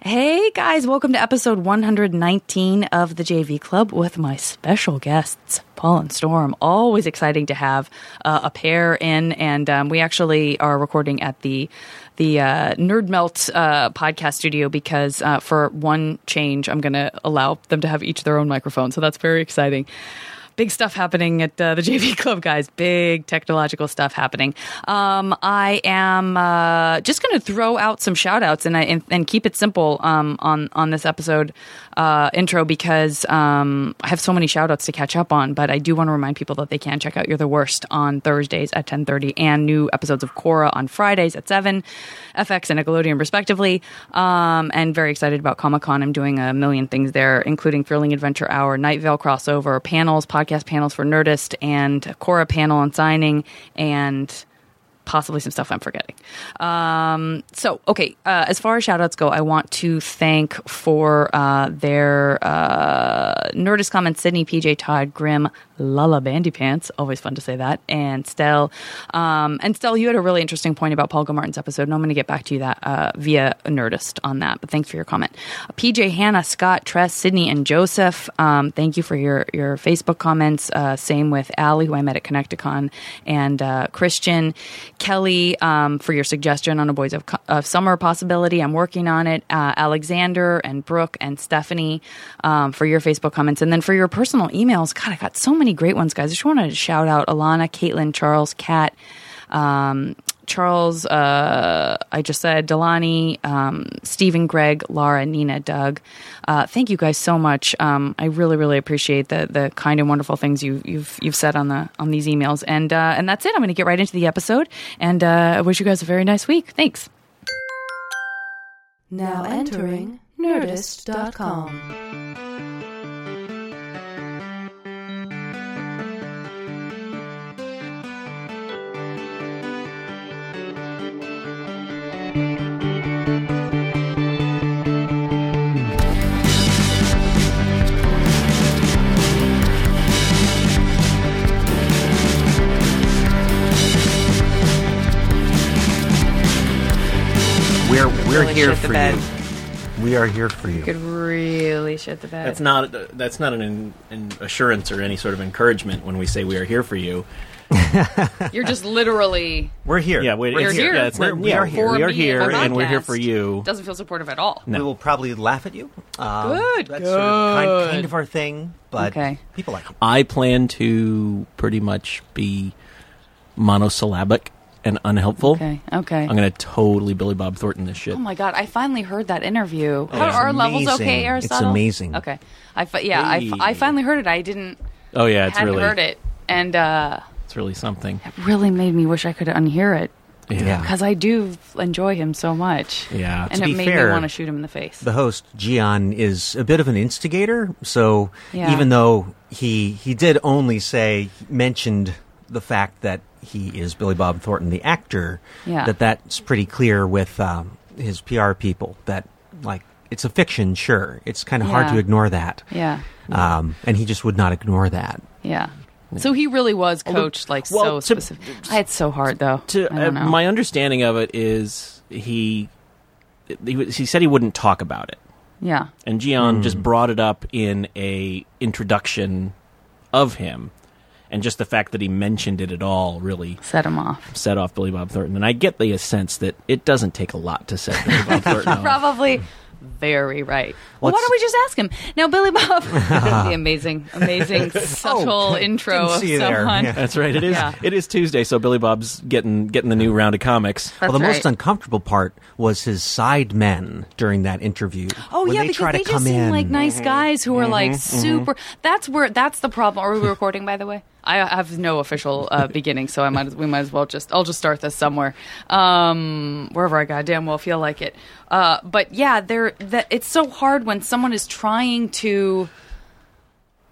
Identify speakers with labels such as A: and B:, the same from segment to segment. A: Hey guys, welcome to episode 119 of the JV Club with my special guests, Paul and Storm. Always exciting to have uh, a pair in, and um, we actually are recording at the the uh, Nerd Melt uh, podcast studio because uh, for one change, I'm going to allow them to have each their own microphone. So that's very exciting big stuff happening at uh, the JV Club, guys. Big technological stuff happening. Um, I am uh, just going to throw out some shout outs and, I- and, and keep it simple um, on, on this episode uh, intro because um, I have so many shout outs to catch up on, but I do want to remind people that they can check out You're the Worst on Thursdays at 10.30 and new episodes of Cora on Fridays at 7, FX and Nickelodeon respectively. Um, and very excited about Comic-Con. I'm doing a million things there, including Thrilling Adventure Hour, Night Vale crossover, panels, podcast panels for Nerdist, and a Cora panel on signing, and possibly some stuff I'm forgetting. Um, so, okay, uh, as far as shout outs go, I want to thank for uh, their uh, Nerdist comments Sydney, PJ, Todd, Grimm, Lala Bandy Pants, always fun to say that, and Stell. Um, and Stell, you had a really interesting point about Paul Martin's episode, and I'm going to get back to you that uh, via Nerdist on that, but thanks for your comment. PJ, Hannah, Scott, Tress, Sydney, and Joseph, um, thank you for your, your Facebook comments. Uh, same with Allie, who I met at Connecticon, and uh, Christian, Kelly, um, for your suggestion on a Boys of, Co- of Summer possibility. I'm working on it. Uh, Alexander and Brooke and Stephanie um, for your Facebook comments. And then for your personal emails, God, I got so many great ones, guys. I just wanted to shout out Alana, Caitlin, Charles, Kat, um, Charles, uh, I just said Delani, um, Stephen, Greg, Laura, Nina, Doug. Uh, thank you guys so much. Um, I really, really appreciate the the kind and wonderful things you, you've you've said on the on these emails. And uh, and that's it. I'm going to get right into the episode. And uh, I wish you guys a very nice week. Thanks.
B: Now entering Nerdist.com.
C: We're we're
D: Really
C: here
D: shit the
C: for
D: bed.
C: you. We are here for you.
A: Could really shit the bed.
D: That's not that's not an, in- an assurance or any sort of encouragement when we say we are here for you.
A: You're just literally
C: We're here.
D: Yeah, wait,
C: we're
D: it's-
A: here.
D: Yeah, it's
C: We're-
D: not,
C: we
D: yeah,
C: are here.
D: We
A: For
D: are
A: me,
D: here,
A: my
D: and we're here
A: podcast.
D: for you.
A: doesn't feel supportive at all.
C: We will probably laugh at you. Um,
A: Good,
C: That's sort of
A: good.
C: kind, kind of our thing, but
A: Okay.
C: people like it.
D: I plan to pretty much be monosyllabic and unhelpful.
A: Okay. Okay.
D: I'm gonna totally Billy Bob Thornton this shit.
A: Oh my god! I finally heard that interview. How-
C: it's
A: are levels
C: amazing.
A: okay,
C: It's
A: Aristotle?
C: amazing.
A: Okay, I fi- yeah, I fi-
D: Hey.
A: I finally heard it. I didn't
D: oh yeah, it's
A: hadn't
D: really
A: heard it, and uh,
D: it's really something.
A: really made me wish I could unhear it
C: Yeah.
A: because I do enjoy him so much.
D: Yeah.
A: and
D: To
A: it
C: be
A: made
C: fair,
A: me want to shoot him in the face.
C: The host Gian is a bit of an instigator, so
A: Yeah.
C: even though he he did only say mentioned the fact that he is Billy Bob Thornton, the actor,
A: Yeah.
C: that that's pretty clear with um, his PR people that like it's a fiction, sure, it's kind of hard
A: Yeah.
C: to ignore that.
A: yeah,
C: Um, and he just would not ignore that.
A: yeah. So he really was coached like
D: well,
A: so
D: to-
A: specific. I had so hard though.
D: to
A: I don't
D: uh,
A: know.
D: my understanding of it is he, he was- he said he wouldn't talk about it.
A: yeah,
D: and Gian just brought it up in a introduction of him, and just the fact that he mentioned it at all really
A: set him off.
D: set off Billy Bob Thornton. And I get the sense that it doesn't take a lot to set Billy Bob Thornton off.
A: Probably. Very right. Well, why
C: What's-
A: don't we just ask him now, Billy Bob? the amazing, amazing, subtle
C: Oh,
A: intro
C: didn't
A: of
C: see you there.
A: someone.
C: Yeah.
D: That's right. It is.
A: Yeah.
D: It is Tuesday, so Billy Bob's getting getting the new round of comics.
A: That's
C: well, the most
A: right.
C: uncomfortable part was his side men during that interview.
A: Oh
C: When
A: yeah,
C: they
A: because
C: try
A: they
C: to
A: just
C: come
A: seem
C: in.
A: like nice guys who are like super. That's where that's the problem. Are we recording? By the way, I have no official uh, beginning, so I might as- we might as well just I'll just start this somewhere, um, wherever I goddamn well feel like it. Uh, but yeah, there that it's so hard when someone is trying to.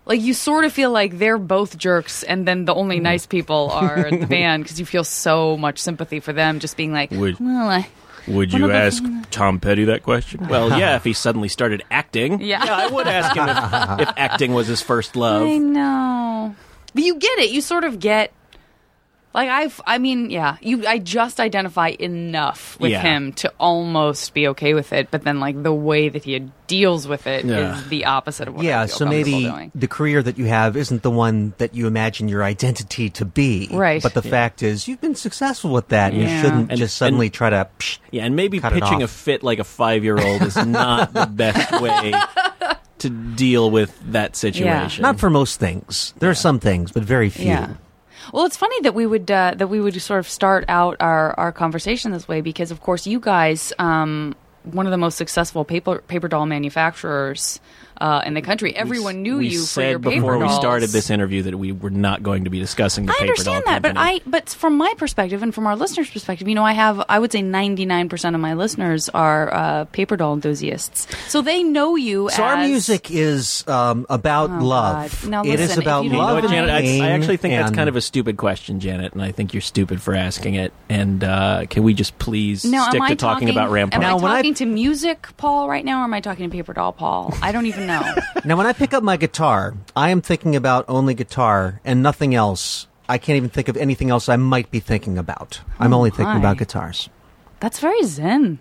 A: Like you sort of feel like they're both jerks, and then the only nice people are the band because you feel so much sympathy for them, just being like,
D: Would-
A: "Well, I,
D: Would
A: you What about ask
D: Tom Petty that question? Well, yeah. If he suddenly started acting,
A: Yeah.
D: I would ask him if, if acting was his first love.
A: I know. But you get it. You sort of get Like I've, I mean, yeah, you. I just identify enough with
D: Yeah.
A: him to almost be okay with it, but then like the way that he deals with it is
D: Yeah.
A: the opposite of what
C: yeah,
A: I feel
C: so
A: comfortable
C: maybe
A: doing.
C: the career that you have isn't the one that you imagine your identity to be.
A: Right.
C: But the fact is, you've been successful with that. and
A: Yeah.
C: You shouldn't
D: And-
C: just suddenly try to. Psh,
D: Yeah, and maybe
C: Cut it
D: pitching a
C: off.
D: fit like a five year old is not the best way to deal with that situation.
C: not for most things. There are some things, but very few.
A: Yeah. Well, it's funny that we would uh, that we would sort of start out our our conversation this way because, of course, you guys, um, one of the most successful paper paper doll manufacturers uh, in the country. Everyone knew
D: we
A: you for
D: said
A: your paper
D: before we
A: dolls.
D: started this interview that we were not going to be discussing the
A: I
D: paper doll
A: understand that, but
D: company.
A: I but from my perspective and from our listeners' perspective, you know, I have I would say ninety nine percent of my listeners are uh, paper doll enthusiasts, so they know you.
C: So
A: as, Oh,
C: our music is um, about love.
A: Now
C: it is
A: listen, if
C: about
A: you don't
C: love
A: know that-
C: and
D: Janet, I, I
C: pain
D: actually think that's
C: and-
D: kind of a stupid question, Janet, and I think you're stupid for asking it. And uh, can we just please
A: Now,
D: stick
A: am I
D: to talking about Rampart?
A: Am
C: Now,
A: I
C: when I-
A: talking to music, Paul, right now, or am I talking to paper doll, Paul? I don't even know.
C: Now, when I pick up my guitar, I am thinking about only guitar and nothing else. I can't even think of anything else I might be thinking about. I'm only thinking
A: my.
C: about guitars.
A: That's very zen.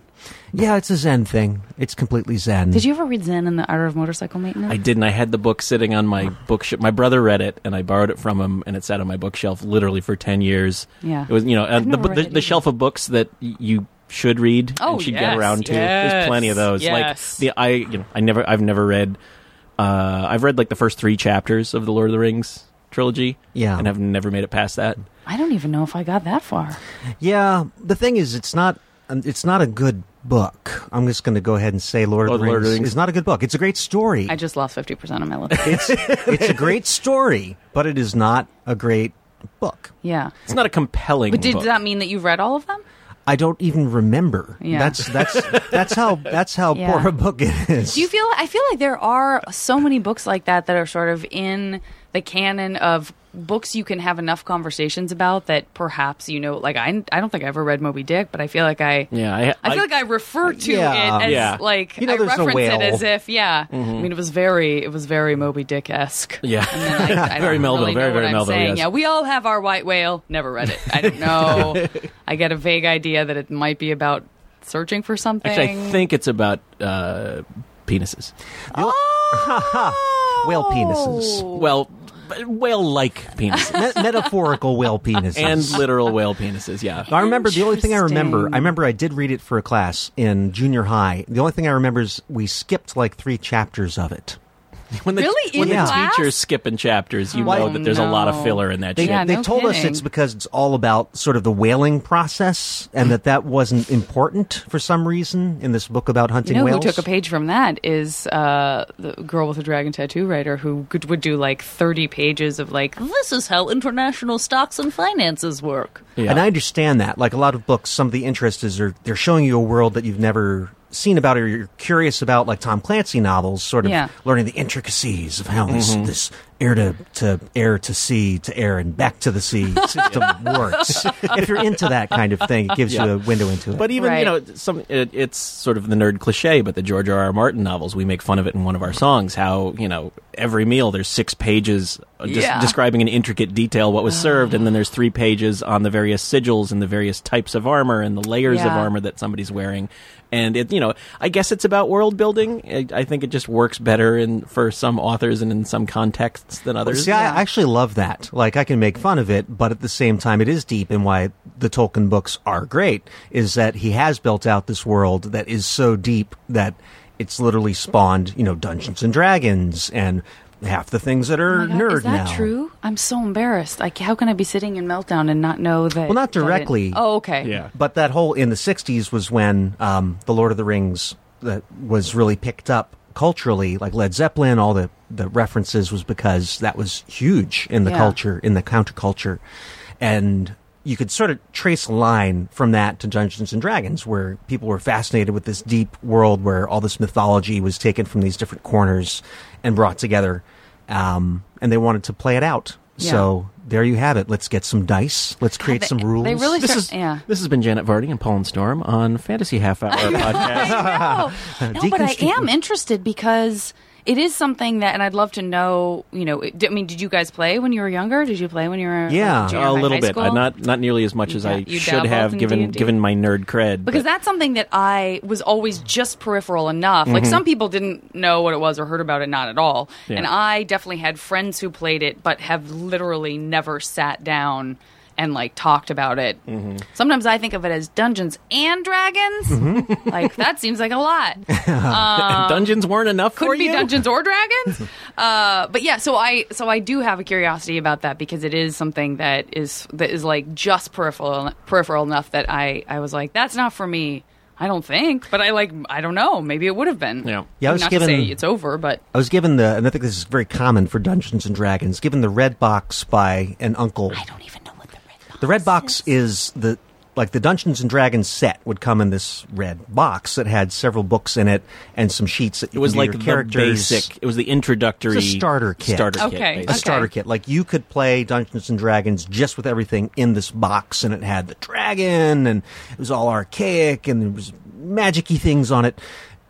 C: Yeah, it's a Zen thing. It's completely Zen.
A: Did you ever read Zen in the Art of Motorcycle Maintenance?
D: I didn't. I had the book sitting on my bookshelf. My brother read it, and I borrowed it from him, and it sat on my bookshelf literally for ten years.
A: Yeah.
D: it was you know uh, the,
A: never
D: the,
A: read it
D: the shelf of books that y- you should read
A: Oh,
D: and should
A: yes,
D: get around to.
A: yes,
D: There's plenty of those.
A: yes.
D: Like the I you know I never I've never read. Uh, I've read like the first three chapters of the Lord of the Rings trilogy.
C: Yeah.
D: and I've never made it past that.
A: I don't even know if I got that far.
C: yeah, the thing is, it's not. um, It's not a good book. I'm just going to go ahead and say Lord,
D: Oh,
C: of the
D: Lord of the
C: Rings
D: Rings.
C: is not a good book. It's a great story.
A: I just lost 50% of my list.
C: It's it's a great story, but it is not a great book.
A: yeah.
D: It's not a compelling.
A: But did
D: book.
A: that mean that you read all of them?
C: I don't even remember.
A: Yeah.
C: That's that's that's how that's how
A: Yeah.
C: poor a book it is.
A: Do you feel? I feel like there are so many books like that that are sort of in the canon of books you can have enough conversations about that perhaps you know. Like I, I don't think I ever read Moby Dick, but I feel like I.
D: Yeah, I,
A: I feel like I refer to
C: Yeah.
A: it as
D: Yeah.
A: like
C: You know,
A: I
C: there's a
A: reference
C: whale.
A: it as if yeah. I mean, it was very it was very Moby Dick esque.
D: Mm-hmm. Yeah.
A: And then I, I
D: Very
A: don't
D: Melville,
A: really know
D: very,
A: what
D: very
A: I'm
D: Melville,
A: Saying.
D: yes.
A: Yeah, we all have our white whale. Never read it. I don't know. I get a vague idea that it might be about searching for something.
D: actually I think it's about uh, penises.
A: Oh!
C: Whale penises.
D: Well, whale like penises.
C: Me- metaphorical whale penises
D: and literal whale penises. Yeah,
C: I remember the only thing I remember.
A: Interesting.
C: I remember I did read it for a class in junior high. The only thing I remember is we skipped like three chapters of it.
D: when the,
A: Really? In
D: when
A: class?
D: the teachers skipping chapters, you
A: Oh,
D: know that there's a lot
A: no.
D: of filler in that
C: They,
D: shit.
A: Yeah,
C: they
A: no
C: told us
A: kidding.
C: it's because it's all about sort of the whaling process and that that wasn't important for some reason in this book about hunting
A: You know
C: whales.
A: who took a page from that is uh, the girl with a dragon tattoo writer who could, would do like 30 pages of like, this is how international stocks and finances work.
D: Yeah.
C: And I understand that. Like a lot of books, some of the interest is they're, they're showing you a world that you've never seen about or you're curious about, like Tom Clancy novels, sort of
A: Yeah.
C: learning the intricacies of how this, this air to, to air to sea to air and back to the sea system works. if you're into that kind of thing, it gives you
D: Yeah.
C: a window into it.
D: but even
A: Right.
D: you know, some it, it's sort of the nerd cliche, but the George R. R. Martin novels, we make fun of it in one of our songs. How you know every meal there's six pages uh, just
A: Yeah.
D: describing in intricate detail what was served, and then there's three pages on the various sigils and the various types of armor and the layers of
A: Yeah.
D: armor that somebody's wearing. And it, you know, I guess it's about world building. I, I think it just works better in for some authors and in some contexts than others.
C: See, I actually love that. Like, I can make fun of it, but at the same time, it is deep. And why the Tolkien books are great is that he has built out this world that is so deep that it's literally spawned, you know, Dungeons and Dragons and half the things that are
A: Oh my God,
C: nerd
A: is that
C: now.
A: true? I'm so embarrassed. Like, how can I be sitting in meltdown and not know that?
C: Well, not
A: that it-
C: directly.
A: oh, okay.
D: Yeah.
C: But that whole in the '60s was when um, the Lord of the Rings that was really picked up culturally, like Led Zeppelin. All the the references was because that was huge in the
A: Yeah.
C: culture, in the counterculture, and you could sort of trace a line from that to Dungeons and Dragons, where people were fascinated with this deep world where all this mythology was taken from these different corners and brought together, um, and they wanted to play it out.
A: Yeah.
C: So there you have it. Let's get some dice. Let's create
A: they-
C: some
A: they
C: rules.
A: really
D: This
A: Sure,
D: is
A: yeah.
D: this has been Janet Vardy and Paul and Storm on Fantasy Half Hour podcast.
A: no, no, but I
C: Deconstruct-
A: am interested because it is something that, and I'd love to know. You know, it- I mean, did you guys play when you were younger? Did you play when you were like,
C: Yeah.
A: junior
D: a
A: high,
D: little
A: high
D: bit,
A: school?
D: Uh, not not nearly as much as
A: da-
D: I
A: you
D: should
A: dabbled
D: have
A: in
D: given
A: D&D?
D: given my nerd cred.
A: because
D: but-
A: that's something that I was always just peripheral enough. Like some people didn't know what it was or heard about it, not at all.
D: Mm-hmm. Yeah.
A: And I definitely had friends who played it, but have literally never sat down and like talked about it.
D: Mm-hmm.
A: Sometimes I think of it as Dungeons and Dragons.
D: Mm-hmm.
A: Like that seems like a lot.
D: dungeons weren't enough
A: Could
D: for
A: um, be
D: you.
A: Dungeons or Dragons. uh, but yeah, so I so I do have a curiosity about that because it is something that is that is like just peripheral peripheral enough that I I was like that's not for me. I don't think, but I like I don't know. Maybe it would have been.
D: Yeah.
C: Yeah, I was
A: not
C: given-
A: to say it's over, but
C: I was given the, and I think this is very common for Dungeons and Dragons, given the red box by an uncle.
A: I don't even know what the red. Box
C: The red box is the like the Dungeons and Dragons set would come in this red box that had several books in it and some sheets that
D: It
C: you
D: was
C: can do
D: like
C: your
D: the
C: characters.
D: basic. It was the introductory
C: It's a starter kit.
D: Starter
A: Okay.
D: kit.
C: a
A: Okay.
D: basically.
C: starter kit. Like you could play Dungeons and Dragons just with everything in this box, and it had the dragon, and it was all archaic, and there was magicy things on it.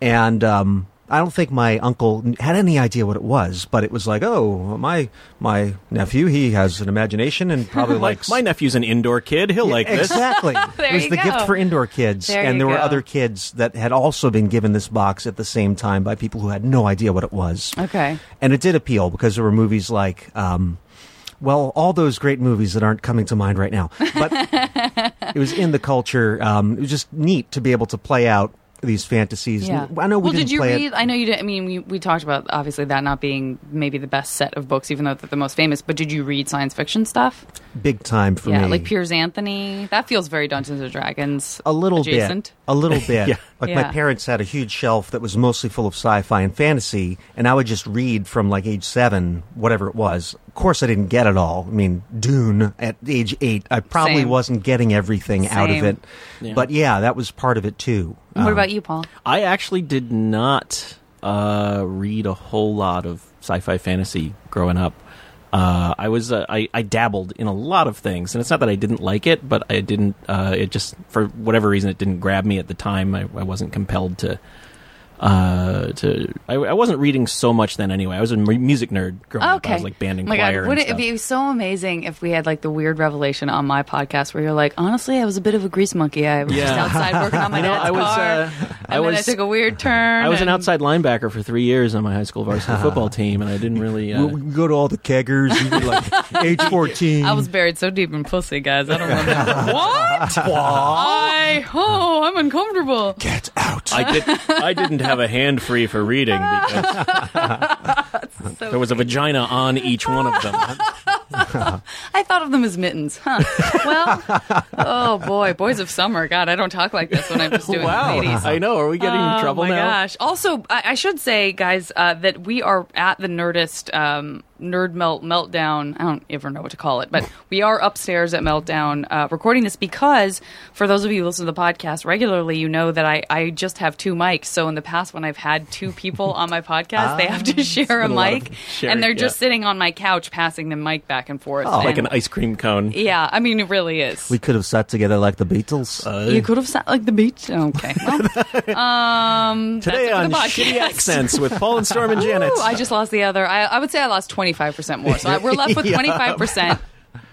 C: And um, I don't think my uncle n- had any idea what it was, but it was like, oh, my my nephew, he has an imagination and probably
D: My,
C: likes
D: my nephew's an indoor kid. He'll like this.
C: Exactly.
A: There
C: it was
A: you
C: the gift
A: go.
C: for indoor kids.
A: There
C: and
A: you
C: there were
A: go.
C: other kids that had also been given this box at the same time by people who had no idea what it was.
A: Okay.
C: And it did appeal because there were movies like, um, well, all those great movies that aren't coming to mind right now. But it was in the culture. Um, it was just neat to be able to play out these fantasies.
A: Yeah.
C: I know we
A: well,
C: didn't
A: did you
C: play
A: read?
C: it.
A: I know you didn't. I mean, we, we talked about obviously that not being maybe the best set of books, even though they're the most famous. But did you read science fiction stuff?
C: big time for
A: yeah,
C: me.
A: like Piers Anthony. That feels very Dungeons and Dragons.
C: a little
A: adjacent.
C: bit a little bit
D: Yeah.
C: like my
A: Yeah.
C: parents had a huge shelf that was mostly full of sci-fi and fantasy and i would just read from like age seven whatever it was of course i didn't get it all i mean dune at age eight i probably
A: Same.
C: wasn't getting everything out of
A: Same.
C: it
D: Yeah.
C: but yeah that was part of it too
A: What
C: Um,
A: about you, Paul?
D: I actually did not uh, read a whole lot of sci-fi fantasy growing up. Uh, I was uh, I, I dabbled in a lot of things, and it's not that I didn't like it, but I didn't. Uh, it just for whatever reason it didn't grab me at the time. I, I wasn't compelled to. Uh, to I, I wasn't reading so much then anyway. I was a mu- music nerd growing up. I was like band and
A: Oh my
D: choir.
A: God, wouldn't
D: and
A: it
D: stuff.
A: be so amazing if we had like the weird revelation on my podcast where you're like, honestly, I was a bit of a grease monkey. I was just
D: Yeah.
A: outside working on my
D: You know,
A: dad's
D: I was,
A: car,
D: uh,
A: and then
D: I
A: I
D: was-
A: took a weird turn.
D: I was an
A: and-
D: outside linebacker for three years on my high school varsity football team, and I didn't really.
C: we,
D: Uh,
C: we go to all the keggers you were like age 14
A: I was buried so deep in pussy, guys. I don't remember. what? I oh, I'm uncomfortable.
C: get out
D: I did. I didn't have a hand free for reading because there was a vagina on each one of them.
A: I thought of them as mittens, huh? well, oh boy, boys of summer. God, I don't talk like this when I'm just doing ladies.
D: I know. Are we getting in trouble
A: oh my
D: now?
A: gosh! Also, I, I should say, guys, uh, that we are at the Nerdist um, Nerd Melt Meltdown. I don't ever know what to call it, but we are upstairs at Meltdown uh, recording this because, for those of you who listen to the podcast regularly, you know that I, I just have two mics. So in the past, when I've had two people on my podcast, they have to share a
D: Ah. been a lot of
A: mic,
D: sharing,
A: and they're just
D: yeah. Oh,
A: sitting on my couch passing the mic back and forth.
D: Like an
A: and-
D: ice cream cone.
A: yeah, I mean, it really is.
C: we could have sat together like the beatles
D: Uh,
A: you could have sat like the beach. Okay. Well,
D: Today
A: That's the
D: on Shitty
A: podcast.
D: Accents with Paul and Storm and Janet.
A: Ooh, I just lost the other. I, I would say I lost 25% more. So I, we're left with 25%,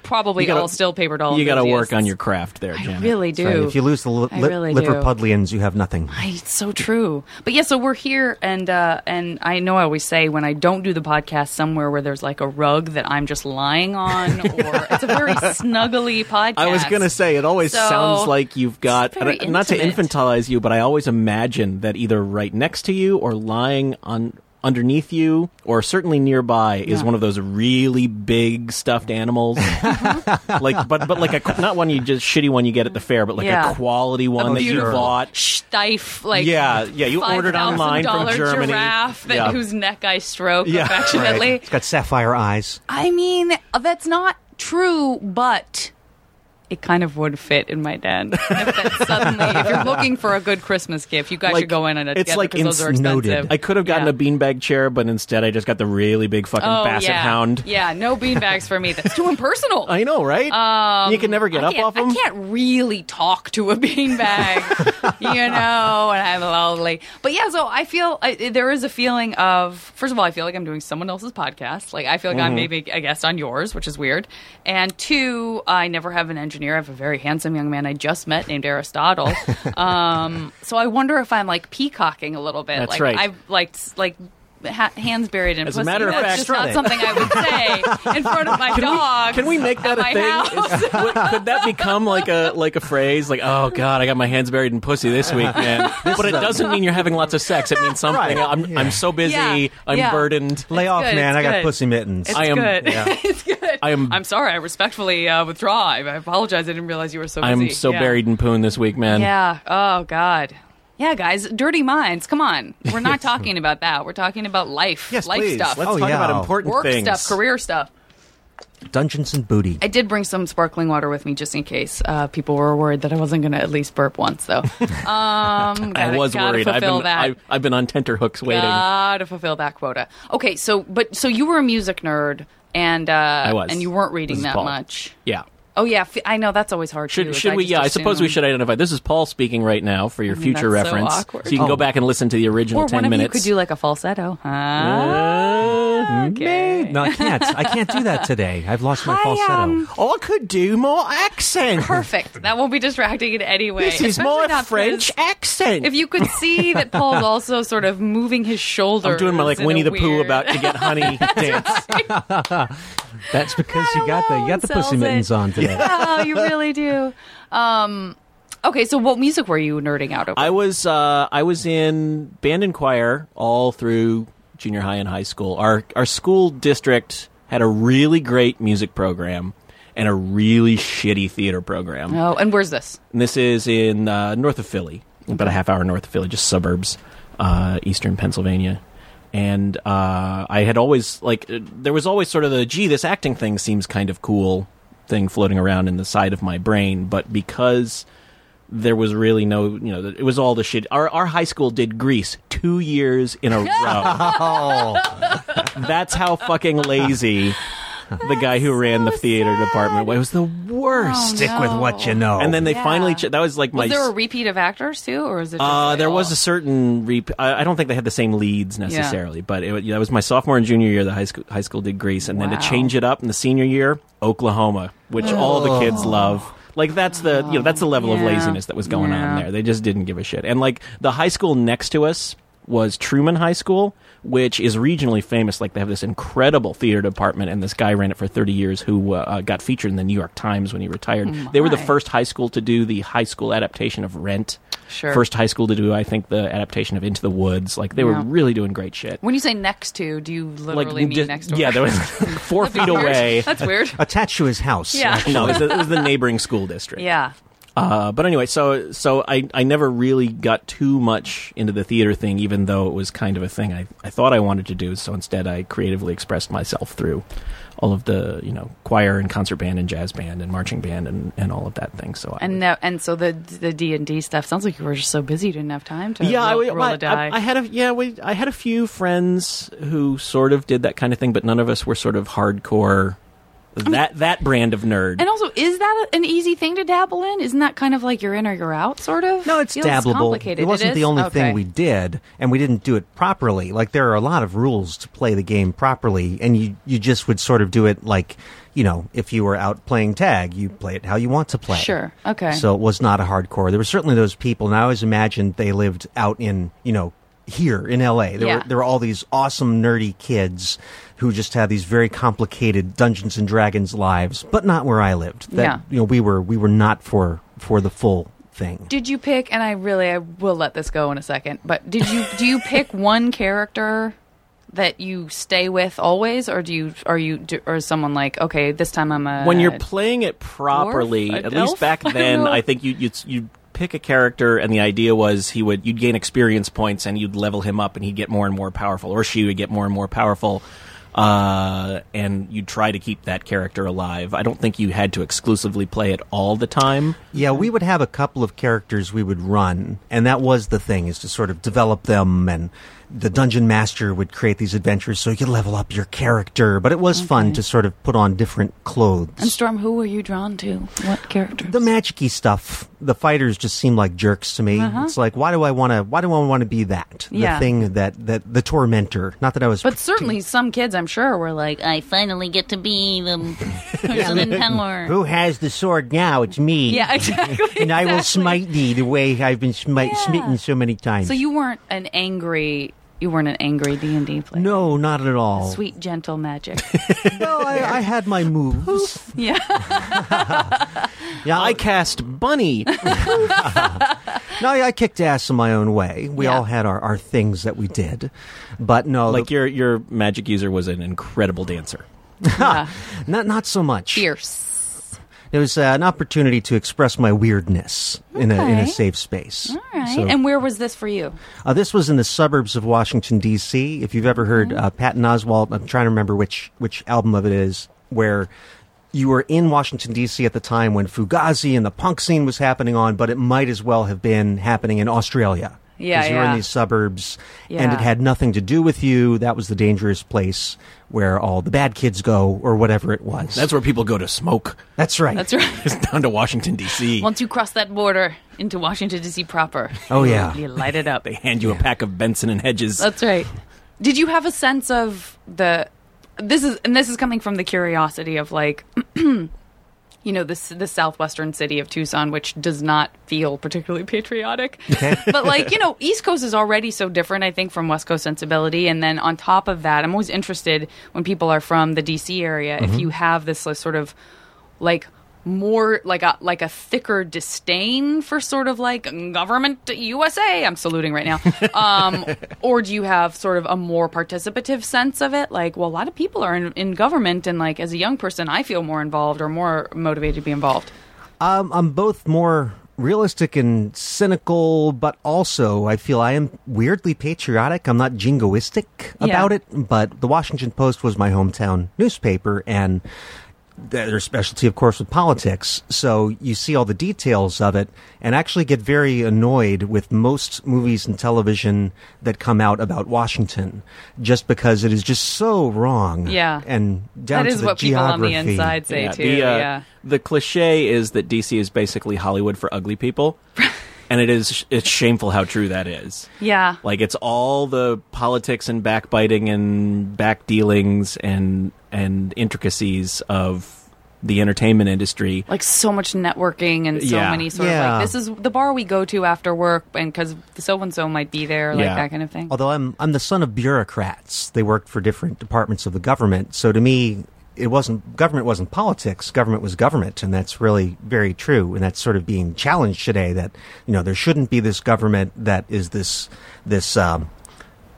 A: probably
D: You gotta-
A: all still paper doll.
D: you got to work on
A: enthusiasts.
D: your craft there, Janet.
A: I really do.
C: Right, if you lose the li-
A: I
C: li-
A: really do.
C: Liverpudlians, you have nothing.
A: I- it's so true. But yeah, so we're here, and uh, and I know I always say when I don't do the podcast somewhere where there's like a rug that I'm just lying on, or it's a very snuggly podcast.
D: I was going to say, it always
A: So,
D: sounds like you've got,
A: it's very
D: and I- not to
A: intimate.
D: infantilize you, but I always imagine that either right next to you or lying on underneath you or certainly nearby is
A: Yeah.
D: one of those really big stuffed animals like but but like a not one you just shitty one you get at the fair but like
A: Yeah.
D: a quality one that you
A: beautiful
D: bought
A: Steif, like
D: Yeah, yeah, you ordered online from
A: $5,000
D: Germany.
A: Giraffe that,
D: Yeah.
A: whose neck I stroke
D: Yeah,
A: affectionately.
C: It's got sapphire eyes.
A: I mean, that's not true, but it kind of would fit in my den. If that suddenly, if you're looking for a good Christmas gift, you guys
D: Like,
A: should go in on it.
C: it's
A: together
C: like
A: 'cause those are
C: it's noted.
A: expensive.
D: I could have gotten
A: Yeah.
D: a beanbag chair, but instead I just got the really big fucking basset
A: Oh, yeah.
D: hound.
A: Yeah, no beanbags for me. That's too impersonal.
D: I know, right? you can never get
A: Um, I
D: up
A: can't-
D: off them.
A: I can't really talk to a beanbag, you know, and I'm lonely. But yeah, so I feel I, there is a feeling of, first of all, I feel like I'm doing someone else's podcast. Like, I feel like I'm
D: Mm-hmm.
A: maybe a guest on yours, which is weird. And two, I never have an engineer. I have a very handsome young man I just met named Aristotle. um, so I wonder if I'm like peacocking a little bit.
D: That's
A: like,
D: right.
A: I've like, s- like, Ha- hands buried in
D: As a
A: pussy.
D: matter of
A: That's
D: fact-
A: just not something I would say in front of my dog.
D: Can we make
A: at
D: that a
A: my
D: thing?
A: house.
D: Is- would- could that become like a like a phrase? Like, oh god, I got my hands buried in pussy this week, man. but it
C: is a-
D: doesn't mean you're having lots of sex. It means something.
C: Right.
D: I'm
C: Yeah.
D: I'm so busy.
A: Yeah.
D: I'm
A: Yeah.
D: burdened.
C: Lay off,
A: good, it's
C: man. I got
A: good.
C: pussy mittens.
A: It's
D: I am-
A: good.
C: yeah.
A: it's good.
D: I am-
A: I'm sorry. I respectfully uh, withdraw. I, I apologize. I didn't realize you were so. Busy.
D: I'm so
A: Yeah.
D: buried in poon this week, man.
A: Yeah. Oh God. Yeah, guys. Dirty minds. Come on. We're not talking about that. We're talking about life.
C: Yes,
A: life
C: please.
A: stuff.
D: Let's
C: Oh,
D: talk
C: yeah.
D: about important
A: work
D: things.
A: stuff. Career stuff.
C: Dungeons and booty.
A: I did bring some sparkling water with me just in case uh, people were worried that I wasn't going to at least burp once, though. Um,
D: I
A: gotta-
D: was
A: gotta
D: worried. I've
A: fulfill
D: been
A: that.
D: I've, I've been on tenterhooks waiting.
A: Gotta fulfill that quota. Okay, so but so you were a music nerd, and uh,
D: I was.
A: and you weren't reading
D: This is
A: that
D: Paul.
A: much.
D: Yeah.
A: Oh yeah, f- I know that's always hard. too,
D: Should,
A: is
D: should we?
A: just
D: Yeah, I suppose we
A: assume-
D: should identify. This is Paul speaking right now for your
A: mean,
D: future
A: that's so
D: reference,
A: awkward.
D: you can
C: Oh.
D: go back and listen to the original
A: Or
D: ten
A: one of you
D: minutes.
A: could do like "Ah." a falsetto. Huh?
D: Uh,
A: okay.
C: No, I can't. I can't do that today. I've lost my
A: Hi,
C: falsetto.
A: um,
D: Oh, I could do more accent.
A: Perfect. That won't be distracting in any way.
D: This is
A: especially
D: my
A: not
D: French
A: because
D: accent.
A: If you could see that Paul's also sort of moving his shoulder.
D: I'm doing my like Winnie the Pooh about to get honey dance.
C: That's because you got the you got the
A: alone
C: pussy
A: sells
C: mittens
A: it.
C: on today.
A: oh, you really do. Um, okay, so what music were you nerding out over?
D: I was uh, I was in band and choir all through junior high and high school. Our our school district had a really great music program and a really shitty theater program.
A: oh, and where's this?
D: And this is in uh, north of Philly, about a half hour north of Philly, just suburbs, uh, eastern Pennsylvania. And uh, I had always like uh, there was always sort of the gee, this acting thing seems kind of cool thing floating around in the side of my brain, but because there was really no you know it was all the shit. Our our high school did Grease two years in a row.
C: Oh,
D: That's how fucking lazy. The guy who ran the theater department was the worst.
C: stick with what you know.
D: And then they
A: Oh, Yeah.
D: finally ch- that was like my
A: Was there a repeat of actors too, or is it? Just
D: Uh,
A: like
D: there
A: all-
D: was a certain rep. I, I don't think they had the same leads necessarily, but it, wa- that was my sophomore and junior year. The high school high school did Grease, and then
A: Wow.
D: to change it up in the senior year, Oklahoma, which all the kids love. Like that's the you know that's the level of
A: Oh. Yeah.
D: laziness that was going on
A: Yeah.
D: there. They just didn't give a shit. And like the high school next to us was Truman High School, which is regionally famous. Like they have this incredible theater department, and this guy ran it for thirty years who uh, uh, got featured in the New York Times when he retired. They were the
A: my.
D: first high school to do the high school adaptation of Rent
A: Sure.
D: first high school to do i think the adaptation of into the woods like they were
A: Yeah.
D: really doing great shit
A: When you say next to, do you literally
D: like
A: mean
D: just-
A: next door?
D: yeah there was four
A: That'd
D: feet
A: be weird.
D: away
A: That's weird.
C: attached to his house.
A: Yeah.
D: no it was, the, it was the neighboring school district
A: Yeah.
D: uh, but anyway so so I, I never really got too much into the theater thing even though it was kind of a thing I, I thought i wanted to do so instead i creatively expressed myself through all of the you know choir and concert band and jazz band and marching band and, and all of that thing so I,
A: And the, and so the the D and D stuff sounds like you were just so busy you didn't have time to
D: yeah,
A: roll,
D: I,
A: roll a
D: I,
A: die.
D: I, I had a yeah, we, I had a few friends who sort of did that kind of thing, but none of us were sort of hardcore that that brand of nerd.
A: and also, is that an easy thing to dabble in? Isn't that kind of like you're in or you're out, sort of?
C: No, it's
A: Feels
C: dabbleable.
A: complicated.
C: It wasn't
A: is?
C: the only
A: Okay.
C: thing we did, and we didn't do it properly. Like there are a lot of rules to play the game properly, and you you just would sort of do it like you know if you were out playing tag, you play it how you want to play.
A: Sure. Okay.
C: So it was not a hardcore. There were certainly those people, and I always imagined they lived out in you know here in L.A. There
A: Yeah.
C: were there were all these awesome nerdy kids who just had these very complicated Dungeons and Dragons lives, but not where I lived. That,
A: Yeah.
C: You know, we were we were not for for the full thing.
A: Did you pick? And I really, I will let this go in a second. But did you do you pick one character that you stay with always, or do you are you do, or is someone like okay, this time I'm a
D: when you're playing it properly,
A: dwarf? An
D: at
A: elf?
D: least back
A: I don't
D: then,
A: know.
D: I, think you you you pick a character, and the idea was he would you'd gain experience points, and you'd level him up, and he'd get more and more powerful, or she would get more and more powerful. uh, and you try to keep that character alive. I don't think you had to exclusively play it all the time.
C: Yeah, we would have a couple of characters we would run, and that was the thing is to sort of develop them and the dungeon master would create these adventures so you could level up your character, but it was fun to sort of put on different clothes.
A: And Storm, who were you drawn to? What character?
C: the magicy stuff, the fighters just seem like jerks to me. It's like, why do I want to? Why do I want to be that?
A: Uh-huh. Yeah.
C: The thing that that the tormentor. Not that I was.
A: But certainly, some kids, I'm sure, were like,
E: I finally get to be the person in power.
C: Who has the sword now? It's me.
A: "Yeah, exactly."
C: And I will
A: exactly.
C: smite thee the way I've been smi-
A: Yeah.
C: smitten so many times.
A: So you weren't an angry, you weren't an angry D and D player.
C: No, not at all.
A: sweet gentle magic.
C: No, I, I had my moves.
A: yeah,
C: Yeah,
D: I
C: I,
D: cast Bunny.
C: no, I kicked ass in my own way. We
A: Yeah.
C: all had our, our things that we did, but no,
D: like
C: the-
D: your your magic user was an incredible dancer.
A: Yeah.
C: not not so much.
A: fierce.
C: It was uh, an opportunity to express my weirdness in a in
A: Okay.
C: a safe space.
A: All right.
C: So-
A: and where was this for you?
C: Uh, this was in the suburbs of Washington D.C. If you've ever heard
A: Mm-hmm.
C: uh, Patton Oswalt, I'm trying to remember which which album of it is where. You were in Washington D.C. at the time when Fugazi and the punk scene was happening on, but it might as well have been happening in Australia.
A: Yeah,
C: 'Cause you were
A: yeah.
C: in these suburbs, and
A: Yeah.
C: it had nothing to do with you. That was the dangerous place where all the bad kids go, or whatever it was.
D: That's where people go to smoke.
C: that's right.
A: That's right.
D: It's down to Washington D.C.
A: Once you cross that border into Washington D.C. proper,
C: Oh, yeah.
A: you light it up.
D: They hand you a pack of Benson and Hedges.
A: That's right. Did you have a sense of the this is and this is coming from the curiosity of like you know this the southwestern city of Tucson which does not feel particularly patriotic. but like, you know, East Coast is already so different I think from West Coast sensibility and then on top of that, I'm always interested when people are from the DC area if you have this like, sort of like more like a like a thicker disdain for sort of like "Mm, government USA. I'm saluting right now. Um, or do you have sort of a more participative sense of it? Like, well, a lot of people are in, in government, and like as a young person, I feel more involved or more motivated to be involved.
C: Um, I'm both more realistic and cynical, but also I feel I am weirdly patriotic. I'm not jingoistic
A: Yeah.
C: about it, but the Washington Post was my hometown newspaper, and their specialty, of course, with politics. So you see all the details of it and actually get very annoyed with most movies and television that come out about Washington just because it is just so wrong.
A: Yeah.
C: And down
A: that
C: to
A: is
C: the
A: what
C: geography.
A: people on the inside say too.
D: The, uh,
A: yeah.
D: the cliche is that DC is basically Hollywood for ugly people, and it is it's shameful how true that is.
A: Yeah.
D: Like it's all the politics and backbiting and back dealings and and intricacies of the entertainment industry.
A: like so much networking and so
D: Yeah.
A: many sort
C: Yeah.
A: of like this is the bar we go to after work and because so and so might be there like
D: Yeah.
A: that kind of thing
C: Although I'm I'm the son of bureaucrats, they worked for different departments of the government. So to me, it wasn't government wasn't politics. Government was government, and that's really very true. And that's sort of being challenged today. That you know there shouldn't be this government that is this this um,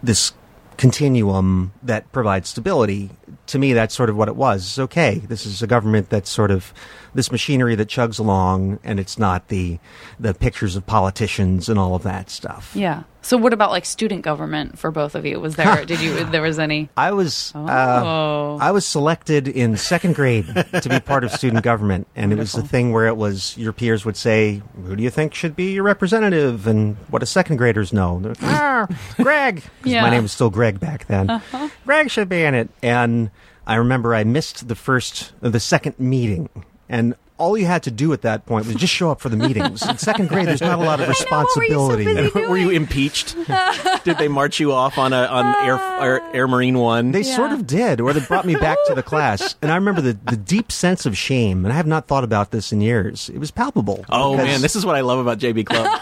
C: this continuum that provides stability. To me, that's sort of what it was. It's okay. This is a government that's sort of this machinery that chugs along, and it's not the the pictures of politicians and all of that stuff.
A: Yeah. So what about like student government for both of you? Was there did you there was any?
C: I was
A: Oh.
C: uh, I was selected in second grade to be part of student government, and it was the thing where it was your peers would say, "Who do you think should be your representative?" and what do second graders know? And they're like, "Ah, Greg, 'Cause
A: Yeah. Uh-huh.
C: my name was still Greg back then. Greg should be in it, and I remember I missed the first the second meeting, and. All you had to do at that point was just show up for the meetings. In second grade, there's not a lot of responsibility.
D: And were you impeached? Did they march you off on a on Air
A: Uh,
D: Air, Air Marine One?
C: They
A: Yeah.
C: sort of did, or they brought me back to the class. And I remember the, the deep sense of shame, and I have not thought about this in years. It was palpable.
D: Oh
C: because-
D: man, this is what I love about JB Club.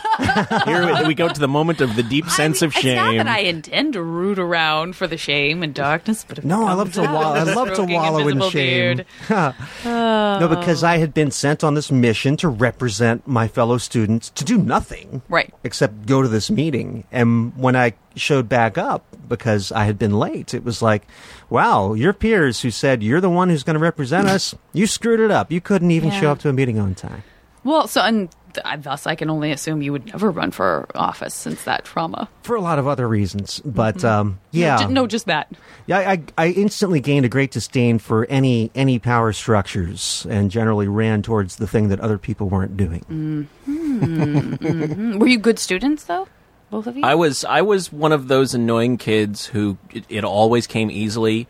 D: Here we, we go to the moment of the deep sense of shame.
A: It's not that I intend to root around for the shame and darkness, but if it
C: No, I
A: comes
C: love to
A: out,
C: wa- I love to
A: stroking
C: wallow in
A: invisible
C: shame.
A: beard.
C: No, because I had been sent on this mission to represent my fellow students to do nothing.
A: Right.
C: Except go to this meeting. And when I showed back up because I had been late, it was like, wow, your peers who said you're the one who's going to represent us, you screwed it up. You couldn't even
A: Yeah.
C: show up to a meeting on time.
A: Well, so and I, thus, I can only assume you would never run for office since that trauma.
C: for a lot of other reasons. But um, yeah,
A: Mm-hmm. No, ju- no, just that.
C: Yeah, I, I instantly gained a great disdain for any any power structures, and generally ran towards the thing that other people weren't doing.
A: Mm, Were you good students, though? Both of you?
D: I was I was one of those annoying kids who it, it always came easily,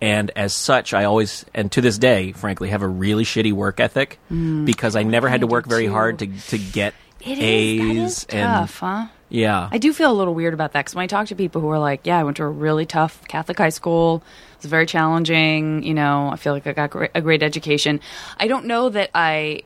D: and as such, I always and to this day, frankly, have a really shitty work ethic because I never had to
A: Mm. I
D: work
A: do
D: very
A: too.
D: hard to to get
A: It is, that
D: A's
A: is
D: and
A: tough, huh?
D: yeah.
A: I do feel a little weird about that because when I talk to people who are like, "Yeah, I went to a really tough Catholic high school. It was very challenging. You know, I feel like I got gre- a great education." I don't know that I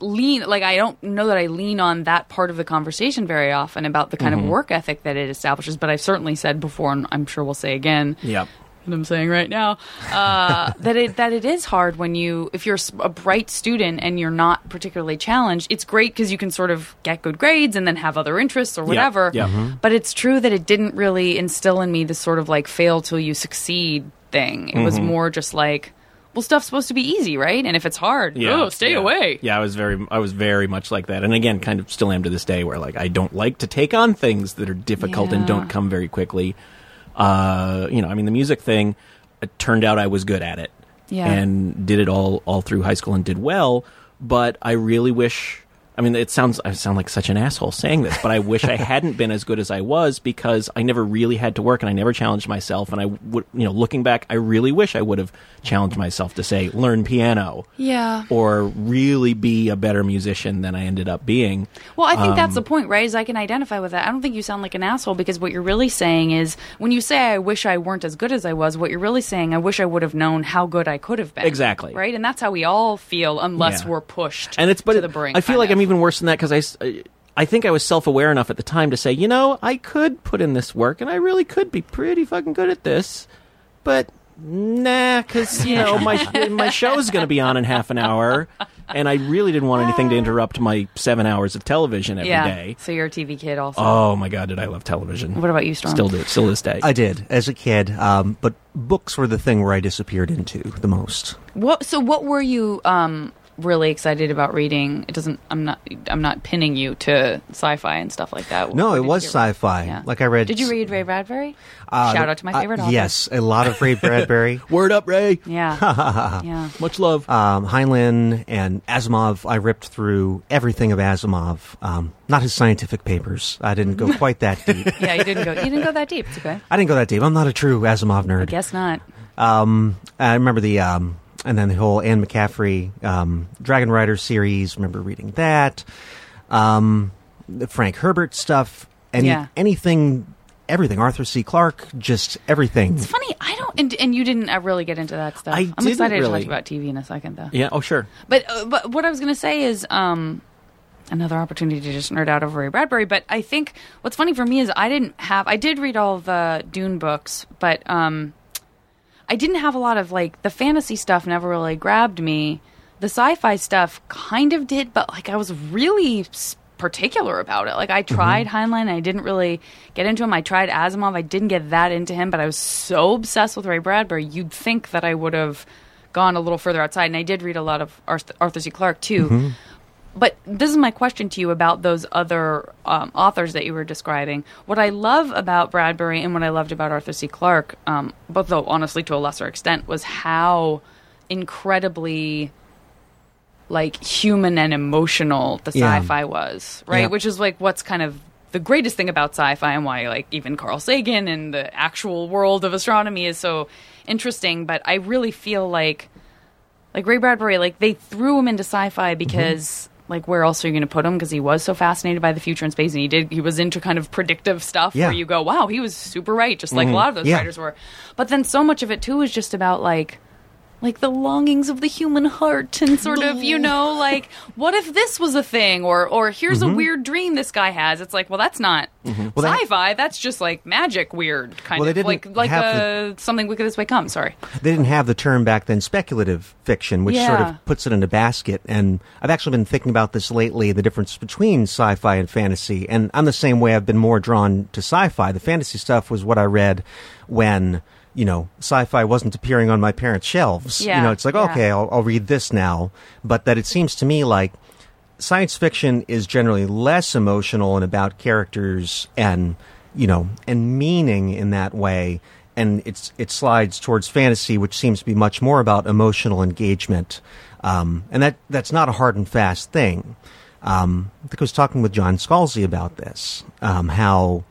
A: lean like I don't know that I lean on that part of the conversation very often about the kind
D: Mm-hmm.
A: of work ethic that it establishes. But I've certainly said before, and I'm sure we'll say again,
D: yeah.
A: and I'm saying right now uh, that it that it is hard when you if you're s- a bright student and you're not particularly challenged. It's great because you can sort of get good grades and then have other interests or whatever.
D: yeah. Mhm.
A: But it's true that it didn't really instill in me this sort of like fail till you succeed thing. It
D: Mm-hmm.
A: was more just like, well, stuff's supposed to be easy, right? And if it's hard,
D: Yeah,
A: oh, stay
D: yeah.
A: away.
D: Yeah, I was very, I was very much like that, and again, kind of still am to this day, where like I don't like to take on things that are difficult and
A: Yeah.
D: don't come very quickly. Uh, you know, I mean, the music thing, it turned out I was good at it,
A: Yeah.
D: and did it all all through high school and did well. But I really wish. I mean, it sounds I sound like such an asshole saying this, but I wish I hadn't been as good as I was because I never really had to work and I never challenged myself. And I would, you know, looking back, I really wish I would have challenged myself to say, learn piano
A: Yeah.
D: or really be a better musician than I ended up being.
A: Well, I think
D: Um,
A: that's the point, right? Is I can identify with that. I don't think you sound like an asshole because what you're really saying is when you say I wish I weren't as good as I was, what you're really saying I wish I would have known how good I could have been.
D: Exactly.
A: Right? And that's how we all feel unless
D: Yeah.
A: we're pushed
D: And it's but
A: to the brink.
D: I feel
A: kind
D: like
A: of.
D: I'm even worse than that because I. s- I- I think I was self-aware enough at the time to say, you know, I could put in this work, and I really could be pretty fucking good at this, but nah, because you know my my show's going to be on in half an hour, and I really didn't want anything to interrupt my seven hours of television every day.
A: Uh. yeah. So you're a TV kid also.
D: Oh my god, did I love television?
A: what about you, Storm?
D: Still do, still this day.
C: I did as a kid, um, but books were the thing where I disappeared into the most.
A: What so what were you um really excited about reading? It doesn't I'm not I'm not pinning you to sci-fi and stuff like that.
C: No,
A: What
C: it
A: did
C: was
A: you read?
C: sci-fi.
A: Yeah.
C: Like I read.
A: Did you read Ray Bradbury?
C: uh,
A: Shout out to my
C: uh,
A: favorite author.
C: Yes, a lot of Ray Bradbury.
D: Word up, Ray.
A: Yeah. yeah.
D: Much love.
C: um, Heinlein and Asimov. I ripped through everything of Asimov. Um, not his scientific papers. I didn't go quite that deep.
A: yeah, you didn't go. You didn't go that deep. It's okay.
C: I didn't go that deep. I'm not a true Asimov
A: I
C: nerd.
A: guess not.
C: Um, I remember the um, and then the whole Anne McCaffrey um, Dragon Rider series. Remember reading that, um, the Frank Herbert stuff, any
A: Yeah.
C: anything, everything. Arthur C. Clarke, just everything.
A: It's funny. I don't. And, and you didn't uh, really get into that stuff.
D: I
A: am
D: didn't
A: excited
D: really.
A: to talk about TV in a second, though.
D: yeah. Oh, sure.
A: But uh, but what I was going to say is um, another opportunity to just nerd out over Ray Bradbury. But I think what's funny for me is I didn't have. I did read all the Dune books, but um, I didn't have a lot of like the fantasy stuff. Never really grabbed me. The sci-fi stuff kind of did, but like I was really s- particular about it. Like I tried Heinlein, and I didn't really get into him. I tried Asimov, I didn't get that into him, but I was so obsessed with Ray Bradbury. You'd think that I would have gone a little further outside, and I did read a lot of Arth- Arthur C. Clarke too. But this is my question to you about those other um, authors that you were describing. What I love about Bradbury and what I loved about Arthur C. Clarke, um, but though honestly to a lesser extent, was how incredibly like human and emotional the
C: Yeah.
A: sci-fi was, right?
C: Yeah.
A: Which is like what's kind of the greatest thing about sci-fi and why like even Carl Sagan and the actual world of astronomy is so interesting. But I really feel like like Ray Bradbury, like they threw him into sci-fi
C: Mm-hmm.
A: because like where else are you going to put him? Because he was so fascinated by the future and space, and he did he was into kind of predictive stuff
C: Yeah. Mm-hmm.
A: where you go, wow, he was super right, just like a lot of those
C: Yeah.
A: writers were. But then so much of it too is just about like. Like the longings of the human heart, and sort of, you know, like what if this was a thing, or or here's a weird dream this guy has. It's like, well, that's not
C: Mm-hmm. Well, they-
A: sci-fi. that's just like magic, weird kind
C: Well, they
A: of
C: didn't
A: like like
C: have
A: uh, something wicked this way comes. Sorry,
C: They didn't have the term back then, speculative fiction, which sort
A: Yeah.
C: of puts it in a basket. And I've actually been thinking about this lately, the difference between sci-fi and fantasy. And I'm the same way. I've been more drawn to sci-fi. The fantasy stuff was what I read when, you know, sci-fi wasn't appearing on my parents' shelves.
A: Yeah,
C: You know, it's like,
A: yeah.
C: okay, I'll, I'll read this now. But that it seems to me like science fiction is generally less emotional and about characters and you know and meaning in that way and it's it slides towards fantasy which seems to be much more about emotional engagement um, and that that's not a hard and fast thing um, I think I was talking with John Scalzi about this um, how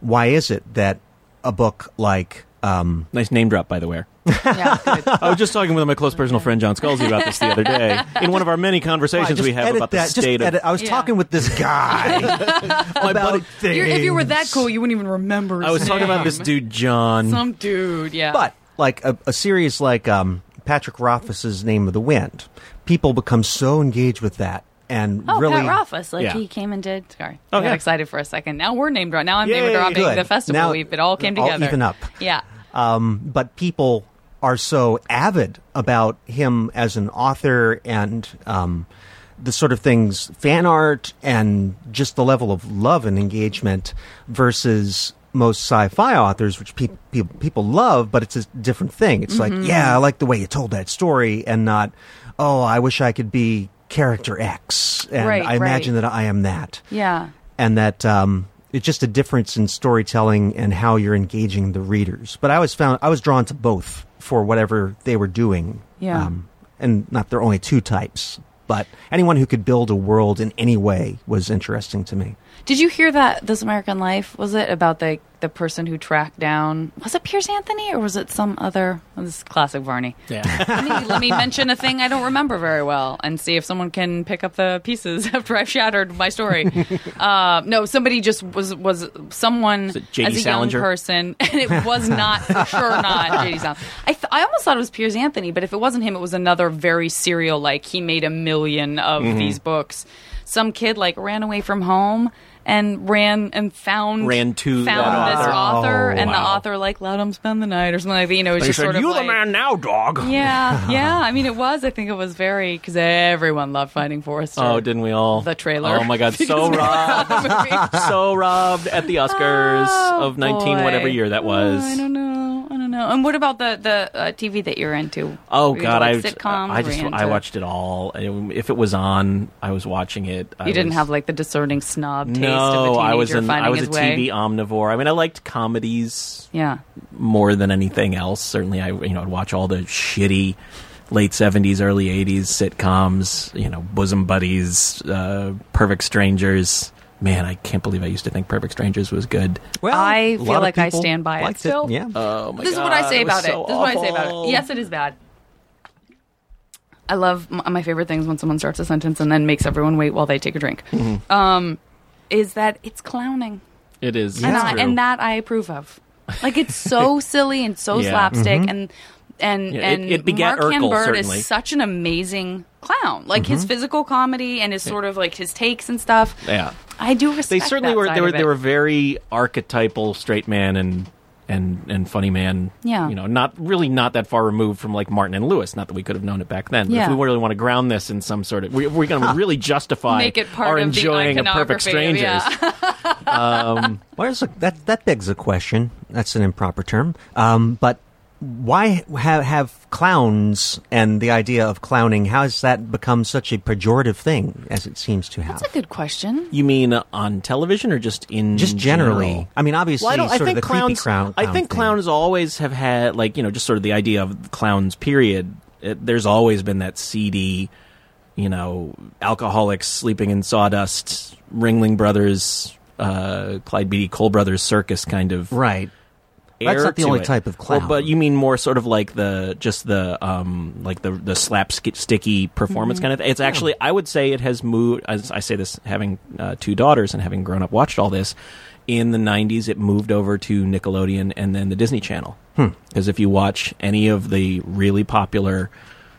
C: why is it that a book like um,
D: Nice name drop, by the way.
A: Yeah, good.
D: I was just talking with my close personal friend John Scalzi about this the other day in one of our many
C: Well, I
D: conversations
C: just
D: we have
C: edit
D: about the
C: that. Just
D: state
C: edit-
D: of.
C: I was
A: Yeah.
C: talking with this guy about things.
A: You're- if you were that cool, you wouldn't even remember.
D: I was
A: his
D: talking about
A: name.
D: this dude John.
A: Some dude, yeah.
C: But like a, a series like um, Patrick Rothfuss's Name of the Wind, people become so engaged with that and
A: oh,
C: really
A: Pat Rothfuss, like
D: Yeah.
A: he came and did. Sorry,
D: Oh,
A: I got
D: yeah.
A: excited for a second. Now we're name dropping. Now I'm name
D: Yay.
A: dropping
C: Good.
A: the festival
C: Now-
A: week. It all came
C: all
A: together.
C: even up.
A: Yeah.
C: Um, but people are so avid about him as an author and um, the sort of things, fan art, and just the level of love and engagement versus most sci-fi authors, which peop people people love, but it's a different thing. It's
A: Mm-hmm.
C: like, yeah, I like the way you told that story, and not, oh, I wish I could be character X, and
A: Right,
C: I imagine
A: right.
C: that I am that
A: Yeah.
C: and that um, it's just a difference in storytelling and how you're engaging the readers. But I was found I was drawn to both for whatever they were doing. Um,
A: Yeah.
C: and not there are only two types, but anyone who could build a world in any way was interesting to me.
A: Did you hear that This American Life was it about the the person who tracked down was it Pierce Anthony or was it some other well, this is classic Varney.
D: Yeah.
A: Let me, let me mention a thing I don't remember very well and see if someone can pick up the pieces after I've shattered my story. uh, no, somebody just was was someone
D: it J.D.
A: as a
D: Salinger?
A: young person, and it was not for sure not J.D. Salinger. I, th- I almost thought it was Piers Anthony, but if it wasn't him, it was another very serial. Like he made a million of
D: Mm-hmm.
A: these books. Some kid like ran away from home and ran and found
D: Ran to that
A: found this
D: author.
A: author,
C: Oh,
A: and the
D: wow.
A: author like let him spend the night or something like that. You know, it's
D: He
A: just
D: said,
A: sort of
D: "You
A: like,
D: the man now, dog."
A: yeah, yeah. I mean, it was. I think it was very because everyone loved Finding Forrester.
D: Oh, didn't we all?
A: the trailer?
D: Oh my God, so robbed, so robbed at the Oscars
A: Oh,
D: of nineteen,
A: boy.
D: whatever year that was.
A: Oh, I don't know. I don't know. And what about the the uh, TV that you're into?
D: Oh
A: Were you
D: God,
A: into,
D: I
A: like, sitcoms.
D: I
A: Were
D: just
A: you into-
D: I watched it all. And If it was on, I was watching it. I
A: You didn't
D: was-
A: have like the discerning snob taste
D: no,
A: of a teenager
D: I was an,
A: finding
D: I was a
A: his way.
D: TV omnivore. I mean, I liked comedies
A: Yeah,
D: more than anything else. Certainly, I you know I'd watch all the shitty late seventies, early eighties sitcoms. You know, Bosom Buddies, uh, Perfect Strangers. Man, I can't believe I used to think Perfect Strangers was good.
C: Well,
A: I
C: a
A: feel
C: lot of
A: like I
C: people
A: stand by it
C: liked
A: still.
C: Yeah,
D: Oh my
A: this is what I say about it. This is what I say about it. Yes, it is bad. I love m- my favorite things when someone starts a sentence and then makes everyone wait while they take a drink.
D: Mm-hmm.
A: Um, is that it's clowning.
D: it is.
A: and,
C: That's
A: I, and that I approve of. Like it's so silly and so
D: Yeah. Mm-hmm.
A: slapstick, and and
D: Yeah, it-
A: and
D: it begat
A: Mark
D: Urkel,
A: Hambert
D: certainly. Mm-hmm.
A: is such an amazing clown. Like his physical comedy and his sort of like his takes and stuff.
D: Yeah.
A: I do respect.
D: they certainly
A: that
D: were
A: side
D: they were
A: of
D: they
A: it.
D: were very archetypal straight man and and and funny man
A: Yeah.
D: you know not really not that far removed from like martin and lewis not that we could have known it back then but
A: Yeah.
D: if we really want to ground this in some sort of we, we're going to really justify
A: Make it part
D: our
A: of the
D: enjoying of perfect
A: iconography,
D: strangers
A: yeah.
D: um,
C: Well, that's a, that that begs a question. That's an improper term. Um, but why have have clowns and the idea of clowning? How has that become such a pejorative thing as it seems to have?
A: That's a good question.
D: you mean on television or just in
C: Just generally,
D: general?
C: I mean, obviously,
D: Well, I, don't,
C: sort
D: I think
C: of the
D: clowns.
C: creepy clown.
D: I
C: clown
D: think
C: thing.
D: clowns always have had like you know just sort of the idea of clowns. Period. It, there's always been that seedy, you know, alcoholics sleeping in sawdust, Ringling Brothers, uh, Clyde Beatty Cole Brothers circus kind of
C: right?
D: air
C: That's not the
D: to
C: only
D: it.
C: type of
D: Well,
C: clown.
D: but you mean more sort of like the just the um like the the slapsticky performance kind of. It's actually I would say it has moved. As I say this, having uh, two daughters and having grown up watched all this in the '90s, it moved over to Nickelodeon and then the Disney Channel.
C: Hmm.
D: Because if you watch any of the really popular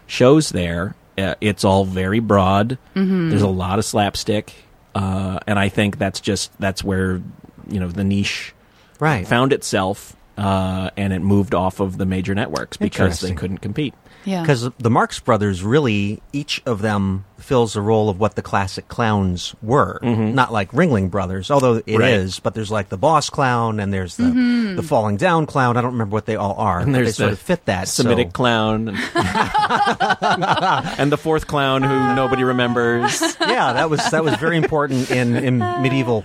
D: shows there, uh, it's all very broad. There's a lot of slapstick, uh, and I think that's just that's where you know the niche
C: Right.
D: found itself uh, and it moved off of the major networks because they
C: Interesting.
D: couldn't compete.
A: Yeah.
C: Because the Marx Brothers really, each of them fills the role of what the classic clowns were. Not like Ringling Brothers, although it is.
D: Mm-hmm. Right.
C: but there's like the boss clown and there's the,
D: Mm-hmm.
C: the falling down clown. I don't remember what they all are.
D: And
C: but they
D: there's
C: sort
D: the
C: of fit that. so-
D: Semitic clown, and, and the fourth clown who nobody remembers.
C: yeah, that was that was very important in, in medieval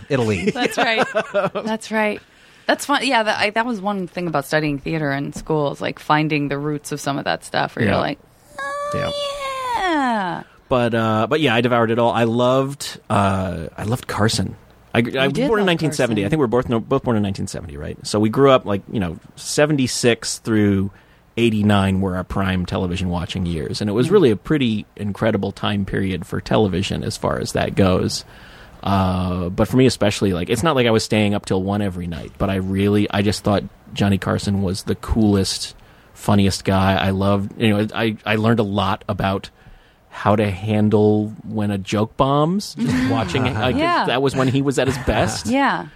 C: Italy.
A: That's right. That's right. That's fun. Yeah, that, I, that was one thing about studying theater in school is like finding the roots of some of that stuff. Where
D: Yeah.
A: you're like, "Oh,
D: Yeah.
A: yeah,
D: But uh, but yeah, I devoured it all. I loved uh, I loved Carson. I, I was born in
A: did love
D: 1970.
A: Carson.
D: I think we were both no, both born in 1970, right? So we grew up like you know 76 through 89 were our prime television watching years, and it was really a pretty incredible time period for television as far as that goes. Uh, but for me, especially, like it's not like I was staying up till one every night, but I really I just thought Johnny Carson was the coolest, funniest guy. I loved you know I I learned a lot about how to handle when a joke bombs. Just watching it, like,
A: Yeah.
D: that was when he was at his best.
A: yeah.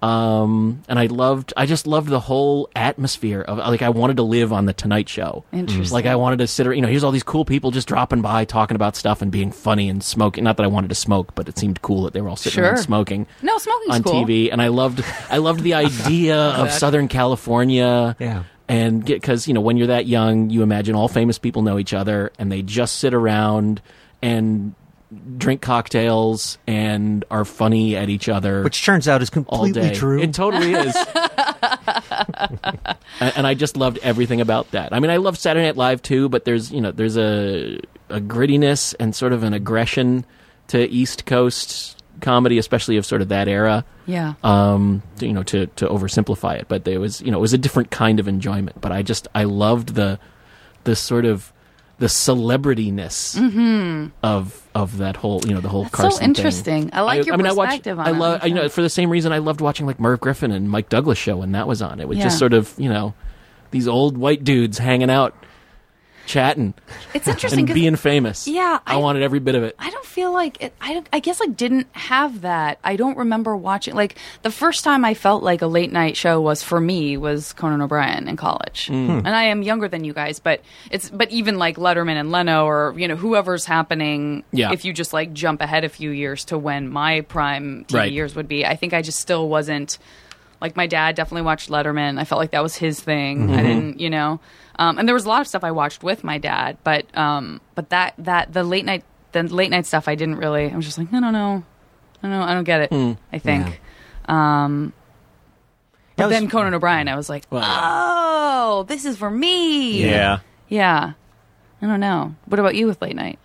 D: Um, and I loved, I just loved the whole atmosphere of like I wanted to live on the Tonight Show.
A: Interesting.
D: Like I wanted to sit, ar- you know, here's all these cool people just dropping by, talking about stuff and being funny and smoking. Not that I wanted to smoke, but it seemed cool that they were all sitting around
A: Sure.
D: smoking
A: No, smoking's
D: on
A: cool.
D: TV. And I loved, I loved the idea of Southern California
C: Uh-huh. Yeah.
D: and get because you know when you're that young, you imagine all famous people know each other, and they just sit around and drink cocktails and are funny at each other
C: Which turns out is
D: all
C: completely
D: day.
C: true.
D: It totally is. and, and I just loved everything about that. I mean, I love Saturday Night Live too, but there's you know there's a a grittiness and sort of an aggression to East Coast comedy, especially of sort of that era
A: Yeah.
D: um, to, you know, to, to oversimplify it, but there was, you know, it was a different kind of enjoyment. But I just, I loved the, the sort of, the celebrityness of of that whole, you know, the whole
A: Mm-hmm. That's so
D: Carson thing.
A: interesting. I like your
D: watched-
A: perspective on
D: I
A: it.
D: love,
A: Makes
D: you know,
A: sense.
D: for the same reason I loved watching like Merv Griffin and Mike Douglas show when that was on. It was
A: Yeah.
D: just sort of, you know, these old white dudes hanging out, chatting,
A: It's interesting
D: and
A: because
D: being famous.
A: Yeah,
D: I,
A: I-
D: wanted every bit of it.
A: I don't feel like it, I. don't- I guess I didn't have that. I don't remember watching like the first time I felt like a late night show was for me was Conan O'Brien in college,
D: Hmm.
A: and I am younger than you guys, but it's but even like Letterman and Leno or you know whoever's happening.
D: Yeah.
A: If you just like jump ahead a few years to when my prime TV
D: Right.
A: years would be, I think I just still wasn't. Like my dad definitely watched Letterman. I felt like that was his thing. I didn't, you know. Um, and there was a lot of stuff I watched with my dad, but um, but that that the late night the late night stuff I didn't really. I was just like, I don't know, I don't know, I don't get it. I think. Um,
C: That
A: but
C: was-
A: then Conan O'Brien, I was like,
D: Well,
A: oh, this is for me. yeah. I don't know. What about you with late night?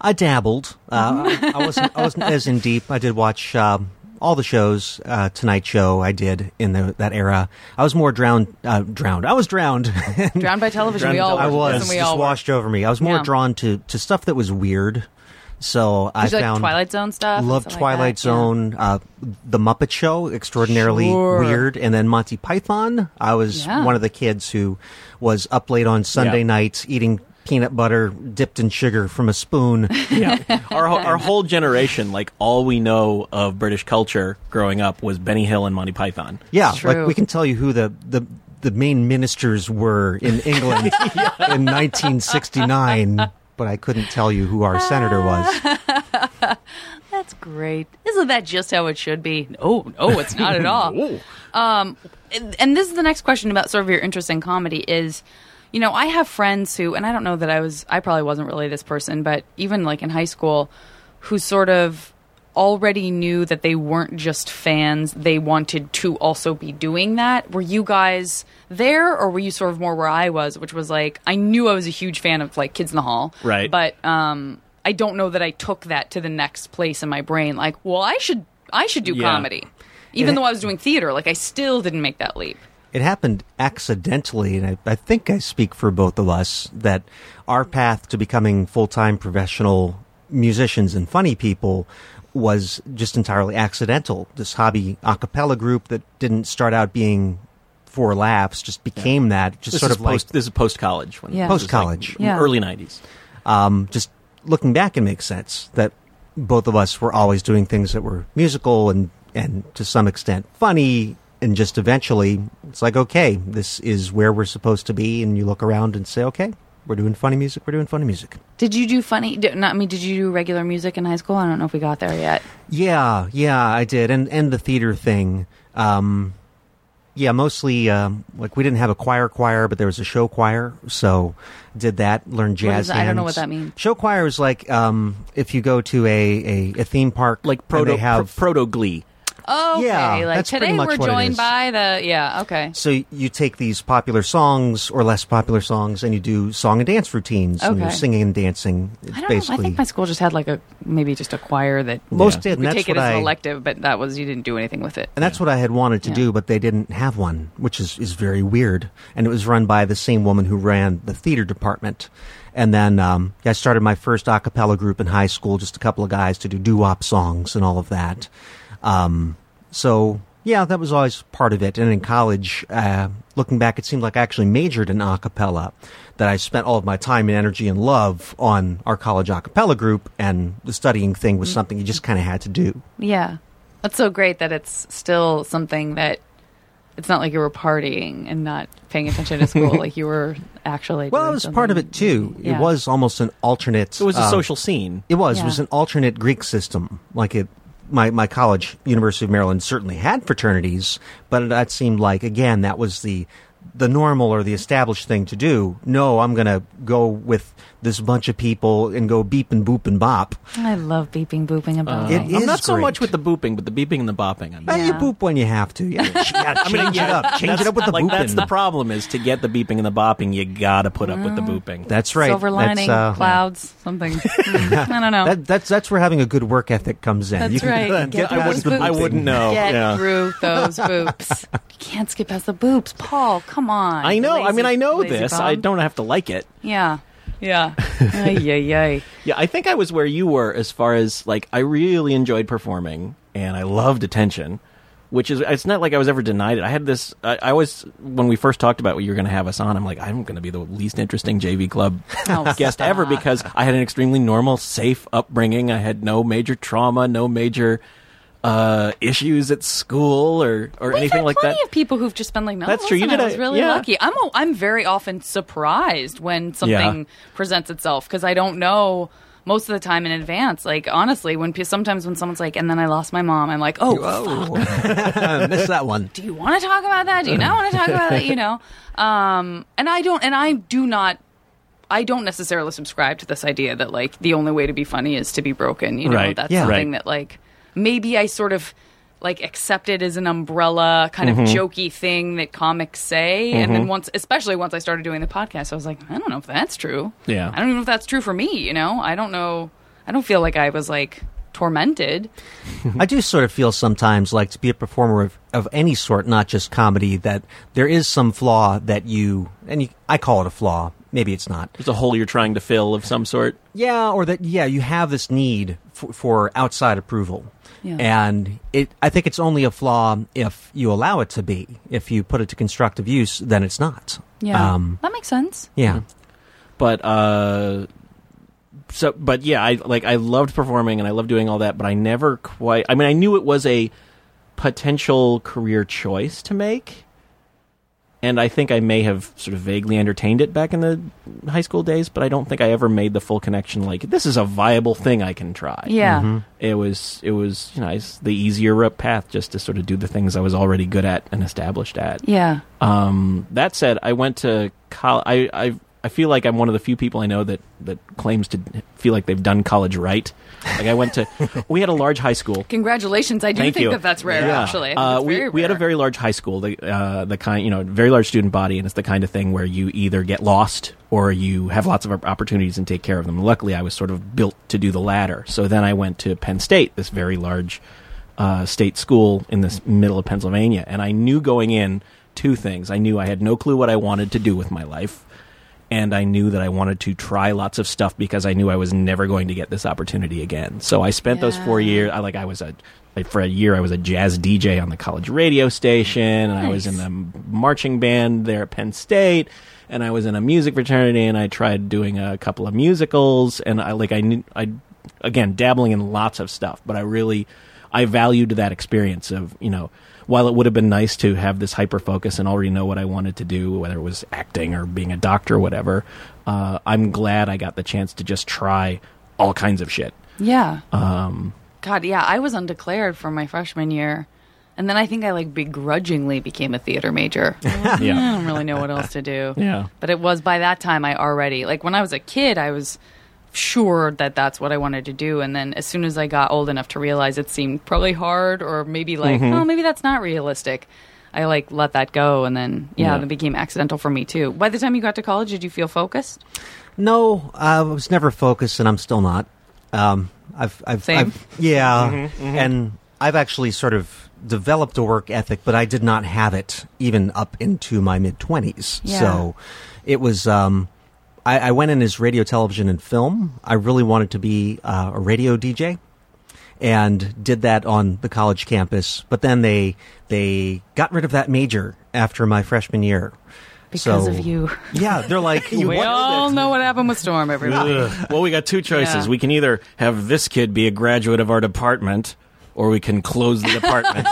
C: I dabbled. Uh, I, I wasn't. I wasn't as in deep. I did watch um, all the shows. Uh, Tonight Show. I did in the, that era. I was more drowned. Uh, drowned. I was drowned.
A: Drowned by television. we all
C: I
A: were.
C: was
A: Listen,
C: just
A: we all were.
C: washed over me. I was more
A: Yeah.
C: drawn to to stuff that was weird. So I
A: Did you like
C: found
A: Twilight Zone stuff. and
C: Love
A: stuff like
C: Twilight
A: that? Yeah.
C: Zone, uh, The Muppet Show, extraordinarily
A: Sure.
C: weird, and then Monty Python. I was
A: Yeah.
C: one of the kids who was up late on Sunday
D: Yeah.
C: nights eating peanut butter dipped in sugar from a spoon.
D: yeah. Our, whole- our whole generation, like all we know of British culture growing up was Benny Hill and Monty Python.
C: Yeah,
A: It's
C: like
A: true.
C: we can tell you who the the the main ministers were in England in 1969, but I couldn't tell you who our senator was.
A: That's great. Isn't that just how it should be? No, no, it's not at all. um, and, and this is the next question about sort of your interest in comedy is, you know, I have friends who, and I don't know that I was, I probably wasn't really this person, but even like in high school, who sort of already knew that they weren't just fans, they wanted to also be doing that. Were you guys there or were you sort of more where I was, which was like, I knew I was a huge fan of like Kids in the Hall.
D: Right.
A: But but um, I don't know that I took that to the next place in my brain. Like, well, I should, I should do
D: Yeah.
A: comedy, even though I was doing theater. Like, I still didn't make that leap.
C: It happened accidentally, and I, I think I speak for both of us that our path to becoming full time professional musicians and funny people was just entirely accidental. This hobby a cappella group that didn't start out being four laughs just became that. Just
D: This
C: sort
D: is
C: of like
D: post, this is post college when
A: Yeah.
D: this is
C: Post-college.
D: like
A: Yeah.
D: early nineties.
C: um, just looking back, it makes sense that both of us were always doing things that were musical and, and to some extent funny and just eventually it's like okay this is where we're supposed to be and you look around and say okay we're doing funny music we're doing funny music
A: Did you do funny? d- Not me. Did you do regular music in high school? I don't know if we got there yet.
C: yeah yeah i did and and the theater thing um yeah mostly um like we didn't have a choir choir but there was a show choir so did that learned
A: What
C: jazz
A: is- I don't know what
C: hands.
A: that means.
C: show choir is like um if you go to a a, a theme park
D: like
C: and
D: proto
C: they have
D: pro- proto Glee.
A: Okay,
C: Yeah,
A: like
C: that's pretty
A: today
C: much
A: we're
C: what it
A: joined
C: is.
A: by the yeah. Okay,
C: So you take these popular songs or less popular songs, and you do song and dance routines, and you're
A: Okay.
C: singing and dancing. It's
A: I don't know. I
C: basically
A: think my school just had like a maybe just a choir that
C: most
D: Yeah.
C: did, and
A: we
C: that's
A: take it as
C: what I
A: an elective, but that was you didn't do anything with it.
C: and that's what I had wanted to
A: Yeah.
C: do, but they didn't have one, which is is very weird. And it was run by the same woman who ran the theater department. And then um, I started my first a cappella group in high school, just a couple of guys to do doo wop songs and all of that. Um, so yeah, that was always part of it. And in college, uh, looking back, it seemed like I actually majored in a cappella, that I spent all of my time and energy and love on our college a cappella group, and the studying thing was something you just kind of had to do.
A: Yeah, that's so great that it's still something that it's not like you were partying and not paying attention to school. like you were actually.
C: Well, it
A: doing
C: was part of
A: something.
C: it too.
A: Yeah.
C: It was almost an alternate.
D: So it was a
C: um,
D: social scene.
C: It was.
A: Yeah.
C: It was an alternate Greek system. Like it, my my college, University of Maryland, certainly had fraternities, but that seemed like again that was the the normal or the established thing to do. No, I'm going to go with this bunch of people and go beep and boop and bop.
A: I love beeping, booping, and
D: Uh,
A: bopping.
C: It
D: I'm
C: is
D: not so
C: great.
D: much with the booping, but the beeping and the bopping. I'm
C: Eh, you
A: Yeah.
C: boop when you have to. Yeah, change it up. Change it up with the
D: like
C: booping.
D: that's the problem is to get the beeping and the bopping, you gotta put up
A: Mm.
D: with the booping.
C: That's right.
A: Silver
C: That's,
A: lining,
C: uh,
A: clouds, something. Mm, I don't know.
C: That, that's that's where having a good work ethic comes in.
A: That's
C: you can
A: right. Get
C: past
D: I
A: those
D: wouldn't, I
A: booping.
D: wouldn't know.
A: Get
D: oh, yeah.
A: through those boops. You can't skip past the boops, Paul. Come on.
D: I know. I
A: Lazy-
D: mean, I know
A: lazy
D: this.
A: bum.
D: I don't have to like it.
A: Yeah. Yeah. ay, ay, ay.
D: Yeah, I think I was where you were as far as like I really enjoyed performing and I loved attention, which is it's not like I was ever denied it. I had this. I, I always when we first talked about what you were going to have us on, I'm like I'm going to be the least interesting JV club
A: Oh,
D: guest
A: stop.
D: ever because I had an extremely normal, safe upbringing. I had no major trauma, no major uh issues at school or or
A: We've
D: anything
A: had
D: like
A: plenty
D: that.
A: of people who've just been like, "No,
D: That's true. You
A: listen,
D: did
A: I was
D: a-
A: really
D: yeah.
A: lucky." I'm a, I'm very often surprised when something presents itself because I don't know most of the time in advance. Like honestly, when pe- sometimes when someone's like, "And then I lost my mom," I'm like, "Oh,
C: Oh, missed that one.
A: do you want to talk about that? Do you not want to talk about that? You know, um, and I don't, and I do not, I don't necessarily subscribe to this idea that like the only way to be funny is to be broken. You know,
D: Right.
A: that's
D: Yeah.
A: something
D: Right.
A: that like maybe I sort of like accepted as an umbrella kind of
D: Mm-hmm.
A: jokey thing that comics say, and then once, especially once I started doing the podcast, I was like, I don't know if that's true.
D: Yeah.
A: I don't even know if that's true for me. You know, I don't know. I don't feel like I was like tormented.
C: I do sort of feel sometimes like to be a performer of, of any sort, not just comedy, that there is some flaw that you, and you, I call it a flaw. Maybe it's not.
D: There's a hole you're trying to fill of some sort.
C: Yeah, or that, yeah, you have this need for, for outside approval.
A: Yeah.
C: And it, I think it's only a flaw if you allow it to be. If you put it to constructive use, then it's not.
A: Yeah,
C: Um,
A: that makes sense.
C: yeah.
D: but uh so but yeah i like i loved performing and i loved doing all that but i never quite i mean i knew it was a potential career choice to make and i think i may have sort of vaguely entertained it back in the high school days but i don't think i ever made the full connection like this is a viable thing i Mm-hmm. can try
A: Yeah.
D: it was it was you know it's the easier up path just to sort of do the things i was already good at and established at
A: Yeah.
D: um, that said, I went to college. I, I I feel like I'm one of the few people I know that that claims to feel like they've done college right. Like I went to, we had a large high school.
A: Congratulations. I do
D: Thank
A: think
D: you.
A: that that's rare,
D: Yeah.
A: actually. I think
D: Uh,
A: that's
D: we
A: very
D: we had a
A: rare.
D: very large high school. The uh, the kind you know very large student body, and it's the kind of thing where you either get lost or you have lots of op- opportunities and take care of them. Luckily, I was sort of built to do the latter. So then I went to Penn State, this very large uh, state school in this middle of Pennsylvania, and I knew going in two things. I knew I had no clue what I wanted to do with my life. And I knew that I wanted to try lots of stuff because I knew I was never going to get this opportunity again. So I spent those four
A: Yeah.
D: years year- I like I was a like for a year I was a jazz DJ on the college radio station and I was in
A: Nice.
D: the marching band there at Penn State and I was in a music fraternity and I tried doing a couple of musicals and I like I knew I again dabbling in lots of stuff but I really I valued that experience of you know while it would have been nice to have this hyper focus and already know what I wanted to do, whether it was acting or being a doctor or whatever, uh, I'm glad I got the chance to just try all kinds of shit.
A: Yeah.
D: Um,
A: God, yeah, I was undeclared for my freshman year. And then I think I like begrudgingly became a theater major. I
D: yeah.
A: don't really know what else to do.
D: Yeah.
A: But it was by that time I already like when I was a kid I was sure that that's what I wanted to do and then as soon as I got old enough to realize it seemed probably hard or maybe like
D: Mm-hmm.
A: oh maybe that's not realistic. I like let that go and then yeah,
D: Yeah.
A: that became accidental for me too. By the time you got to college did you feel focused?
C: No, I was never focused, and I'm still not. Um, I've, I've,
A: Same.
C: I've- yeah, and I've actually sort of developed a work ethic, but I did not have it even up into my mid twenties.
A: Yeah.
C: So it was. Um, I, I went in as radio, television, and film. I really wanted to be uh, a radio DJ, and did that on the college campus. But then they they got rid of that major after my freshman year
A: Because
C: So-
A: of you.
C: Yeah, they're like,
A: we
C: "What
A: all know what happened with Storm everybody.
D: well, we got two choices.
A: Yeah.
D: We can either have this kid be a graduate of our department, or we can close the department.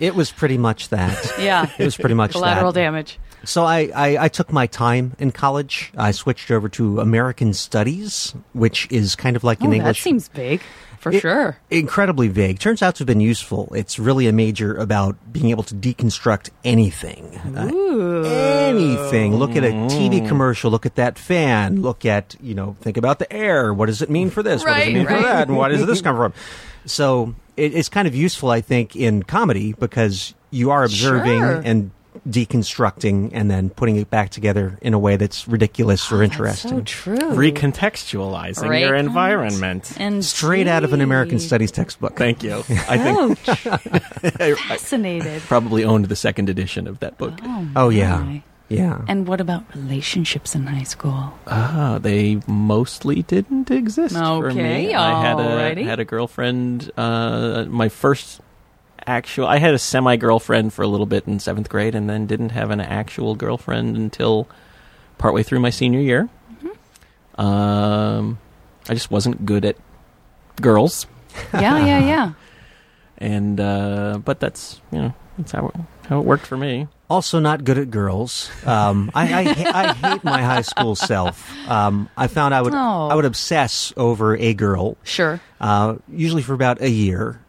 C: It was pretty much that.
A: yeah.
C: It was pretty much
A: Collateral
C: that.
A: damage.
C: So I, I, I took my time in college. I switched over to American Studies, which is kind of like
A: Oh,
C: an
A: that
C: English.
A: seems big for
C: It-
A: sure.
C: Incredibly vague. Turns out to have been useful. It's really a major about being able to deconstruct anything. Uh, anything. Look at a TV commercial. Look at that fan. Look at, you know, think about the air. What does it mean for this? what does
A: Right,
C: it mean
A: right.
C: for that? And why does this come from? So it, it's kind of useful, I think, in comedy because you are observing
A: Sure.
C: and deconstructing and then putting it back together in a way that's ridiculous or interesting.
A: Oh, That's so true.
D: Recontextualizing your
A: Right.
D: environment.
A: and
C: Straight out of an American Studies textbook.
D: Thank you. I think
A: Ouch.
D: I, I
A: Fascinated.
D: probably owned the second edition of that book.
C: Oh, yeah.
A: my.
C: Yeah.
A: And what about relationships in high school?
D: Ah, they mostly didn't exist for
A: Okay,
D: me. I had
A: alrighty.
D: a had a girlfriend. Uh, my first actual, I had a semi girlfriend for a little bit in seventh grade, and then didn't have an actual girlfriend until partway through my senior year. Um, I just wasn't good at girls,
A: Yeah, yeah, yeah.
D: and uh, but that's you know that's how it, how it worked for me.
C: also not good at girls. Um, I, I, ha- I hate my high school self. Um, I found I would
A: Oh.
C: I would obsess over a girl,
A: Sure. Mm-hmm.
C: uh, usually for about a year,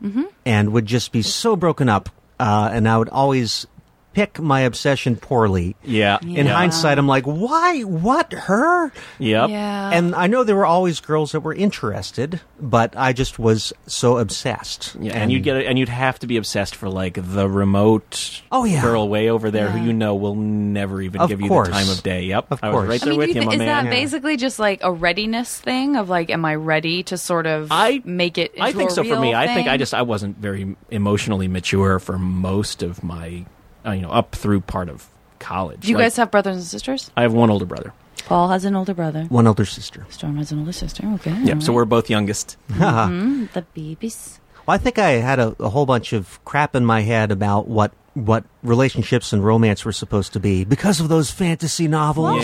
C: and would just be so broken up. Uh, and I would always pick my obsession poorly.
D: Yeah. Uh.
C: In
A: Yeah.
C: hindsight, I'm like, why? What? Her?
D: Yep.
A: Yeah.
C: And I know there were always girls that were interested, but I just was so obsessed.
D: Yeah, and you'd get it, and you'd have to be obsessed for like the remote
C: Oh, yeah.
D: girl way over there
A: Yeah.
D: who you know will never even
C: Of
D: give
C: course.
D: you the time of day. Yep,
C: Of
D: I was
C: course.
D: right
A: I
D: there
A: mean,
D: with
A: you
D: you,
A: th-
D: my
A: is
D: man.
A: that basically just like a readiness thing of like, am I ready to sort of
D: I-
A: make it? Into
D: I think
A: a
D: so. For me,
A: real
D: I think I
A: thing?
D: just I wasn't very emotionally mature for most of my, uh, you know, up through part of college.
A: Do you
D: Like,
A: guys have brothers and sisters?
D: I have one older brother.
A: Paul has an older brother.
C: One older sister.
A: Storm has an older sister. Okay. Hmm,
D: Yeah, so uh, we're both youngest. Mm-hmm.
A: the babies.
C: Well, I think I had a, a whole bunch of crap in my head about what what relationships and romance were supposed to be because of those fantasy
A: Well,
C: novels.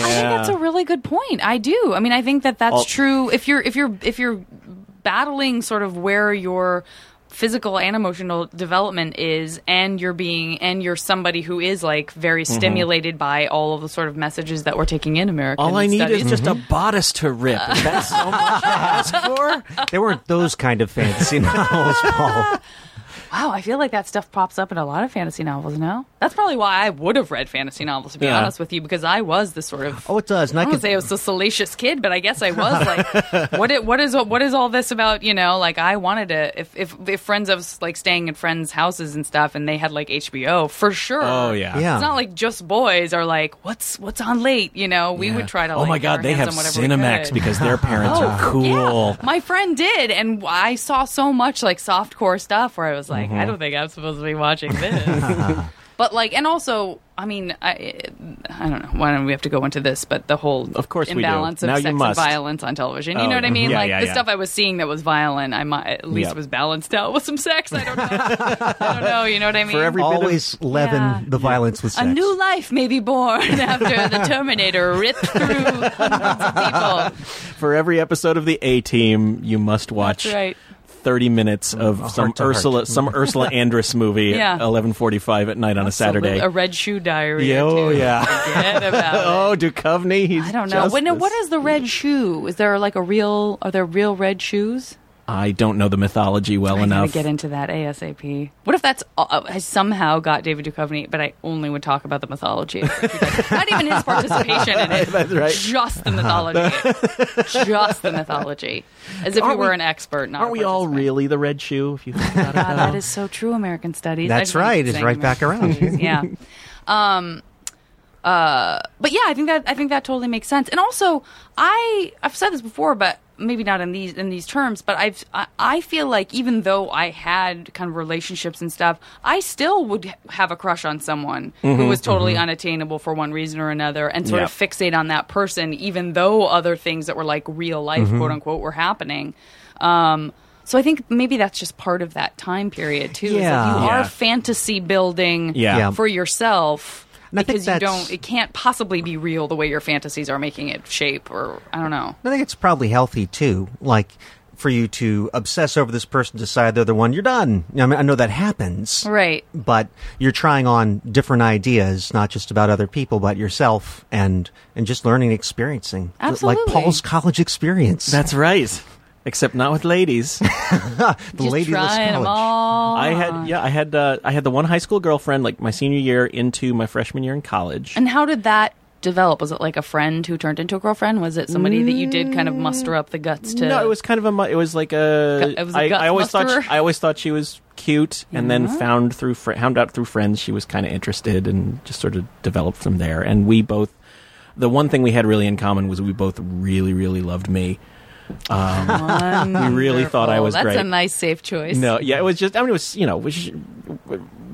A: I think that's
D: Yeah.
A: a really good point. I do. I mean, I think that that's
D: All-
A: true. If you're if you're if you're battling sort of where your physical and emotional development is and you're being and you're somebody who is like very
D: Mm-hmm.
A: stimulated by all of the sort of messages that we're taking in America.
D: All I need
A: studies. Uh,
D: is just a bodice to rip. That's so much to ask for.
C: They weren't those kind of fantasy novels, Paul.
D: Mm-hmm.
A: wow, oh, I feel like that stuff pops up in a lot of fantasy novels now. That's probably why I would have read fantasy novels to be
D: Yeah.
A: honest with you because I was this sort of
C: Oh, it does. And
A: I
C: I
A: don't
C: could,
A: say I was a salacious kid, but I guess I was like, what? It, what is what is all this about? You know, like I wanted to. If if, if friends of like staying in friends' houses and stuff, and they had like HBO for sure.
D: Oh yeah.
C: Yeah.
A: It's not like just boys are like, what's what's on late? You know, we would try to.
D: Oh
A: like,
D: my
A: get
D: God,
A: our
D: they
A: hands
D: have
A: on whatever we
D: Cinemax
A: could.
D: because their parents are Oh, cool.
A: Yeah, my friend did, and I saw so much like softcore stuff where I was
D: Mm-hmm.
A: like, I don't think I'm supposed to be watching this. but like, and also, I mean, I, I don't know. Why don't we have to go into this? But the whole
D: Of course we do.
A: imbalance
D: Now
A: of
D: you
A: sex and
D: must.
A: violence on television. You
D: Oh,
A: know what I mean?
D: yeah,
A: like
D: yeah,
A: the
D: yeah.
A: stuff I was seeing that was violent, I might at least
D: Yep.
A: was balanced out with some sex. I don't know. I don't know. You know what I mean?
D: For every bit of-
C: always leaven
A: Yeah.
C: the violence with
A: a
C: sex.
A: new life may be born after the Terminator ripped through hundreds of people.
D: For every episode of the A Team, you must watch
A: That's right.
D: thirty minutes of
C: heart
D: some
C: to heart.
D: Ursula, some Ursula Andress movie at
A: Yeah.
D: eleven forty-five at night on a Saturday.
A: A red shoe diary.
D: Yeah,
A: or
D: oh
A: two.
D: yeah.
A: Forget about it.
D: Oh, Duchovny. He's
A: I don't know. Wait, now,
D: justice.
A: what is the red shoe? Is there like a real? Are there real red shoes?
D: I don't know the mythology well
A: I gotta
D: enough.
A: get into that ASAP. What if that's uh, I somehow got David Duchovny, but I only would talk about the mythology, not even his participation in it.
D: That's right.
A: Just the mythology. just the mythology, as if
D: Aren't
A: we were
D: we-
A: an expert. Not
D: Aren't
A: a
D: we all
A: participant.
D: really the red shoe? If you think about it,
A: God,
D: though?
A: that is so true. American studies. I
C: That's
A: just wanna
C: right.
A: keep
C: It's
A: saying
C: right back
A: American
C: around.
A: studies, yeah. Um. Uh. But yeah, I think that I think that totally makes sense. And also, I I've said this before, but maybe not in these in these terms. But I've I, I feel like even though I had kind of relationships and stuff, I still would h- have a crush on someone who was totally unattainable for one reason or another, and sort
D: Mm-hmm, Yeah.
A: of fixate on that person, even though other things that were like real life,
D: Mm-hmm.
A: quote unquote, were happening. Um, so I think maybe that's just part of that time period too. is that
C: Yeah.
A: you
D: Yeah.
A: are fantasy building
D: Yeah. Yeah.
A: for yourself
C: And I think
A: because you
C: that's-
A: don't. It can't possibly be real the way your fantasies are making it shape, or I don't know.
C: I think it's probably healthy too. Like for you to obsess over this person, decide they're the one, you're done. You know, I mean, I know that happens,
A: Right.
C: But you're trying on different ideas, not just about other people, but yourself, and and just learning, and experiencing,
A: Absolutely.
C: like Paul's college experience.
D: That's right. Except not with ladies.
C: the
A: Just
C: ladyless
A: trying them
C: college.
A: all.
D: I had yeah, I had uh, I had the one high school girlfriend like my senior year into my freshman year in college.
A: And how did that? Develop was it like a friend who turned into a girlfriend? Was it somebody that you did kind of muster up the guts to?
D: no, it was kind of a mu- it was like a
A: Gu- it was a
D: I
A: gut
D: I always thought
A: musterer.
D: she, I always thought she was cute and then found through fr- found out through friends she was kind of interested and just sort of developed from there. And we both the one thing we had really in common was we both really really loved me.
A: Wonderful.
D: really thought I was
A: That's a
D: great.
A: nice safe choice.
D: No, yeah, it was just I mean it was you know was she,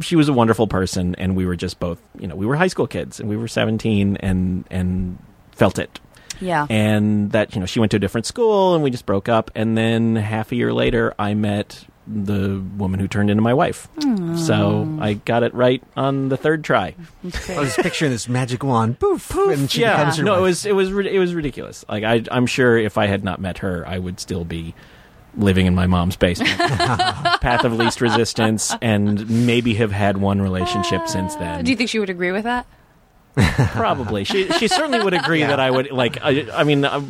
D: she was a wonderful person and we were just both you know we were high school kids and we were seventeen and and felt it
A: Yeah.
D: and that you know she went to a different school and we just broke up and then half a year later i met the woman who turned into my wife so
C: Oh.
A: Hmm.
D: i got it right on the third try
C: I was picturing this magic wand, poof, and she
D: yeah
C: becomes your
D: no
C: wife.
D: it was it was rid- it was ridiculous like I, i'm sure if i had not met her i would still be living in my mom's basement path of least resistance and maybe have had one relationship since then
A: Do you think she would agree with that?
D: Probably. She she certainly would agree that I would like. I, I mean, I,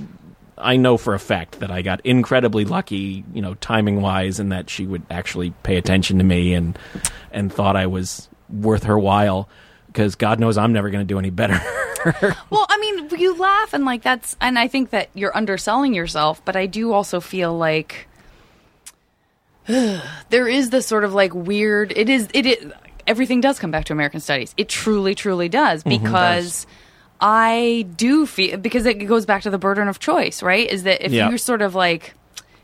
D: I know for a fact that I got incredibly lucky, you know, timing wise, and that she would actually pay attention to me and and thought I was worth her while. Because God knows I'm never going to do any better.
A: Well, I mean, you laugh and like that's, and I think that you're underselling yourself, but I do also feel like there is this sort of like weird. It is. It is. Everything does come back to American studies. It truly, truly does because. I do feel because it goes back to the burden of choice, right? Is that if
D: Yeah.
A: you're sort of like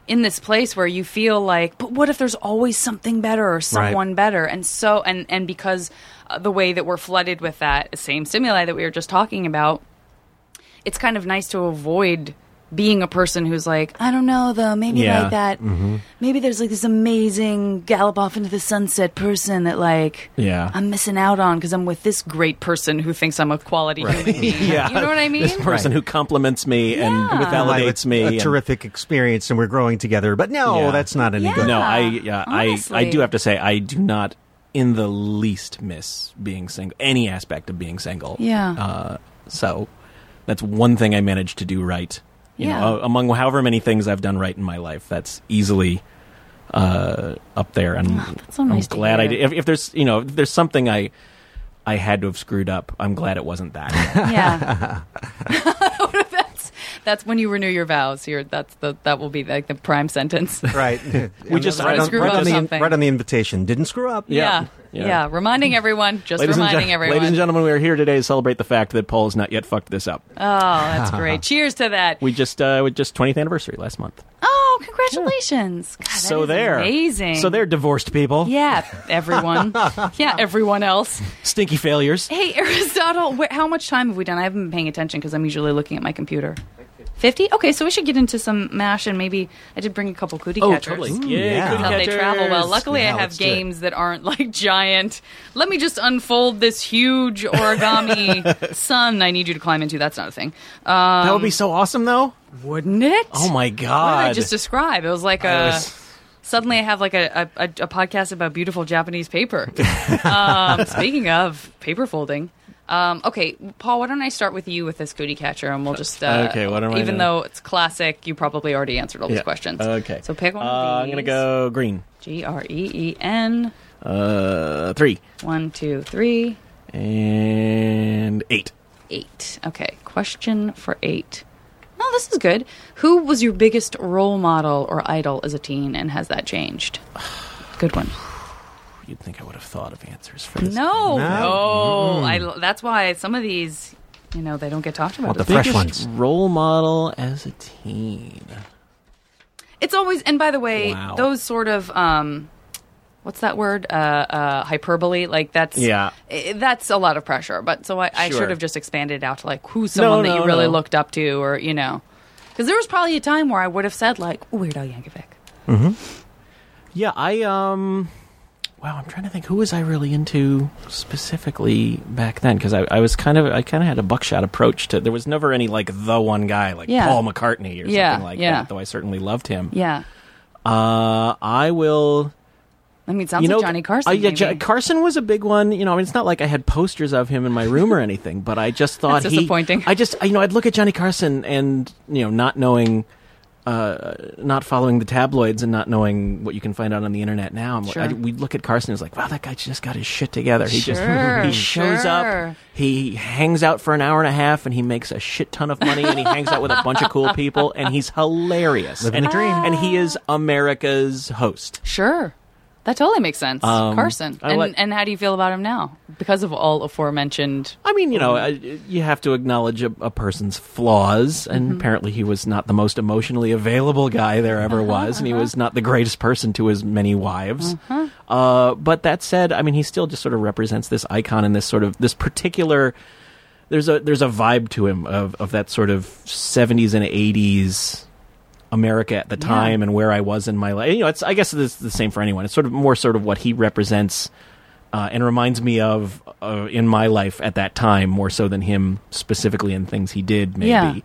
A: in this place where you feel like, but what if there's always something better or someone better? And so, and and because uh, the way that we're flooded with that same stimuli that we were just talking about, it's kind of nice to avoid being a person who's like, I don't know though, maybe
D: Yeah. Mm-hmm.
A: like that. Maybe there's like this amazing gallop off into the sunset person that like
D: Yeah.
A: I'm missing out on because I'm with this great person who thinks I'm a quality human being. You know what I mean?
D: This person who compliments me and
A: Yeah.
C: Well, I had
D: validates me.
C: A
D: and-
C: terrific experience, and we're growing together. But no,
D: Yeah.
C: that's not any
A: Yeah.
C: good.
D: No, I yeah, I I
A: honestly.
D: do have to say I do not in the least miss being single. Any aspect of being single.
A: Yeah.
D: Uh, so that's one thing I managed to do right. You
A: Yeah.
D: know, a- among however many things I've done right in my life, that's easily uh, up there. And
A: that's Ah, so
D: I'm
A: nice to
D: glad I
A: hear.
D: did. If, if there's you know if there's something I I had to have screwed up, I'm glad it wasn't that.
A: Yeah. that's that's when you renew your vows. You're, that's the that will be like the prime sentence.
C: Right.
D: We just-
C: right on,
A: Screw
C: right
A: up
C: on the,
A: something.
C: right on the invitation. Didn't screw up.
A: Yeah.
D: Yeah.
A: Yeah.
D: Yeah.
A: Reminding everyone. Just
D: ladies, and
A: reminding
D: gen-
A: everyone.
D: ladies and gentlemen, we are here today to celebrate the fact that Paul has not yet fucked this up.
A: Oh, that's great. Cheers to that.
D: We just uh, we just 20th anniversary last month.
A: Oh, congratulations. God, that
D: so
A: is
D: there,
A: amazing.
D: So they're divorced people.
A: Yeah, everyone. yeah, everyone else.
D: Stinky failures.
A: Hey, Aristotle, wh- how much time have we done? I haven't been paying attention because I'm usually looking at my computer. 50? Okay, so we should get into some MASH and maybe I did bring a couple cootie
D: Oh,
A: catchers. Mm,
D: totally.
C: Ooh,
D: Yay,
C: yeah.
D: cootie
A: How they
D: catchers.
A: travel well. Luckily,
C: Yeah,
A: I
C: let's
A: have
C: do it.
A: games that aren't like giant. Let me just unfold this huge origami sun I need you to climb into. That's not a thing. Um,
D: that would be so awesome, though.
A: wouldn't it?
D: Oh my
A: What did I
D: god!
A: just describe? It was like
D: I
A: a
D: was-
A: suddenly I have like a, a, a a podcast about beautiful Japanese paper. um, speaking of paper folding. Um, okay, Paul, why don't I start with you with this cootie catcher and we'll just. Uh,
D: Okay, why don't I
A: Even
D: do-
A: though it's classic, you probably already answered all these
D: Yeah.
A: questions.
D: Okay.
A: So pick one
D: Uh,
A: of these.
D: I'm going to go green.
A: G R E E N.
D: Uh, three
A: One, two, three,
D: and eight.
A: eight. Okay, question for eight. Oh, this is good. Who was your biggest role model or idol as a teen, and has that changed? Good one.
D: You'd think I would have thought of answers for this.
A: No,
C: No.
A: no. I l that's why some of these, you know, they don't get talked about.
C: What
A: as
C: the
A: much.
C: fresh
D: Biggest
C: ones.
D: role model as a teen.
A: it's always, and by the way,
D: Wow.
A: those sort of, um, what's that word? Uh, uh, hyperbole. Like that's
D: Yeah.
A: i- that's a lot of pressure. But so I, I
D: Sure.
A: should have just expanded out to like who's someone that
D: no,
A: you really
D: no.
A: looked up to, or you know, because there was probably a time where I would have said like Weird Al Yankovic.
D: Yeah, I um. Wow, I'm trying to think. Who was I really into specifically back then? Because I, I was kind of, I kind of had a buckshot approach to. There was never any like the one guy like
A: Yeah.
D: Paul McCartney or
A: Yeah,
D: something like
A: yeah.
D: that. Though I certainly loved him.
A: Yeah,
D: Uh, I will.
A: I mean, it sounds
D: you know,
A: like Johnny Carson.
D: I- yeah,
A: maybe.
D: Jo- Carson was a big one. You know, I mean, it's not like I had posters of him in my room or anything, but I just thought
A: That's
D: he.
A: disappointing.
D: I just, you know, I'd look at Johnny Carson and you know, not knowing, uh, not following the tabloids and not knowing what you can find out on the internet now. I'm like-
A: Sure.
D: I, we'd look at Carson. It's like, wow, that guy just got his shit together. He
A: Sure,
D: just he shows
A: sure.
D: up. He hangs out for an hour and a half, and he makes a shit ton of money, and he hangs out with a bunch of cool people, and he's hilarious.
C: Living
D: and,
C: the dream.
D: And he is America's host.
A: Sure. That totally makes sense.
D: Um,
A: Carson.
D: I
A: And,
D: like-
A: and how do you feel about him now? Because of all aforementioned.
D: I mean, you know, I, you have to acknowledge a, a person's flaws, and apparently he was not the most emotionally available guy there ever was, and he was not the greatest person to his many wives. Uh, but that said, I mean, he still just sort of represents this icon and this sort of this particular. There's a there's a vibe to him of of that sort of 70s and 80s America at the
A: Yeah.
D: time and where I was in my life. You know, it's I guess it's the same for anyone. It's sort of more sort of what he represents uh, and reminds me of uh, in my life at that time more so than him specifically in things he did maybe.
A: Yeah.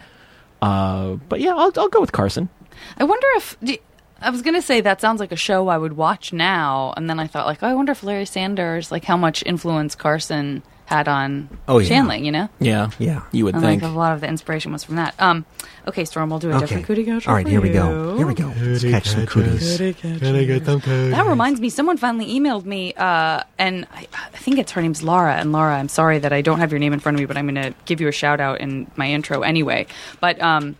D: Uh, but yeah, I'll I'll go with Carson.
A: I wonder if. Do, I was going to say that sounds like a show I would watch now. And then I thought, like, oh, I wonder if Larry Sanders, like, how much influence Carson had on
C: Oh, yeah.
A: Shanley, you know?
D: Yeah,
C: Yeah.
D: you would
A: And
D: think.
A: like a lot of the inspiration was from that. Um, okay, Storm, we'll do a
C: Okay.
A: different cootie catcher.
C: All right,
A: for
C: here we
A: you.
C: go. Here we go. Let's catch some cooties.
A: That reminds me, someone finally emailed me, uh, and I, I think it's her name's Laura. And Laura, I'm sorry that I don't have your name in front of me, but I'm going to give you a shout out in my intro anyway. But um,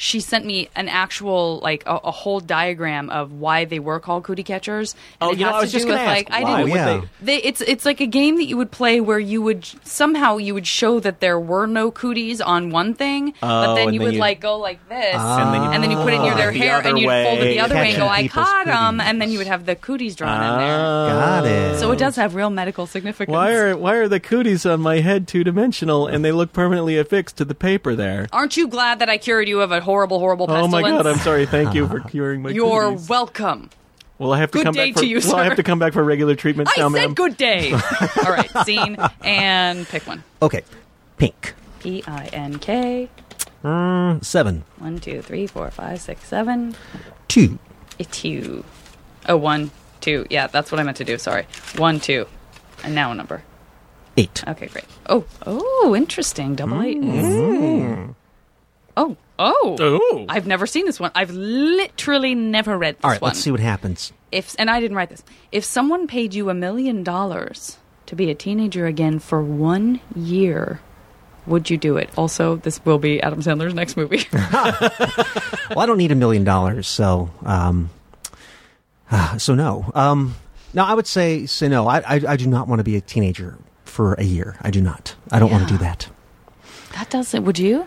A: she sent me an actual, like, a, a whole diagram of why they were called cootie catchers. And
D: Oh,
A: it
D: you know,
A: has
D: I was
A: to
D: just
A: do
D: going to
A: with, like,
D: ask.
A: I
D: why
A: didn't
C: didn't-
D: would
C: Yeah.
D: they-
A: they, it's it's like a game that you would play where you would somehow you would show that there were no cooties on one thing, but
D: Oh,
A: then
D: and
A: you
D: then
A: would
D: you- Ah.
A: like go like this,
D: And then you Oh,
A: put it near their
D: the
A: hair,
D: other
A: and you'd fold it
D: way.
A: the other way and go, "I
C: Catching people's
A: caught them,"
C: cooties.
A: and then you would have the cooties drawn in there.
C: Got it.
A: So it does have real medical significance.
D: Ah. Why are why are the cooties on my head two dimensional and they look permanently affixed to the paper there?
A: not you glad that I cured you of a horrible, horrible
D: Oh
A: pestilence?
D: my god, I'm sorry. Thank you for curing my
A: You're
D: cooties.
A: welcome.
D: Well, I have to
A: Good
D: come
A: day
D: back for
A: to you,
D: well, I
A: sir.
D: have to come back for regular treatments
A: I
D: now,
A: said
D: ma'am.
A: good day. All right, scene and pick one.
C: Okay. Pink.
A: P I N K.
C: Mm, seven.
A: One, two, three, four, five, six, seven.
C: Two.
A: It's you. Oh, one, two. Yeah, that's what I meant to do. Sorry. One, two. And now a number.
C: Eight.
A: Okay, great. Oh, oh, interesting. Double eight.
C: Mm.
A: Mm. Oh, oh.
D: Oh.
A: I've never seen this one. I've literally never read this
C: All right,
A: one.
C: let's see what happens.
A: If and I didn't write this. If someone paid you a million dollars to be a teenager again for one year, would you do it? Also, this will be Adam Sandler's next movie.
C: Well, I don't need a million dollars, so um, ah, so no. Um, now I would say say no. I, I I do not want to be a teenager for a year. I do not. I don't want to
A: Yeah.
C: do that.
A: that doesn't. Would you?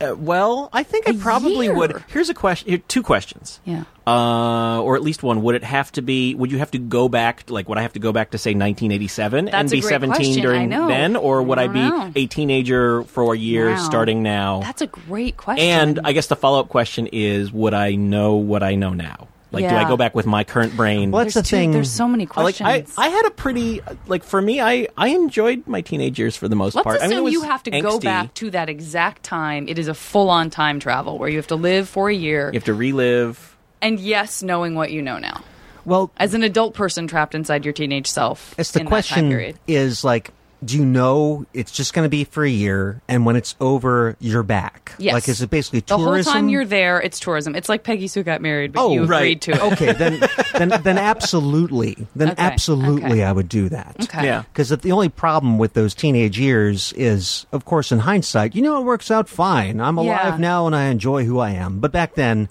D: Uh, well, I think I
A: A
D: probably
A: year.
D: would. Here's a question. Here, two questions.
A: Yeah.
D: Uh, or at least one. Would it have to be? Would you have to go back? Like, would I have to go back to say 1987 and
A: That's a
D: be
A: great
D: 17
A: question. I
D: during
A: know.
D: then, or would
A: I
D: I,
A: don't
D: be
A: know.
D: a teenager for a year
A: Wow.
D: starting
C: Oh.
D: now?
A: That's a great question.
D: and I guess the follow up question is: Would I know what I know now? Like, do
A: Yeah.
D: I go back with my current brain?
C: Well,
A: there's
C: That's the
A: two-
C: thing.
A: There's so many
D: I like
A: questions.
D: I, I had a pretty like for me I I enjoyed my teenage years for the most
A: Let's
D: part. I
A: assume
D: mean, it was
A: you have to go
D: angsty.
A: back to that exact time. It is a full-on time travel where you have to live for a year,
D: You have to relive.
A: and yes, knowing what you know now.
C: Well,
A: as an adult person trapped inside your teenage self.
C: It's the
A: in that time
C: question
A: period.
C: is like, do you know it's just going to be for a year, and when it's over, you're back?
A: Yes.
C: Like, is it basically
A: The
C: tourism?
A: whole time you're there, it's tourism. It's like Peggy Sue got married, but
C: Oh,
A: you agreed
D: right.
A: to it.
C: okay, then, then, then absolutely, then
A: Okay,
C: absolutely,
A: okay.
C: I would do that.
A: Okay.
D: Yeah.
C: Because the only problem with those teenage years is, of course, in hindsight, you know, it works out fine. I'm alive
A: Yeah.
C: now and I enjoy who I am. But back then,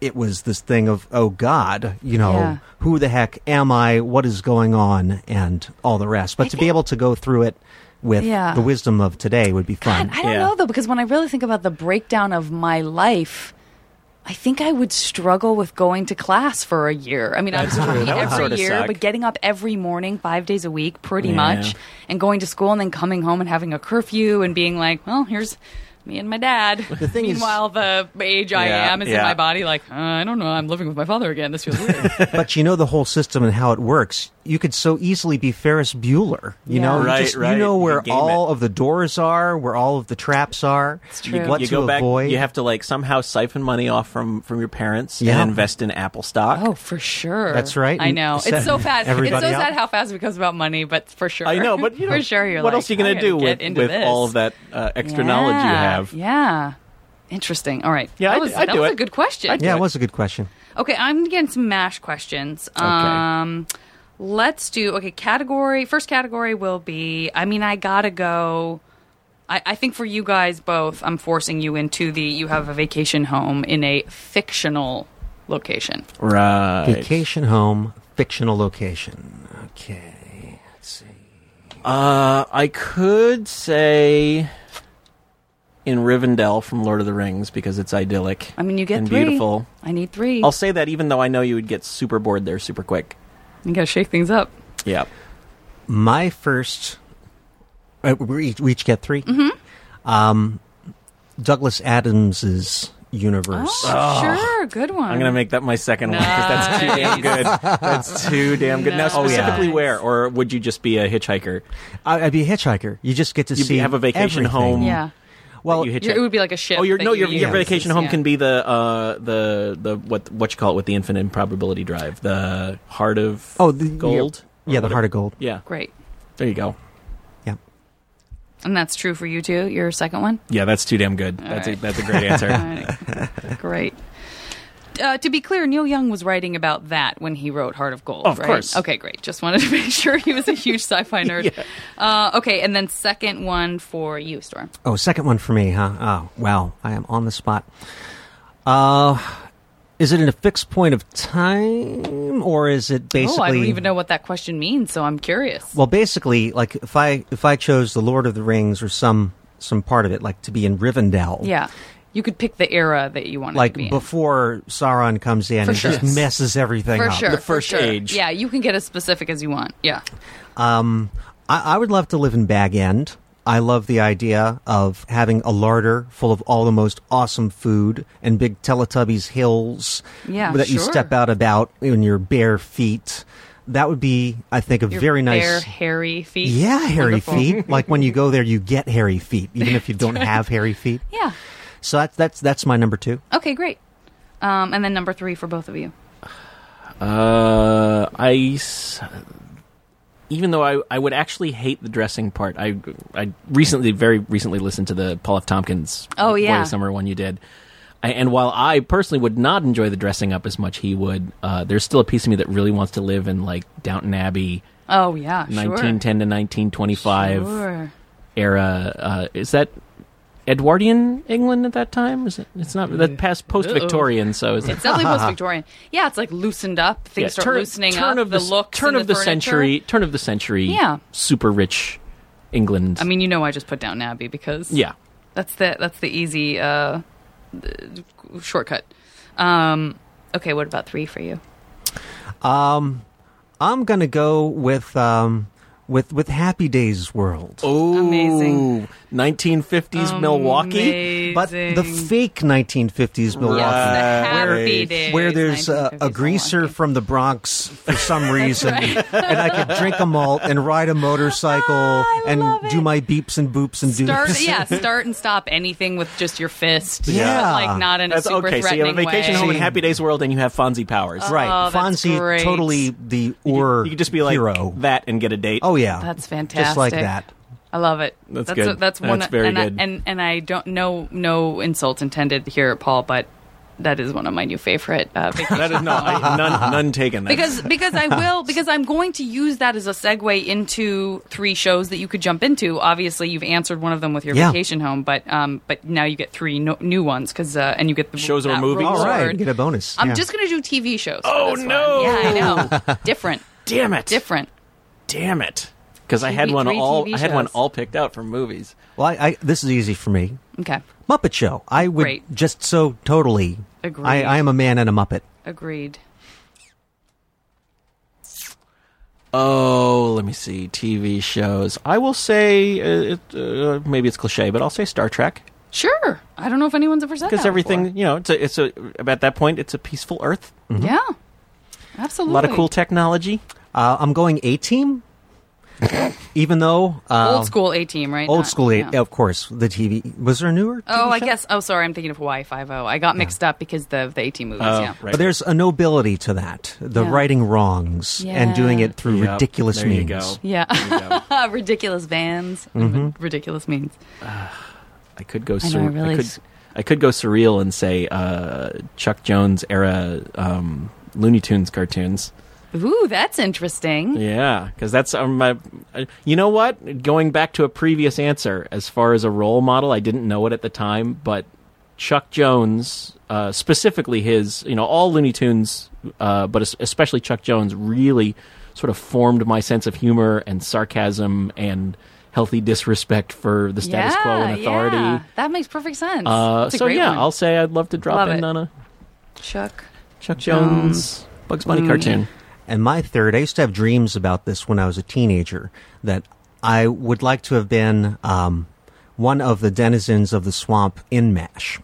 C: it was this thing of, oh God, you know,
A: Yeah.
C: who the heck am I? What is going on? And all the rest. But to be able to go through it with
A: Yeah.
C: the wisdom of today would be
A: God,
C: fun.
A: I don't
D: Yeah.
A: know though, because when I really think about the breakdown of my life, I think I would struggle with going to class for a year. I mean, I was
D: true.
A: working
D: That would
A: every
D: sorta
A: year,
D: suck.
A: but getting up every morning, five days a week, pretty
D: Yeah.
A: much, and going to school and then coming home and having a curfew and being like, well, here's. Me and my dad. The
C: thing is-
A: Meanwhile, the age I
D: Yeah,
A: am is in
D: yeah.
A: my body. Like uh, I don't know. I'm living with my father again. This feels weird.
C: but you know the whole system and how it works. You could so easily be Ferris Bueller. You
A: Yeah.
C: know, You
D: Right,
C: just- You
D: right.
C: know
D: You
C: where
D: can game
C: all
D: it.
C: of the doors are, where all of the traps are.
A: true.
C: What
D: you
C: to
D: go back.
C: avoid.
D: You have to like somehow siphon money off from from your parents
C: Yeah.
D: and invest in Apple stock.
A: oh, for sure.
C: That's right.
A: I know.
C: Set
A: It's so fast. It's so
C: everybody up.
A: sad how fast it becomes about money. But for sure,
D: I know, but you know,
A: for sure, you're
D: what
A: like,
D: else are you going
A: I
D: to
A: gotta
D: do
A: get
D: with,
A: into
D: with
A: this.
D: all of that uh, extra knowledge you
A: Yeah,
D: have?
A: Yeah. Interesting. All right.
D: Yeah,
A: that
D: I'd-
A: was,
D: I'd
A: that
D: do
A: was
D: it.
A: a good question.
D: I'd
C: Yeah,
D: do
C: it was a good question.
A: Okay, I'm getting some mash questions. Um let's do okay, category first category will be I mean I gotta go I, I think for you guys both, I'm forcing you into the you have a vacation home in a fictional location.
D: Right.
C: Vacation home, fictional location. Okay. Let's see.
D: Uh, I could say in Rivendell from Lord of the Rings because it's idyllic.
A: I mean you get
D: and
A: three.
D: beautiful.
A: I need three.
D: I'll say that even though I know you would get super bored there super quick.
A: you gotta shake things up.
D: Yeah.
C: My first. Uh, we, each, we each get 3 Um,
A: Mm-hmm.
C: Douglas Adams's
A: Oh.
C: universe.
D: Ah.
A: Sure, good one.
D: I'm gonna make that my second one because that's too damn good. That's too damn good.
A: Nice.
D: Now,
A: Oh, yeah.
D: specifically where, or would you just be a hitchhiker?
C: I, I'd be a hitchhiker. You just get to
D: You'd
C: see
D: be- have a vacation
C: everything.
D: home.
A: Yeah.
C: Well,
D: you hitchhike.
A: Your- it would be like a ship.
D: Oh, your
A: that
D: no,
A: you
D: your, your
A: use.
D: vacation home
A: Yeah.
D: can be the uh, the the what what you call it with the infinite improbability drive, the heart of
C: oh, the
D: gold.
C: Yeah, the
D: Or
C: heart of gold.
D: Yeah,
A: great.
D: there you go.
C: Yeah.
A: And that's true for you too, your second one?
D: Yeah, that's too damn good.
A: All
D: that's a,
A: right.
D: that's a great answer.
A: Alright. Great. Uh, to be clear, Neil Young was writing about that when he wrote Heart of Gold.
D: Of
A: right?
D: course.
A: Okay, great. Just wanted to make sure he was a huge sci-fi nerd. uh, okay, and then second one for you, Storm.
C: Oh, second one for me, huh? Oh, wow. I am on the spot. Uh, is it in a fixed point of time, or is it basically?
A: oh, I don't even know what that question means, so I'm curious.
C: Well, basically, like if I if I chose the Lord of the Rings or some some part of it, like to be in Rivendell,
A: yeah, you could pick the era that you want
C: like
A: to be in.
C: before Sauron comes in
A: For
C: and
A: sure.
C: just messes everything
A: for
C: up.
A: sure,
D: the
A: for
D: first
A: sure.
D: age.
A: Yeah, you can get as specific as you want. Yeah,
C: Um, I, I would love to live in Bag End. I love the idea of having a larder full of all the most awesome food and big Teletubbies hills
A: Yeah,
C: that you
A: sure.
C: step out about in your bare feet. That would be, I think, a
A: Your
C: very nice.
A: bare, hairy feet.
C: yeah, hairy
A: Wonderful.
C: feet. like when you go there, you get hairy feet, even if you don't have hairy feet.
A: Yeah.
C: So that's that's that's my number two.
A: Okay, great. Um, and then number three for both of you.
D: uh, I s- even though I, I would actually hate the dressing part. I I recently very recently listened to the Paul F. Tompkins
A: Oh,
D: Boy
A: yeah.
D: of Summer one you did. I, and while I personally would not enjoy the dressing up as much he would, uh, there's still a piece of me that really wants to live in like Downton Abbey,
A: Oh yeah,
D: 1910 to 1925
A: Sure.
D: era. Uh, is that Edwardian England at that time? Is it? It's not
A: Mm.
D: that past post Victorian. So is it?
A: It's definitely post Victorian. Yeah, it's like loosened up. Things
D: yeah,
A: start
D: turn-
A: loosening up.
D: turn Of
A: the,
D: s-
A: looks.
D: turn
A: and
D: of the,
A: furniture.
D: century, turn of the century.
A: Yeah.
D: super rich England.
A: I mean, you know, I just put down Abbey because
D: yeah,
A: that's the that's the easy uh, th- shortcut. Um, okay, what about three for you?
C: I'm gonna go with um, with with Happy Days World.
D: Oh,
A: Amazing.
D: 1950s Milwaukee.
C: But the fake 1950s Milwaukee,
A: Yes, the
D: Where-
A: happy days,
C: where there's uh,
A: 1950s
C: a greaser
A: Milwaukee.
C: from the Bronx for some reason, and I could drink a malt and ride a motorcycle
A: Ah,
C: and do my beeps and boops and
A: Start,
C: doops.
A: yeah, start and stop anything with just your fist.
C: Yeah.
A: But, like not in a
D: That's
A: super
D: okay. So
A: threatening
D: you have a vacation
A: way.
D: home in Happy Days World, and you have Fonzie Powers.
C: Right,
A: Oh, that's
C: Fonzie,
A: great.
C: totally the or
D: You could just be like
C: hero.
D: that and get a date.
C: Oh yeah,
A: That's
C: Just like
A: fantastic.
C: that.
A: I love it.
D: That's
A: that's
D: good.
A: a- that's one.
D: That's very
A: and,
D: good.
A: I, and and I don't no no insult intended here, Paul, but that is one of my new favorite uh, vacation
D: that is no I, none, none taken. That's-
A: because because I will because I'm going to use that as a segue into three shows that you could jump into. Obviously, you've answered one of them with your
C: Yeah.
A: vacation home, but um, but now you get three no, new ones because uh, and you get the
D: Shows or
A: that
D: movies?
A: reward.
C: All right, get a bonus.
A: I'm
C: Yeah.
A: just gonna do TV shows. for
D: Oh,
A: this one.
D: no.
A: Yeah, I know. different,
D: damn it,
A: different.
D: damn it. Because I had
A: TV
D: one
A: three
D: all
A: TV
D: I had one
A: shows.
D: all picked out from movies.
C: well. I, I, this is easy for me.
A: Okay,
C: Muppet Show. I would
A: Great.
C: just so totally.
A: Agreed.
C: I, I am a man and a Muppet.
A: agreed.
D: Oh, let me see TV shows. I will say uh, it, uh, maybe it's cliche, but I'll say Star Trek.
A: Sure. I don't know if anyone's ever said that
D: because everything
A: before.
D: you know it's a, it's a about that point it's a peaceful earth
C: Mm-hmm.
A: Yeah,
D: a
A: absolutely.
D: lot of cool technology
C: Uh, I'm going A Team, even though uh,
A: old school A team, right?
C: old
A: Not-
C: school,
A: yeah.
C: of course. The TV was there a newer. TV
A: Oh, I
C: show?
A: guess. Oh, sorry. I'm thinking of Hawaii Five O. I got mixed up because the the AT movies.
D: Oh,
A: yeah.
D: right.
C: But there's a nobility to that. The
A: Yeah.
C: righting wrongs and doing
A: Yeah.
C: it through
D: Yep,
C: ridiculous
D: there you
C: means.
D: go.
A: Yeah.
D: There you go.
A: ridiculous vans.
D: Mm-hmm.
A: Ridiculous means.
D: I could go.
A: know,
D: Sur- I,
A: I really
D: could.
A: s-
D: I could go surreal and say uh, Chuck Jones era um, Looney Tunes cartoons.
A: Ooh, that's interesting.
D: Yeah, because that's um, my. I- you know what? Going back to a previous answer, as far as a role model, I didn't know it at the time, but Chuck Jones, uh, specifically his, you know, all Looney Tunes, uh, but es- especially Chuck Jones, really sort of formed my sense of humor and sarcasm and healthy disrespect for the status
A: yeah,
D: quo and authority.
A: yeah. That makes perfect sense.
D: Uh,
A: That's a
D: so
A: great
D: yeah,
A: one.
D: I'll say I'd love to drop
A: Love
D: in
A: it.
D: on a
A: Chuck.
D: Chuck Jones Bugs
A: Mm.
D: Bunny cartoon.
C: And my third, I used to have dreams about this when I was a teenager that I would like to have been um, one of the denizens of the swamp in MASH.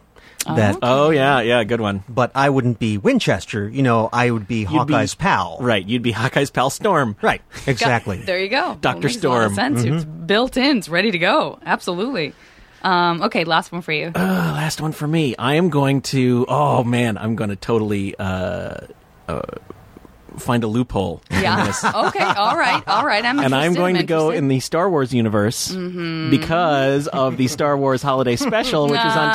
C: That,
D: Oh yeah, yeah, good one.
C: but I wouldn't be Winchester. You know, I would be
D: You'd be-
C: Hawkeye's pal.
D: Right, you'd be Hawkeye's pal Storm.
C: Right. Exactly.
A: There you go.
D: Dr.
A: Well, it makes a lot of
D: Storm. Mm-hmm.
A: sense. It's built in. It's ready to go. Absolutely. Um, okay, last one for you.
D: Uh, last one for me. I am going to. Oh man, I'm going to totally uh, uh, find a loophole.
A: yeah. okay. All right. All right. I'm
D: And I'm
A: interested.
D: going to go
A: interested.
D: in the Star Wars universe
A: Mm-hmm.
D: because of the Star Wars Holiday Special, which is on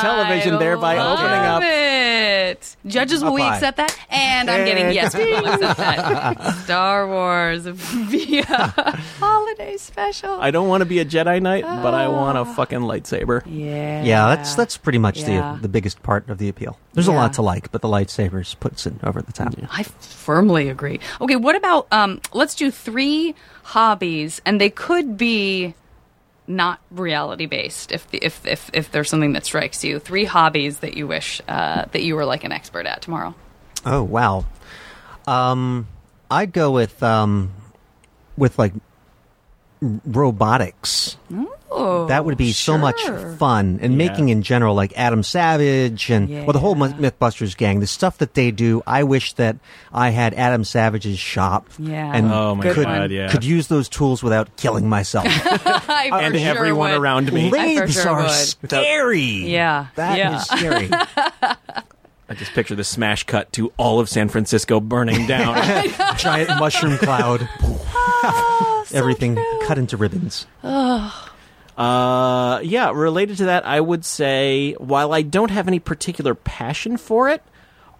D: television,
A: I
D: thereby
A: love
D: opening up.
A: It. Judges, will we
C: Popeye.
A: accept that? And I'm getting yes, we will accept that. Star Wars via holiday special.
D: I don't want to be a Jedi Knight, but I want
A: Ah.
D: a fucking lightsaber.
A: yeah.
C: yeah, that's that's pretty much
A: Yeah.
C: the the biggest part of the appeal. There's a
A: Yeah.
C: lot to like, but the lightsabers puts it over the top.
A: I firmly agree. Okay, what about um let's do three hobbies and they could be not reality based if the, if if if there's something that strikes you. Three hobbies that you wish uh that you were like an expert at tomorrow.
C: Oh wow. Um, I'd go with um, with like r- robotics.
A: Oh.
C: that would be so much
A: sure.
C: fun and
D: Yeah.
C: making in general, like Adam Savage and well, the whole
A: Yeah.
C: Myth- MythBusters gang. The stuff that they do, I wish that I had Adam Savage's shop.
A: Yeah.
C: and
D: Oh, my
C: could,
D: God, yeah.
C: could use those tools without killing myself.
A: I for
D: And
A: sure
D: everyone
A: would.
D: around me.
A: I for
C: Lathes
A: sure
C: are
A: would.
C: scary.
A: Yeah.
C: that is
A: Yeah.
C: scary.
D: I just picture the smash cut to all of San Francisco burning down.
C: Giant mushroom cloud.
A: Ah,
C: Everything cut into ribbons.
D: Uh, yeah, related to that, I would say while I don't have any particular passion for it,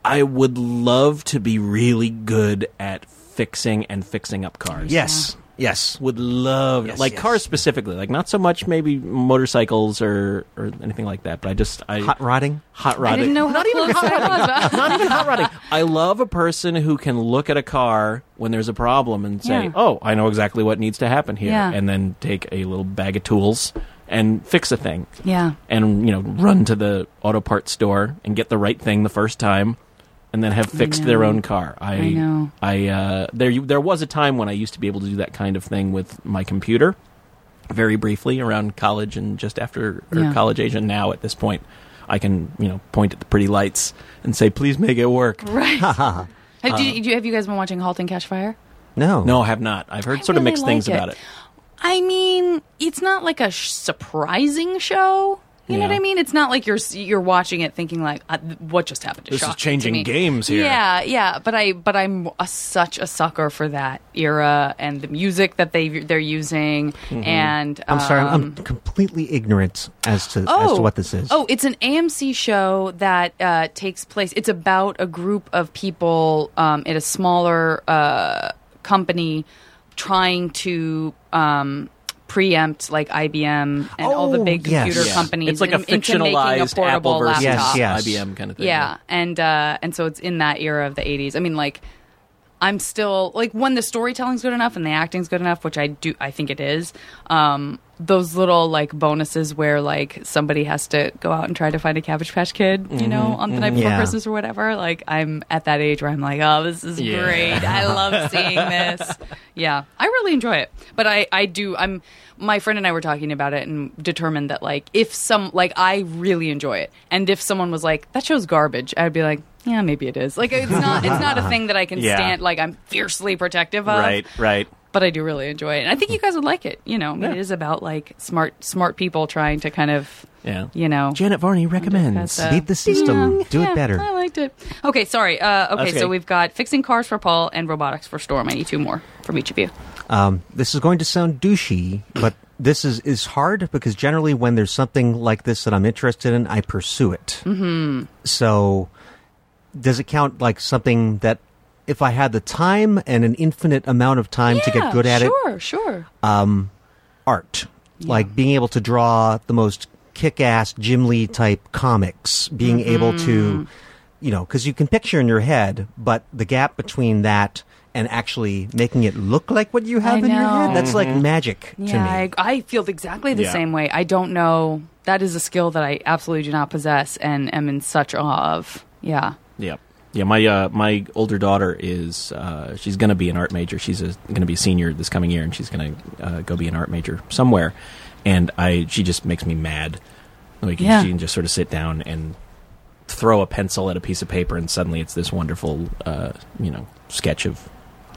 D: I would love to be really good at fixing and fixing up cars.
C: Yes. Yes.
D: Would love
C: Yes,
D: like
C: yes.
D: cars specifically, like not so much maybe motorcycles or or anything like that, but I just I
C: Hot rodding.
D: hot rodding.
A: I didn't know how
D: not even
A: close
D: hot rodding.
A: I was.
D: not even hot rodding. I love a person who can look at a car when there's a problem and say,
A: Yeah.
D: "Oh, I know exactly what needs to happen here,"
A: Yeah.
D: and then take a little bag of tools and fix a thing,
A: yeah.
D: and you know, run to the auto parts store and get the right thing the first time. and then have fixed
A: know.
D: their own car. I,
A: I know.
D: I uh, there there was a time when I used to be able to do that kind of thing with my computer, very briefly around college and just after or
A: Yeah.
D: college age. And now at this point, I can you know point at the pretty lights and say, "Please make it work."
A: Right. have, do, you- do you, have you guys been watching *Halt and Catch Fire*?
C: No.
D: No, I have not. I've heard
A: I
D: sort of
A: really
D: mixed things
A: like it.
D: about it.
A: I mean, it's not like a sh- surprising show. You know
D: Yeah.
A: what I mean? It's not like you're s- you're watching it thinking like, uh, th- "What just happened?" To
D: This is
A: shock to
D: changing
A: me.
D: games here.
A: Yeah, yeah. But I but I'm a, such a sucker for that era and the music that they they're using.
D: Mm-hmm.
A: And
C: I'm sorry. I'm-
A: um,
C: I'm completely ignorant as to as to what this is.
A: Oh, it's an AMC show that uh, takes place. It's about a group of people um, at a smaller uh, company trying to um, preempt like IBM and all the
C: Oh,
A: big
C: yes.
A: computer
C: Yeah.
A: companies.
D: It's like a
A: in- into making
D: fictionalized
A: a portable
D: Apple versus
A: laptop.
C: Yes, yes.
D: IBM kind of thing.
A: Yeah, and uh, and so it's in that era of the '80s. I mean, like I'm still like when the storytelling's good enough and the acting's good enough, which I do, I think it is. Um, those little like bonuses where like somebody has to go out and try to find a Cabbage Patch Kid, you know, on the night before
C: Yeah.
A: Christmas or whatever. Like I'm at that age where I'm like, oh, this is
D: Yeah.
A: great. I love seeing this. Yeah, I really enjoy it. But I, I do. I'm my friend and I were talking about it and determined that like if some like I really enjoy it, and if someone was like that show's garbage, I'd be like, yeah, maybe it is. Like it's not it's not a thing that I can
D: Yeah.
A: stand. Like I'm fiercely protective of.
D: Right. Right.
A: But I do really enjoy it, and I think you guys would like it. You know, I mean, it is about like smart smart people trying to kind of
D: Yeah.
A: you know.
D: Janet Varney recommends.
A: That's, uh,
C: Beat the system.
A: yeah,
C: Do
A: yeah,
C: it better.
A: I liked it. Okay, sorry. Uh, okay,
D: That's okay.
A: so we've got fixing cars for Paul and robotics for Storm. I need two more from each of you.
C: Um, this is going to sound douchey, but this is, is hard because generally when there's something like this that I'm interested in, I pursue it. Mm-hmm. So, does it count like something that if I had the time and an infinite amount of time to get good at it,
A: Oh,
C: um,
A: sure, sure.
C: art. Like being able to draw the most kick ass Jim Lee type comics, being
A: Mm-hmm.
C: able to, you know, because you can picture in your head, but the gap between that and actually making it look like what you have in your
A: know.
C: head, that's like magic to
A: yeah,
C: me.
A: I, I feel exactly the
D: Yeah.
A: same way. I don't know. That is a skill that I absolutely do not possess and am in such awe of. Yeah.
D: Yeah. Yeah, my uh, my older daughter is uh, she's going to be an art major. She's going to be a senior this coming year, and she's going to uh, go be an art major somewhere. And I, she just makes me mad. Like
A: Yeah.
D: she can just sort of sit down and throw a pencil at a piece of paper, and suddenly it's this wonderful, uh, you know, sketch of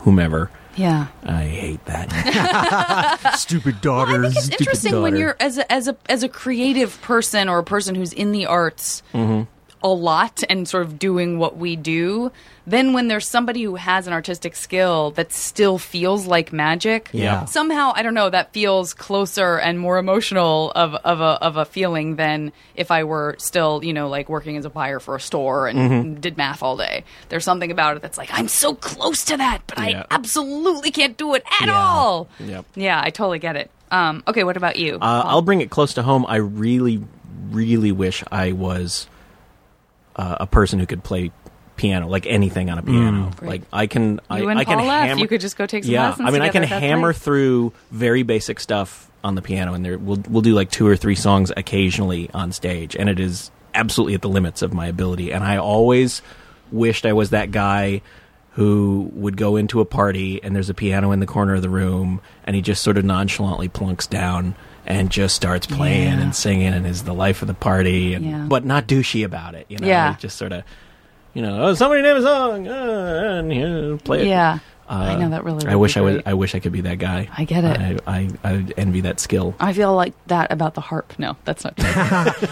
D: whomever.
A: Yeah.
D: I hate that.
C: Stupid daughters.
A: I think it's interesting when you're as a, as a as a creative person or a person who's in the arts
C: Mm-hmm.
A: a lot and sort of doing what we do. Then when there's somebody who has an artistic skill that still feels like magic,
C: Yeah.
A: somehow I don't know that feels closer and more emotional of of a of a feeling than if I were still you know like working as a buyer for a store and
C: Mm-hmm.
A: did math all day. There's something about it that's like I'm so close to that, but
D: Yeah.
A: I absolutely can't do it at
C: Yeah.
A: all.
D: Yep.
A: Yeah, I totally get it. Um, okay, what about you?
D: Uh, I'll bring it close to home. I really, really wish I was uh, a person who could play piano, like anything on a piano. Like I can, I,
A: Mm. You and
D: I can
A: Paul F.
D: hammer.
A: You could just go take some
D: yeah,
A: lessons
D: I mean, I
A: together.
D: can
A: That's
D: hammer
A: nice.
D: through very basic stuff on the piano, and there we'll we'll do like two or three songs occasionally on stage, and it is absolutely at the limits of my ability. And I always wished I was that guy who would go into a party and there's a piano in the corner of the room, and he just sort of nonchalantly plunks down and just starts playing
A: Yeah.
D: and singing, and is the life of the party, and
A: Yeah.
D: but not douchey about it. You know,
A: Yeah.
D: Like, just sort of. You know, oh, somebody name a song, uh, and you know, play it.
A: Yeah.
D: Uh,
A: I know that really would
D: I wish
A: be
D: I was.
A: great.
D: I wish I could be that guy.
A: I get it.
D: I I, I envy that skill.
A: I feel like that about the harp. No, that's not true.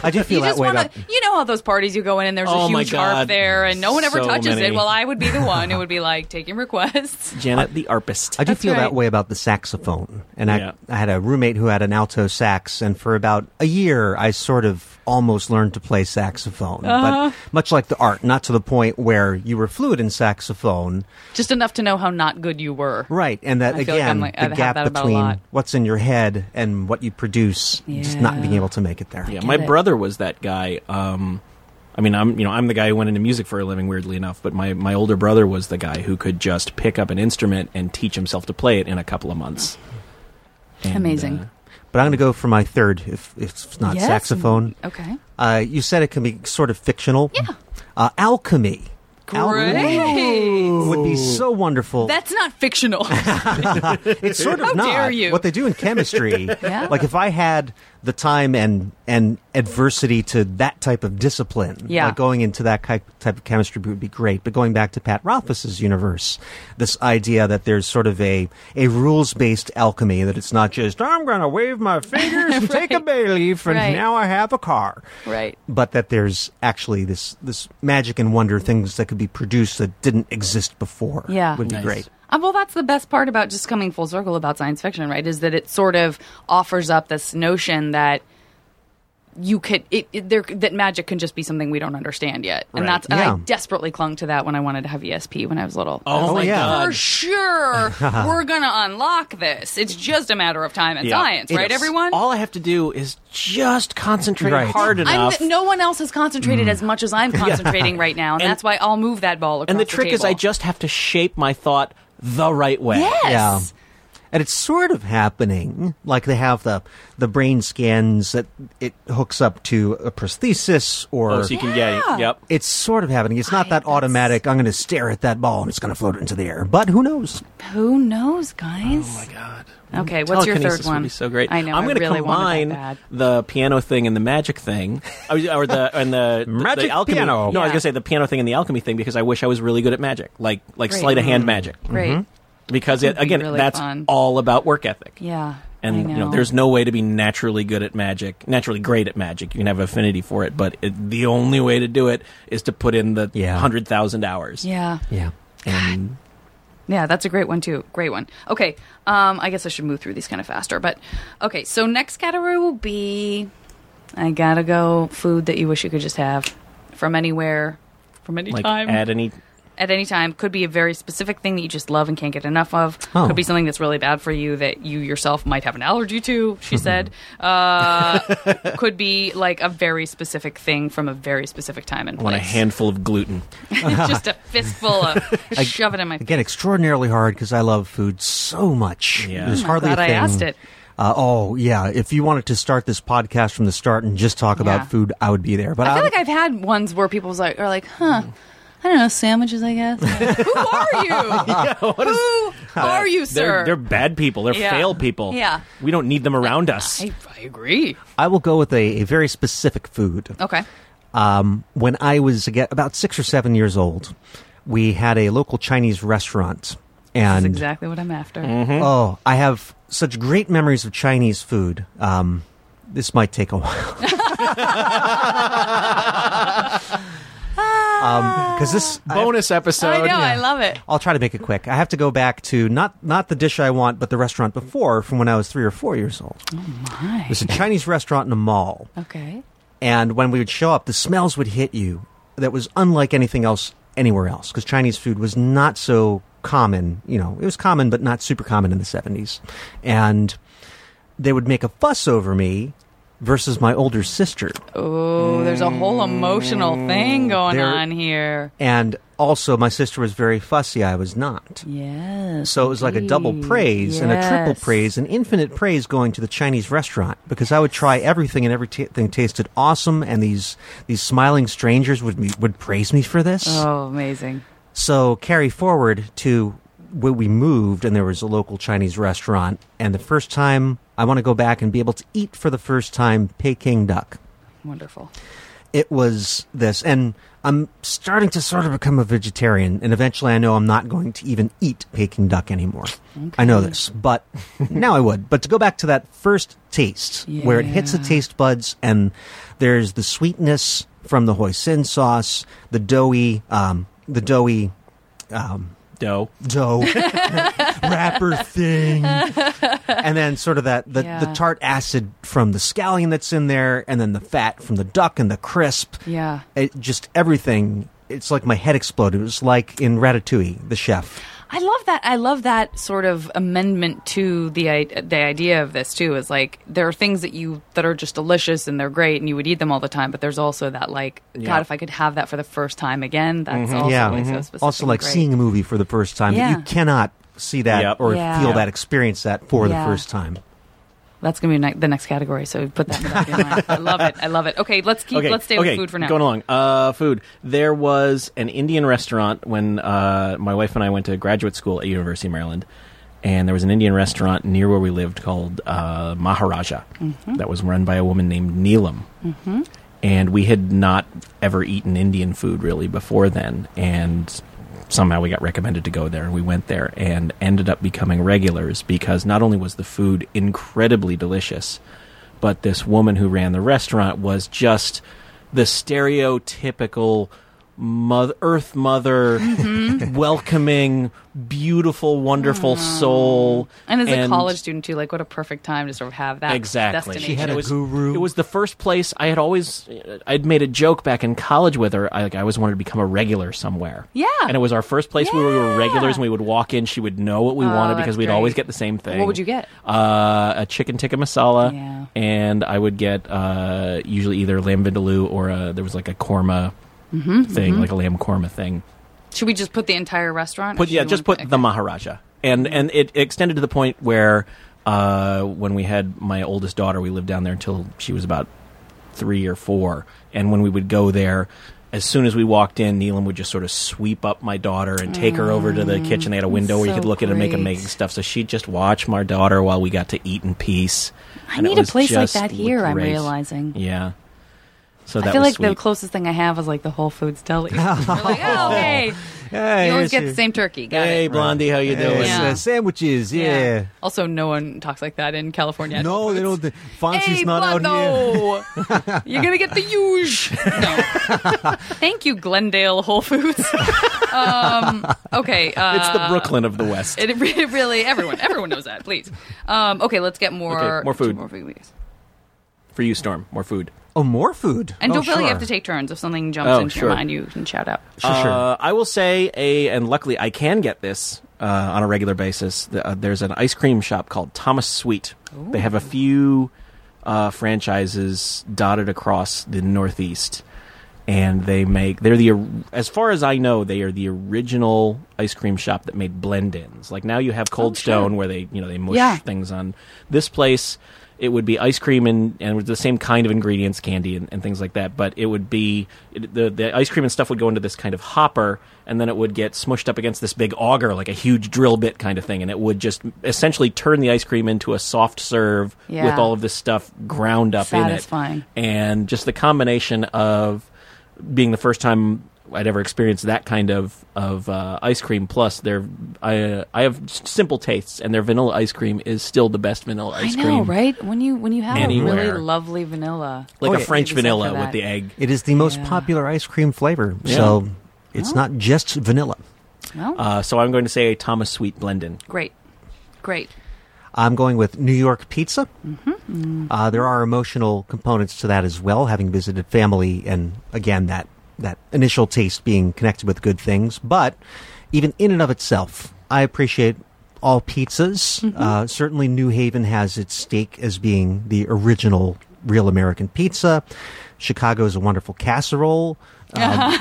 C: I do feel
A: you
C: that
A: just
C: way
A: want
C: about.
A: to, you know how those parties you go in and there's
D: Oh
A: a
D: my
A: huge harp
D: God.
A: there and no one ever
D: So
A: touches it.
D: many.
A: Well, I would be the one who would be like taking requests.
D: Janet the arpist.
C: I do
A: That's
C: feel
A: right.
C: that way about the saxophone. And I,
D: Yeah.
C: I had a roommate who had an alto sax, and for about a year, I sort of almost learned to play saxophone.
A: Uh-huh.
C: But much like the art, not to the point where you were fluid in saxophone.
A: Just enough to know how not good you were.
C: Right. And that,
A: I feel like
C: again,
A: I'm like- I've
C: the
A: had
C: gap
A: that about a lot.
C: between what's in your head and what you produce, just not being
A: Yeah.
C: able to make it there.
D: yeah,
A: get
D: my
A: it.
D: brother was that guy. Um, I mean, I'm you know I'm the guy who went into music for a living, weirdly enough. But my my older brother was the guy who could just pick up an instrument and teach himself to play it in a couple of months. And,
A: Amazing.
D: uh,
C: But I'm going to go for my third, if, if it's not
A: Yes.
C: saxophone.
A: Okay.
C: Uh, you said it can be sort of fictional.
A: Yeah.
C: Uh, alchemy.
A: Great.
C: would be so wonderful.
A: That's not fictional.
C: it's sort of
A: How
C: not
A: dare you.
C: what they do in chemistry.
A: Yeah.
C: Like if I had the time and and adversity to that type of discipline,
A: Yeah.
C: like going into that ki- type of chemistry would be great. But going back to Pat Rothfuss's universe, this idea that there's sort of a a rules based alchemy that it's not just I'm going to wave my fingers and take a bay leaf and
A: Right.
C: now I have a car
A: right.
C: but that there's actually this this magic and wonder things that could be produced that didn't exist before.
A: Yeah.
C: would be
D: Nice.
C: great.
A: Uh, well, that's the best part about just coming full circle about science fiction, right? Is that it sort of offers up this notion that you could it, it- there that magic can just be something we don't understand yet, and
D: Right.
A: that's and
C: Yeah.
A: I desperately clung to that when I wanted to have ESP when I was little. I was
D: Oh
C: my
A: like,
C: God.
A: For sure, we're gonna unlock this. It's just a matter of time and
D: Yeah.
A: science, right,
D: It's-
A: everyone?
D: All I have to do is just concentrate
C: Right.
D: hard
A: I'm
D: enough.
A: the, no one else is
C: Mm.
A: concentrated as much as I'm concentrating right now, and,
D: And-
A: that's why I'll move that ball. Across
D: and the trick is, I
A: table.
D: just have to shape my thought the right way.
A: yes,
C: Yeah. And it's sort of happening. Like they have the the brain scans that it hooks up to a prosthesis or
D: Oh, so you can get it. Yep.
C: it's sort of happening. It's not
A: Right,
C: that
A: that's-
C: automatic, I'm gonna stare at that ball and it's gonna float into the air. But who knows?
A: Who knows, guys?
D: Oh God.
A: Okay, what's your
D: Telekinesis
A: third one?
D: Would be so great.
A: I know.
D: I'm
A: going to
D: gonna
A: really wanted
D: combine
A: that bad.
D: the piano thing and the magic thing, or the- or the and the, the
C: Magic
D: the alchemy.
C: piano.
D: No, I
A: Yeah.
D: was gonna say the piano thing and the alchemy thing because I wish I was really good at magic, like
A: Great.
D: like
A: Mm-hmm.
D: sleight of hand magic,
A: Great.
D: Mm-hmm. because
A: Would
D: it,
A: be
D: again
A: really
D: that's
A: fun.
D: all about work ethic.
A: Yeah.
D: And
A: I
D: you know, there's no way to be naturally good at magic, naturally great at magic. You can have affinity for it, but it, the only way to do it is to put in the
C: Yeah.
D: hundred thousand hours.
A: Yeah.
C: Yeah.
D: And
A: Yeah, that's a great one too. Great one. Okay. Um, I guess I should move through these kind of faster, but okay. So next category will be, I gotta go food that you wish you could just have from anywhere, from any
D: like
A: time,
D: add any
A: at any time. Could be a very specific thing that you just love and can't get enough of.
C: Oh.
A: Could be something that's really bad for you that you yourself might have an allergy to, she
D: Mm-hmm.
A: said. Uh, could be like a very specific thing from a very specific time and
D: I want a
A: place.
D: handful of gluten.
A: just a fistful of shove it in my
C: Again, extraordinarily hard because I love food so much.
D: Yeah.
C: There's
D: Mm, I'm
C: hardly
A: glad
C: a
A: Oh I
C: thing.
A: asked it.
C: Uh, oh yeah! If you wanted to start this podcast from the start and just talk
A: Yeah.
C: about food, I would be there. But
A: I feel like I've had ones where people's like are like, huh.
C: Mm.
A: I don't know, sandwiches, I guess. Who are you? Who
C: Uh,
A: are you, sir?
D: They're, they're bad people. They're
A: Yeah.
D: fail people.
A: Yeah.
D: We don't need them around us.
A: I, I agree.
C: I will go with a, a very specific food.
A: Okay.
C: Um, when I was aga- about six or seven years old, we had a local Chinese restaurant,
A: That's
C: and
A: exactly what I'm after.
C: oh, I have such great memories of Chinese food. Um, this might take a while. Because this
D: Bonus episode.
A: Ah, I know, I love it.
C: I'll try to make it quick. I have to go back to not not the dish I want, but the restaurant before from when I was three or four years old. It was a Chinese restaurant in a mall,
A: Oh, Okay.
C: and when we would show up, the smells would hit you that was unlike anything else anywhere else because Chinese food was not so common. You know, it was common but not super common in the seventies, and they would make a fuss over me versus my older sister.
A: Oh, there's a whole emotional thing going
C: Mm. There-
A: on here.
C: And also, my sister was very fussy. I was not.
A: Yes.
C: So it was like a double praise and a triple
A: Yes.
C: praise, an infinite praise going to the Chinese restaurant because I would try everything and everything tasted awesome, and these these smiling strangers would be, would praise me for this.
A: Oh, amazing.
C: So carry forward to when we moved, and there was a local Chinese restaurant, and the first time I want to go back and be able to eat for the first time Peking duck
A: Wonderful.
C: it was this and i'm starting to sort of become a vegetarian and eventually i know i'm not going to even eat peking duck anymore i know this but now i would but to go back to that first taste where it hits the
A: Yeah.
C: taste buds and there's the sweetness from the hoisin sauce the doughy um, the doughy um,
D: Dough.
C: dough wrapper thing and then sort of that the, the
A: Yeah.
C: tart acid from the scallion that's in there and then the fat from the duck and the crisp
A: Yeah.
C: it just everything it's like my head exploded it was like in ratatouille the chef
A: I love that. I love that sort of amendment to the i- the idea of this too. Is like there are things that you that are just delicious and they're great and you would eat them all the time. But there's also that like God, if I could have that for the first time again, that's also
C: yeah mm-hmm.
A: like so specific.
C: also like
A: and great.
C: seeing a movie for the first time
A: Yeah.
C: you cannot see that
D: Yep.
C: or
A: Yeah.
C: feel that experience that for
A: Yeah.
C: the first time
A: That's going to be ne- the next category. So put that in the back of your mind. I love it. I love it. Okay, let's keep. let's stay
D: okay,
A: with food for now.
D: Going along, uh, food. There was an Indian restaurant when uh, my wife and I went to graduate school at University of Maryland, and there was an Indian restaurant near where we lived called uh, Maharaja,
A: Mm-hmm,
D: that was run by a woman named Neelam. And we had not ever eaten Indian food really before then, and somehow we got recommended to go there, and we went there and ended up becoming regulars because not only was the food incredibly delicious, but this woman who ran the restaurant was just the stereotypical mother, earth mother, welcoming, beautiful, wonderful soul.
A: And as a college student too, like what a perfect time to sort of have that
D: Exactly.
A: destination.
C: She had
D: it
C: a
D: was,
C: guru.
D: It was the first place I had always. I'd made a joke back in college with her. I, like I always wanted to become a regular somewhere.
A: Yeah.
D: And it was our first place where we were
A: Yeah. Oh,
D: regulars, and we would walk in. She would know what we wanted
A: that's
D: because we'd always
A: great.
D: get the same thing.
A: What would you get?
D: Uh, a chicken tikka masala.
A: Yeah.
D: And I would get uh, usually either lamb vindaloo or a, there was like a korma
A: Mm-hmm,
D: thing, like a lamb korma thing.
A: Should we just put the entire restaurant? or
D: Put
A: should
D: yeah,
A: we
D: just
A: one-
D: put the Maharaja, and and it extended to the point where uh, when we had my oldest daughter, we lived down there until she was about three or four, and when we would go there. As soon as we walked in, Neelam would just sort of sweep up my daughter and take her over to the kitchen. They had a window where you
A: Mm, so
D: could look at her make and
A: great.
D: making stuff. So she'd just watch my daughter while we got to eat in peace.
A: I
D: And it
A: need a
D: was
A: place like
D: just
A: that here. I'm
D: great.
A: realizing.
D: Yeah. So that
A: I feel
D: was
A: like the
D: sweet.
A: closest thing I have is like the Whole Foods deli. You're like, oh, hey,
C: Hey,
A: you always
C: here's
A: get the
C: your-
A: same turkey. Got
D: Hey,
A: it.
D: Blondie, how you doing?
C: Hey,
A: Yeah.
C: uh, sandwiches, yeah.
A: Also, no one talks like that in California.
C: No, they don't. Fonzie's
A: Hey,
C: not out here.
A: Blando! You're gonna get the huge. No. Thank you, Glendale Whole Foods. um, okay, uh,
D: It's the Brooklyn of the West.
A: It, re- it really, everyone, everyone knows that. Please. Um, okay, let's get more
D: Okay, more food.
A: More food. yes.
D: For you, Storm, more food.
C: Oh, more food.
A: And
C: oh,
A: don't feel like you
C: sure.
A: have to take turns. If something jumps
D: Oh,
A: into
D: sure.
A: your mind, you can shout out.
C: Sure, sure.
D: Uh, I will say a, and luckily I can get this uh, on a regular basis. The- uh, there's an ice cream shop called Thomas Sweet. They have a few uh, franchises dotted across the Northeast, and they make they're the or- as far as I know they are the original ice cream shop that made blend-ins. Like now you have Cold
A: Oh, sure.
D: Stone where they you know they mush
A: Yeah.
D: things on. This place it would be ice cream and, and with the same kind of ingredients, candy and, and things like that. But it would be it, the the ice cream and stuff would go into this kind of hopper, and then it would get smushed up against this big auger, like a huge drill bit kind of thing, and it would just essentially turn the ice cream into a soft serve with
A: Yeah.
D: all of this stuff ground up
A: Satisfying.
D: in it, and just the combination of being the first time. I'd ever experienced that kind of of uh, ice cream. Plus, their I I have s- simple tastes, and their vanilla ice cream is still the best vanilla ice
A: I know,
D: cream
A: right? When you when you have a
D: Anywhere.
A: really lovely vanilla,
D: like
C: Oh,
D: a
C: yeah.
D: French
A: Except for
D: vanilla with
A: that.
D: the egg.
C: It is the most
A: Yeah.
C: popular ice cream flavor,
D: Yeah. Oh.
C: so it's not just vanilla.
A: well,
D: Uh, so I'm going to say a Thomas Sweet Blendin.
A: great, great.
C: I'm going with New York pizza.
D: Mm-hmm.
C: Uh, there are emotional components to that as well, having visited family, and again that that initial taste being connected with good things. But even in and of itself, I appreciate all pizzas.
D: Mm-hmm.
C: Uh, certainly, New Haven has its stake as being the original real American pizza. Chicago is a wonderful casserole. Um,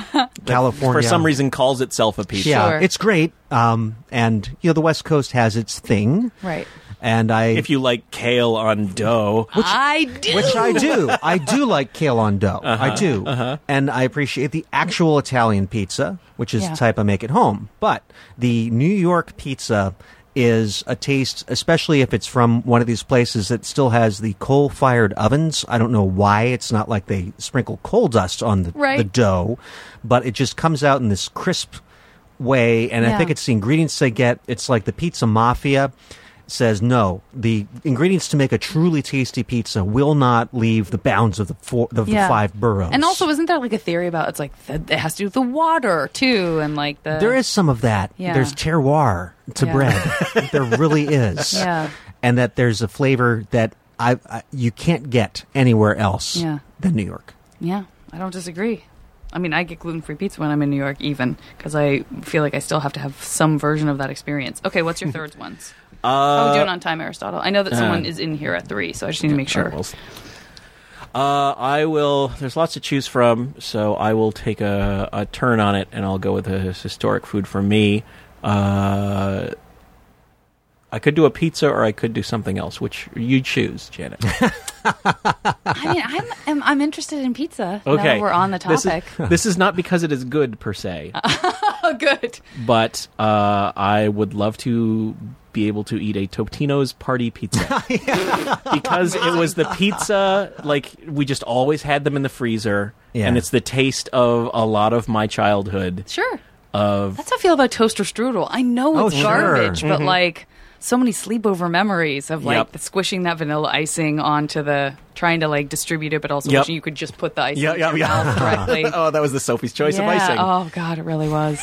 C: California,
D: For some reason, calls itself a pizza.
C: yeah,
A: Sure.
C: it's great. Um, and you know, the West Coast has its thing,
A: Right.
C: and I
D: If you like kale on dough,
A: I do.
C: which I do. I do like kale on dough. I do, and I appreciate the actual Italian pizza, which is
A: Yeah.
C: the type I make at home. But the New York pizza is a taste, especially if it's from one of these places that still has the coal-fired ovens. I don't know why it's not like they sprinkle coal dust on the,
A: Right.
C: the dough, but it just comes out in this crisp way. And I
A: Yeah.
C: think it's the ingredients they get. It's like the pizza mafia says no. The ingredients to make a truly tasty pizza will not leave the bounds of the four, of the five boroughs.
A: And also, isn't there like a theory about it's like th- it has to do with the water too, and like the
C: there is some of that.
A: Yeah.
C: There's terroir to
A: Yeah.
C: bread. there really is.
A: Yeah.
C: And that there's a flavor that I, I you can't get anywhere else
A: Yeah.
C: than New York.
A: yeah. I don't disagree. I mean, I get gluten free pizza when I'm in New York, even because I feel like I still have to have some version of that experience. Okay, what's your third ones?
D: uh, uh-huh.
A: Oh, we're doing on time, Aristotle. I know that someone is in here at three, so I just need to make sure.
D: Charles. Uh, I will. There's lots to choose from, so I will take a, a turn on it, and I'll go with a historic food for me. Uh, I could do a pizza or I could do something else. Which you choose, Janet.
A: I mean, I'm, I'm I'm interested in pizza. now
D: Okay,
A: that we're on the
D: This is-
A: topic.
D: This is, not because it is good per se,
A: oh, good.
D: but uh, I would love to be able to eat a Totino's party pizza because it was the pizza like we just always had them in the freezer,
C: Yeah.
D: and it's the taste of a lot of my childhood
A: Sure.
D: of
A: That's how I feel about toaster strudel. I know
C: Oh,
A: it's
C: sure.
A: garbage, but like so many sleepover memories of like
D: Mm-hmm. Yep.
A: squishing that vanilla icing onto the trying to like distribute it, but also
D: Yep.
A: wishing you could just put the icing
D: Yeah,
A: in
D: yeah,
A: your
D: yeah.
A: mouth correctly.
D: oh, that was the Sophie's Choice of icing.
A: Oh god, it really was.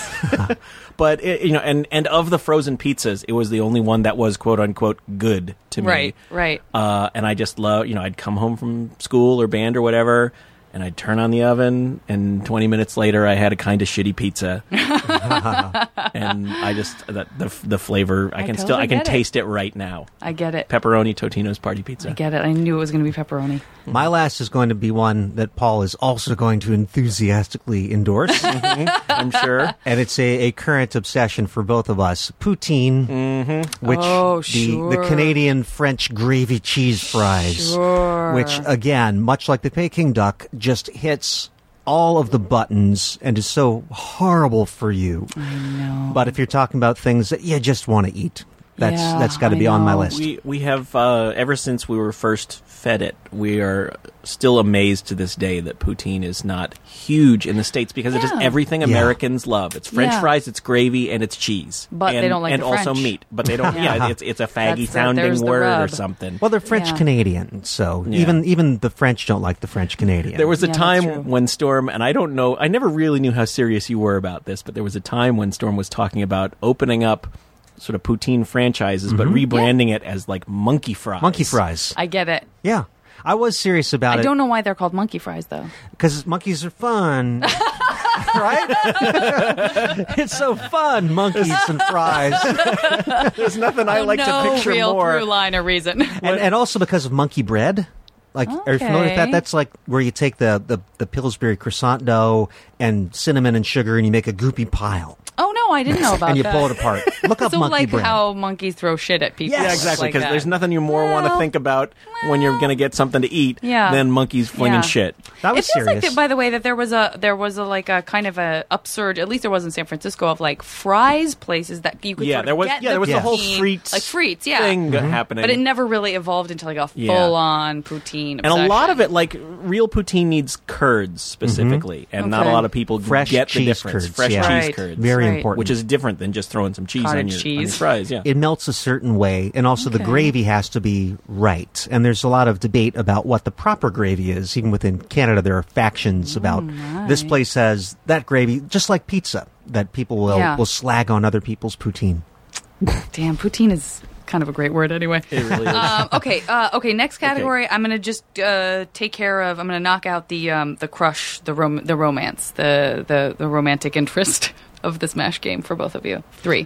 D: But it, you know, and and of the frozen pizzas, it was the only one that was quote unquote good to me.
A: right, right.
D: Uh, and I just love, you know, I'd come home from school or band or whatever, and I'd turn on the oven, and 20 minutes later, I had a kind of shitty pizza. and I just that the the flavor, I,
A: I
D: can still
A: totally
D: I can
A: get it.
D: taste it right now.
A: I get it.
D: Pepperoni Totino's party pizza.
A: I get it. I knew it was going to be pepperoni.
C: My last is going to be one that Paul is also going to enthusiastically endorse.
D: I'm sure.
C: and it's a, a current obsession for both of us poutine, which
A: Oh,
C: the,
A: sure.
C: the Canadian French gravy cheese fries,
A: Sure.
C: which
D: uh,
C: again, much like the Peking duck, just hits all of the buttons and is so horrible for you.
A: No.
C: But if you're talking about things that you just want to eat, that's
A: Yeah,
C: that's got to
A: I
C: be on my
A: know.
C: list.
D: We we have uh, ever since we were first fed it, we are still amazed to this day that poutine is not huge in the states because it is
A: Yeah.
D: everything
C: Yeah.
D: Americans love. It's French
A: Yeah.
D: fries, it's gravy, and it's cheese.
A: But they
D: And-
A: don't like
D: and
A: the
D: also
A: French.
D: meat. But they don't.
A: Yeah.
D: yeah. it's it's a
A: That's
D: faggy
A: the-
D: sounding
A: there's the
D: word or
A: rub.
D: something.
C: well, they're French
A: Yeah.
C: Canadian, so
D: Yeah.
C: even even the French don't like the French Canadian.
D: there was a
A: Yeah, that's true.
D: time when Storm and I don't know. I never really knew how serious you were about this, but there was a time when Storm was talking about opening up. Sort of poutine franchises, but rebranding it as like Mm-hmm. monkey fries.
C: monkey fries.
A: I get it.
C: yeah, I was serious about
A: I
C: it.
A: don't know why they're called monkey fries though.
C: because monkeys are fun. right? it's so fun, monkeys and fries.
D: There's nothing I like
A: Oh, no
D: to picture
A: real
D: more
A: through line or reason.
C: And, and also because of monkey bread. Like, are you familiar with that?
A: Okay.
C: That's like where you take the, the, the Pillsbury croissant dough and cinnamon and sugar and you make a goopy pile
A: oh no, I didn't know about
C: and you
A: that.
C: blow it apart. Look up
A: so
C: monkey
A: like
C: bread.
A: how monkeys throw shit at people.
C: Yes.
D: Yeah, exactly.
A: like
D: Because
A: that.
D: there's nothing you more want to
A: Well,
D: think about when you're
A: well.
D: going to get something to eat
A: Yeah.
D: than monkeys flinging
A: Yeah.
D: shit.
C: that was
A: it feels
C: serious.
A: like that, by the way, that there was a there was a like a kind of a upsurge. At least there was in San Francisco of like fries places that you could sort
D: yeah,
A: of
D: there was
A: get
D: yeah, there was
C: Yeah.
D: the whole
A: poutine,
D: frites
A: like frites, yeah.
D: thing
C: Mm-hmm.
D: happening.
A: But it never really evolved into like a full
D: Yeah.
A: on poutine.
D: and a
A: obsession.
D: lot of it, like real poutine, needs curds specifically, and not a
A: Okay.
D: lot of people
C: Mm-hmm. Fresh
D: get the
C: cheese
D: difference.
C: curds,
D: Fresh
C: yeah.
D: cheese
A: Right.
D: curds,
C: Very
A: Right.
C: important.
D: which is different than just throwing some cheese on
A: Cottage
D: your, on your
A: cheese.
D: fries. Yeah,
C: it melts a certain way, and also the gravy has to be right. And there's a lot of debate about what the proper gravy is. Even within Canada, there are factions about this place has that gravy, just like pizza, that people will,
A: Yeah.
C: will slag on other people's poutine.
A: damn poutine is kind of a great word anyway.
D: It really is.
A: um, okay, uh, okay. Next category, I'm gonna just uh, take care of. I'm gonna knock out the um, the crush, the rom- the romance, the, the the romantic interest of the Smash game for both of you. Three.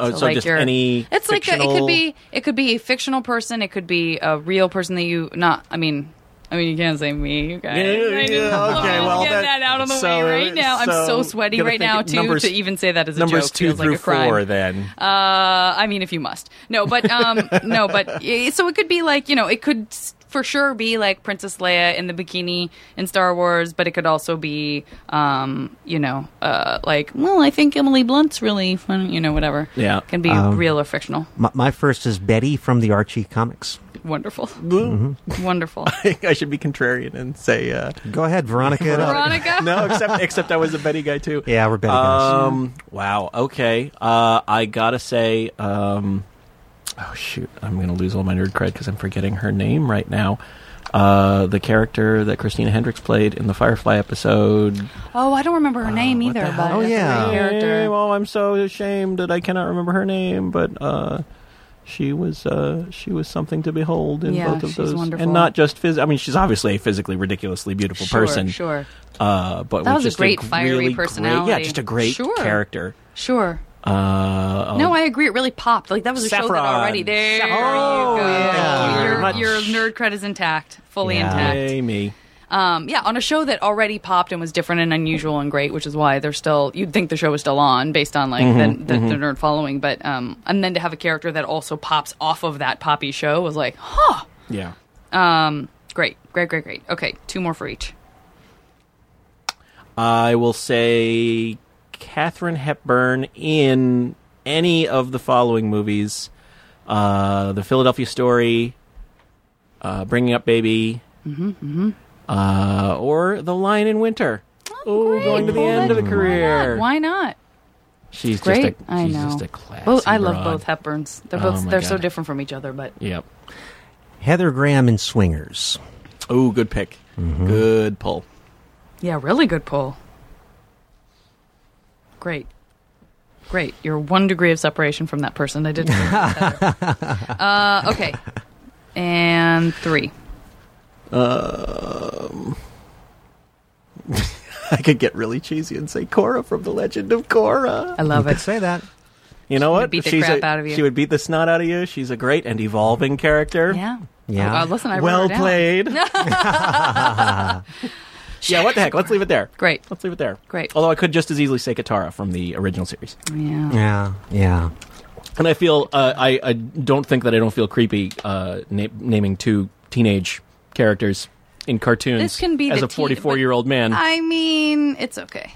D: oh, so just
A: your-
D: any.
A: It's like a, it could
D: fictional-
A: be it could be a fictional person. It could be a real person that you not. I mean. I mean, you can't say me, you guys.
D: Yeah, yeah,
A: I just-
D: yeah,
A: I'm
D: okay,
A: just
D: well,
A: getting
D: that-
A: that out of the
D: so-
A: way right now. I'm so
D: so
A: sweaty
D: gotta
A: right now,
D: think
A: too,
D: numbers-
A: to even say that as a
D: Numbers
A: joke
D: two
A: feels
D: through
A: like a crime.
D: four. Then
A: Uh, I mean, if you must. No, but um, no, but eh, so it could be like you know, it could s- for sure be like Princess Leia in the bikini in Star Wars, but it could also be um, you know, uh, like well, I think Emily Blunt's really fun, you know, whatever.
D: Yeah. Um,
A: can be real or fictional.
C: My, my first is Betty from the Archie comics.
A: Wonderful, wonderful.
D: I think I should be contrarian and say uh,
C: Go ahead, Veronica. it up.
A: Veronica,
D: no, except except I was a Betty guy too.
C: Yeah, we're Betty guys.
D: Um, wow. Okay. Uh, I gotta say. Um, oh shoot, I'm gonna lose all my nerd cred because I'm forgetting her name right now. Uh, the character that Christina Hendricks played in the Firefly episode.
A: oh, I don't remember her name
D: Uh, what the
A: either.
D: hell?
A: But
C: Oh,
A: that's a
C: yeah.
A: great character.
D: Oh, I'm so ashamed that I cannot remember her name, but uh, she was uh, she was something to behold in
A: Yeah,
D: both of
A: she's
D: those,
A: wonderful.
D: and not just phys. I mean, she's obviously a physically ridiculously beautiful
A: Sure,
D: person.
A: sure,
D: Uh, but
A: That
D: with
A: was a
D: just
A: great
D: gr-
A: fiery
D: really great- yeah,
A: personality.
D: just a great
A: Sure.
D: character.
A: sure.
D: Uh,
A: No, I agree. It really popped. Like that was a show
D: Saffron.
A: that already. There
D: Saffron.
A: you go.
C: yeah.
D: Thank you very
A: Your,
D: much.
A: your nerd cred is intact, fully
C: Yeah.
A: intact.
D: Yay, me.
A: Um, yeah, on a show that already popped and was different and unusual and great, which is why they're still. You'd think the show was still on based on like
D: Mm-hmm,
A: the, the, the nerd following, but um, and then to have a character that also pops off of that poppy show was like, huh,
D: Yeah.
A: um, great, great, great, great. Okay, two more for each.
D: I will say Katherine Hepburn in any of the following movies: uh, The Philadelphia Story, uh, Bringing Up Baby,
A: Mm-hmm,
D: Uh, or The Lion in Winter. Oh, going to the
A: Well,
D: end of the
A: then
D: career.
A: Why not?
D: She's
A: Great.
D: just a,
A: I
D: she's
A: know.
D: just a classy
A: Both, I love
D: broad.
A: both Hepburns. They're
D: Oh
A: both
D: my
A: they're so
D: God.
A: different from each other, but
D: Yep.
C: Heather Graham in Swingers.
D: Oh, good pick. Good pull.
A: yeah, really good pull. Great. Great. You're one degree of separation from that person. I didn't. know that was Heather. uh, okay. And three.
D: I could get really cheesy and say Cora from The Legend of Cora.
A: I love
C: you could
A: it.
C: say that.
D: You know
A: would
D: what?
A: beat the
D: She's
A: crap
D: a-
A: out of you.
D: She would beat the snot out of you. She's a great and evolving character.
A: Yeah.
C: Yeah.
A: Uh, listen, I wrote
D: well
A: her down.
D: played. yeah, what the heck? Let's leave it there.
A: Great.
D: Let's leave it there.
A: Great.
D: Although I could just as easily say Katara from the original series.
A: Yeah.
C: Yeah. Yeah.
D: And I feel uh, I, I don't think that I don't feel creepy uh, na- naming two teenage characters in cartoons
A: This can be
D: as
A: the
D: a
A: teen-
D: 44 year old man
A: I mean, it's okay.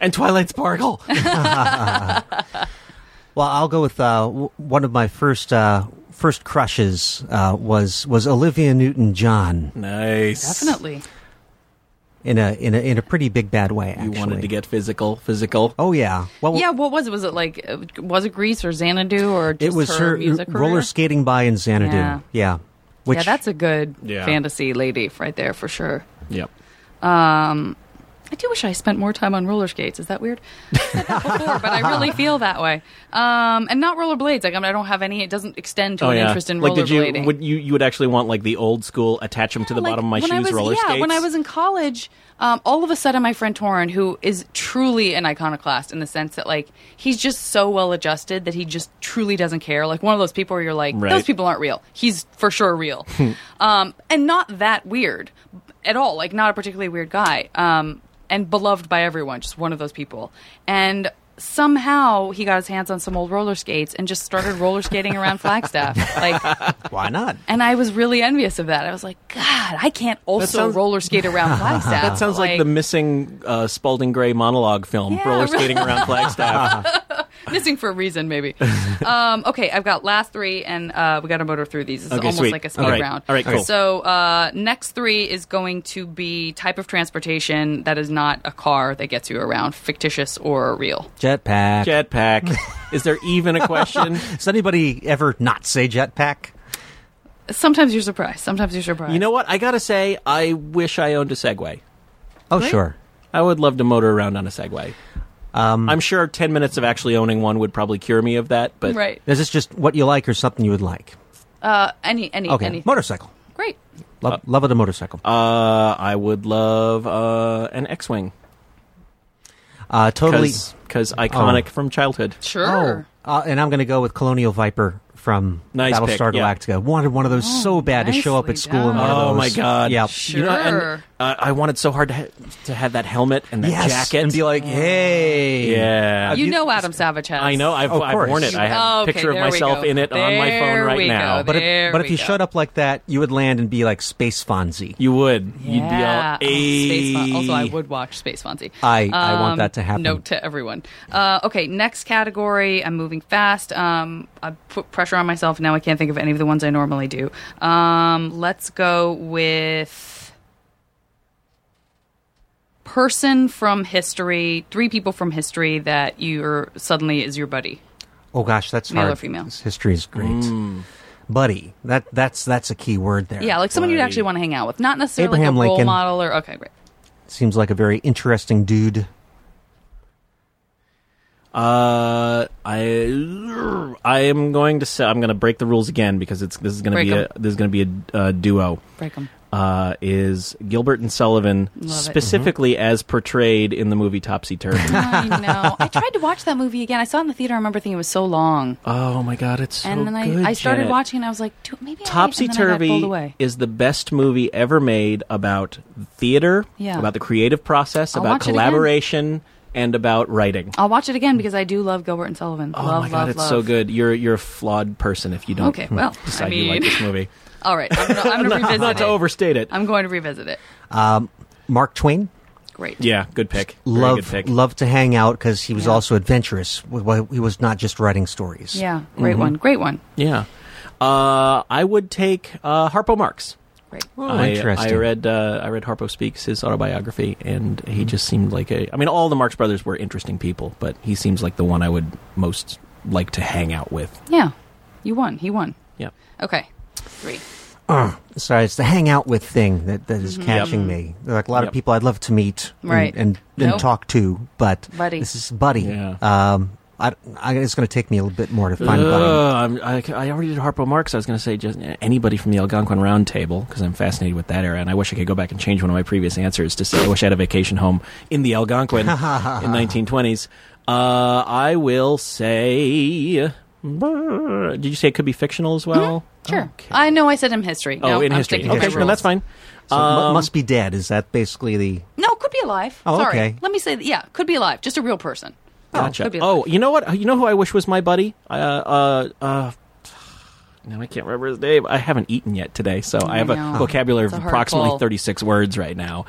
D: and Twilight Sparkle.
C: Well, I'll go with uh, w- one of my first uh, first crushes uh, was was Olivia Newton John
D: nice.
A: Definitely.
C: in a in a in a pretty big bad way.
D: You
C: Actually.
D: wanted to get physical, physical.
C: Oh yeah. Well,
A: yeah. What was it? Was it like? uh, Was it Grease or Xanadu or
C: it
A: just
C: was her,
A: music career?
C: roller skating by in Xanadu.
A: Yeah.
C: Yeah. Which
A: yeah, that's a good
D: Yeah.
A: fantasy lady right there for sure.
D: Yep.
A: Um, I do wish I spent more time on roller skates. Is that weird? I said that before, but I really feel that way. Um, and not rollerblades. Like I, mean, I don't have any. It doesn't extend to an interest in
D: Oh, like, did you
A: rollerblading.
D: would you you would actually want like the old school attach them to the
A: Like,
D: bottom of my
A: when
D: shoes
A: I was,
D: roller
A: yeah,
D: skates?
A: when I was in college, um, all of a sudden my friend Torin, who is truly an iconoclast in the sense that like he's just so well adjusted that he just truly doesn't care. Like one of those people where you're like,
D: Right.
A: those people aren't real. He's for sure real, um, and not that weird at all. Like not a particularly weird guy, um, and beloved by everyone. Just one of those people, and. Somehow he got his hands on some old roller skates and just started roller skating around Flagstaff. Like
C: why not?
A: and I was really envious of that. I was like, God, I can't also
D: sounds-
A: roller skate around Flagstaff.
D: That sounds like, the missing uh, Spalding Gray monologue film,
A: Yeah,
D: roller skating around Flagstaff.
A: missing for a reason, maybe. um, okay, I've got last three, and uh, we got to motor through these. It's
D: Okay,
A: almost
D: sweet.
A: like a speed
D: All right.
A: round.
D: All right, cool.
A: So uh, next three is going to be type of transportation that is not a car that gets you around, fictitious or real.
C: Jetpack.
D: Jetpack. Is there even a question?
C: Does anybody ever not say jetpack?
A: Sometimes you're surprised. Sometimes you're surprised.
D: you know what? I gotta say, I wish I owned a Segway.
C: Oh sure.
D: I would love to motor around on a Segway.
A: Hmm.
D: Um, I'm sure ten minutes of actually owning one would probably cure me of that. But
A: right?
C: Is this just what you like or something you would like?
A: Uh, any, any,
C: Okay.
A: any.
C: Motorcycle.
A: Great.
C: Love, love it a motorcycle.
D: uh, I would love uh, an X-wing
C: Uh, totally.
D: because iconic from childhood.
A: Sure.
C: Oh, uh, and I'm going to go with Colonial Viper from
D: Nice pick,
C: Battlestar
D: yeah.
C: Galactica. Wanted one of those so bad to show up
A: Oh, nicely
C: at school. In one of
D: Oh
C: those.
D: my god!
C: Yep.
A: Sure.
D: You know, and, uh, I wanted so hard to, ha- to have that helmet and that
C: Yes,
D: jacket
C: and be like,
A: Oh.
C: hey,
D: yeah.
A: you know Adam Savage has.
D: I know. I've,
C: Of
D: I've
C: course.
D: worn it. I have
A: Oh,
D: a
A: okay,
D: picture of
A: there we
D: myself
A: go.
D: in it on my phone
A: There we
D: right now.
A: go.
D: But
C: But
A: There
C: if, but if
A: we
C: you
A: go.
C: showed up like that, you would land and be like Space Fonzie.
D: you would.
A: Yeah. Oh,
D: You'd be
A: Space
D: all.
A: Fon-
D: "Ay."
A: also, I would watch Space Fonzie. Um,
C: I- I want that to happen.
A: Note to everyone. Uh, okay, next category. I'm moving fast. Um, I put pressure on myself. Now I can't think of any of the ones I normally do. Um, let's go with person from history. Three people from history that you're suddenly is your buddy.
C: Oh gosh, that's
A: Male or
C: hard.
A: female?
C: This history is great,
D: Mm.
C: buddy. That that's that's a key word there.
A: Yeah, like someone you'd
D: Right.
A: actually want to hang out with, not necessarily
C: Abraham
A: a role
C: Lincoln.
A: model or okay, great.
C: seems like a very interesting dude.
D: Uh, I I am going to say I'm going to break the rules again because it's this is going to
A: Break
D: be a
A: 'em.
D: this is going to be a uh, duo.
A: Break them.
D: uh, is Gilbert and Sullivan,
A: Love it. Mm-hmm.
D: specifically as portrayed in the movie Topsy Turvy.
A: I know. I tried to watch that movie again. I saw it in the theater. I remember thinking it was so long,
D: oh my God, it's so
A: and then I,
D: good,
A: I started
D: Janet.
A: watching, and I was like, Dude, maybe I- and then I got
D: Topsy
A: pulled away.
D: Turvy is the best movie ever made about theater,
A: Yeah.
D: about the creative process,
A: I'll
D: about
A: watch it again.
D: collaboration, and about writing.
A: I'll watch it again because I do love Gilbert and Sullivan.
D: Oh
A: love,
D: my god,
A: love,
D: it's
A: love.
D: so good. You're you're a flawed person if you don't
A: Okay, well,
D: decide
A: I
D: you like
A: mean-
D: this movie.
A: All right, I'm gonna, I'm gonna revisit
D: Not to
A: it.
D: overstate it.
A: I'm going to revisit it.
C: Um, Mark Twain.
A: Great.
D: Yeah, good pick. Very good
C: Love,
D: pick.
C: love to hang out because he was
A: Yeah.
C: also adventurous. Wh- wh- He was not just writing stories.
A: Yeah, great
D: Mm-hmm.
A: one. Great one.
D: Yeah. Uh, I would take uh, Harpo Marx.
A: Great.
C: Oh,
D: I,
C: interesting.
D: I read uh, I read Harpo Speaks, his autobiography, and he just seemed like a. I mean, all the Marx brothers were interesting people, but he seems like the one I would most like to hang out with.
A: Yeah, you won. He won.
D: Yeah.
A: Okay, three.
C: Uh, sorry, it's the hangout with thing that, that is catching
D: Yep.
C: me. There are, like a lot
D: Yep.
C: of people I'd love to meet
A: Mm-hmm.
C: and-
A: Right.
C: and, and
A: Nope.
C: talk to, but
A: Buddy.
C: this is Buddy.
D: Yeah.
C: Um, I, I, it's going to take me a little bit more to find Buddy.
D: Uh, I'm, I, I already did Harpo Marx. I was going to say just anybody from the Algonquin Round Table because I'm fascinated with that era, and I wish I could go back and change one of my previous answers to say I wish I had a vacation home in the Algonquin in 1920s. Uh, I will say. Did you say it could be fictional as well?
A: Hmm, Sure.
D: Okay.
A: I know I said in history.
D: oh,
A: no,
D: in
A: I'm
D: history.
A: sticking to
D: Okay,
A: my
D: sure,
A: rules.
D: that's fine.
C: So mu-
D: Um,
C: must be dead. Is that basically the.
A: No, could be alive.
C: Oh,
A: Sorry.
C: okay.
A: Let me say that. Yeah, could be alive. Just a real person.
D: Gotcha.
A: Could be
D: Oh,
A: alive.
D: you know what? You know who I wish was my buddy? Uh, uh, uh, now I can't remember his name. I haven't eaten yet today, so I have
A: know.
D: a vocabulary of
A: It's a hard
D: approximately
A: pull.
D: 36 words right now.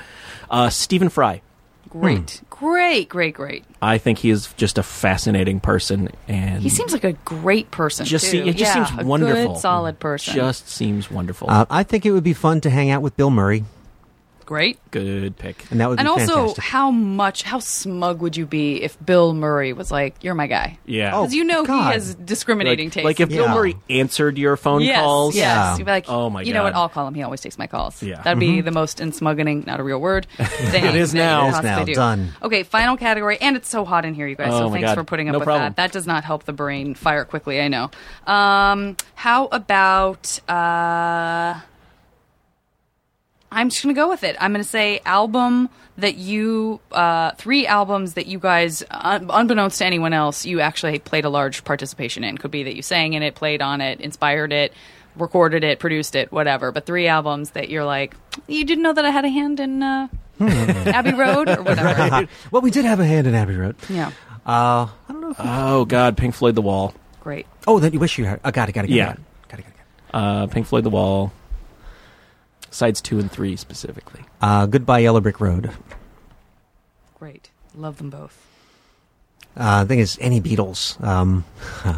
D: Uh, Stephen Fry.
A: Great. Hmm. Great, great, great.
D: I think he is just a fascinating person, and
A: He seems like a great person.
D: Hmm. just
A: too.
D: se- it just
A: yeah,
D: seems
A: a
D: wonderful,
A: Good, solid person.
D: Just seems wonderful.
C: Uh, I think it would be fun to hang out with Bill Murray,
A: great.
D: Good pick.
C: and that would
A: And
C: be
A: also,
C: fantastic.
A: how much, how smug would you be if Bill Murray was like, "You're my guy"?
D: Yeah.
A: because you know
C: God.
A: he has
D: like,
A: discriminating tastes.
D: like if Bill
C: Yeah.
D: Murray answered your phone
A: yes,
D: calls.
A: yes,
C: Yeah.
A: You'd be like,
D: Oh my
A: you know what?
D: God.
A: I'll call him. He always takes my calls.
D: Yeah. Mm-hmm.
A: that'd be the most insmuggening, not a real word. Thing
D: It is
A: that you
D: now.
A: could
D: It is
A: possibly
C: now.
A: do.
C: Done.
A: Okay, final category, and it's so hot in here, you guys.
D: Oh
A: so
D: my
A: thanks
D: God.
A: for putting up
D: No
A: with
D: problem.
A: that. That does not help the brain fire quickly. I know. Um, how about? Uh, I'm just gonna go with it. I'm gonna say album that you uh, three albums that you guys, un- unbeknownst to anyone else, you actually played a large participation in. Could be that you sang in it, played on it, inspired it, recorded it, produced it, whatever. But three albums that you're like, you didn't know that I had a hand in uh,
D: Hmm.
A: Abbey Road or whatever.
C: well, we did have a hand in Abbey Road.
A: Yeah,
C: Uh, I don't know. If
D: Oh God, Pink Floyd The Wall.
A: great.
C: oh, that you wish you had. I got it, got it, got it.
D: Yeah.
C: Got it, got it, got it.
D: Uh, Pink Floyd The Wall. Sides two and three specifically.
C: Uh, Goodbye, Yellow Brick Road.
A: Great. Love them both.
C: Uh, I think it's any Beatles. Um, oh,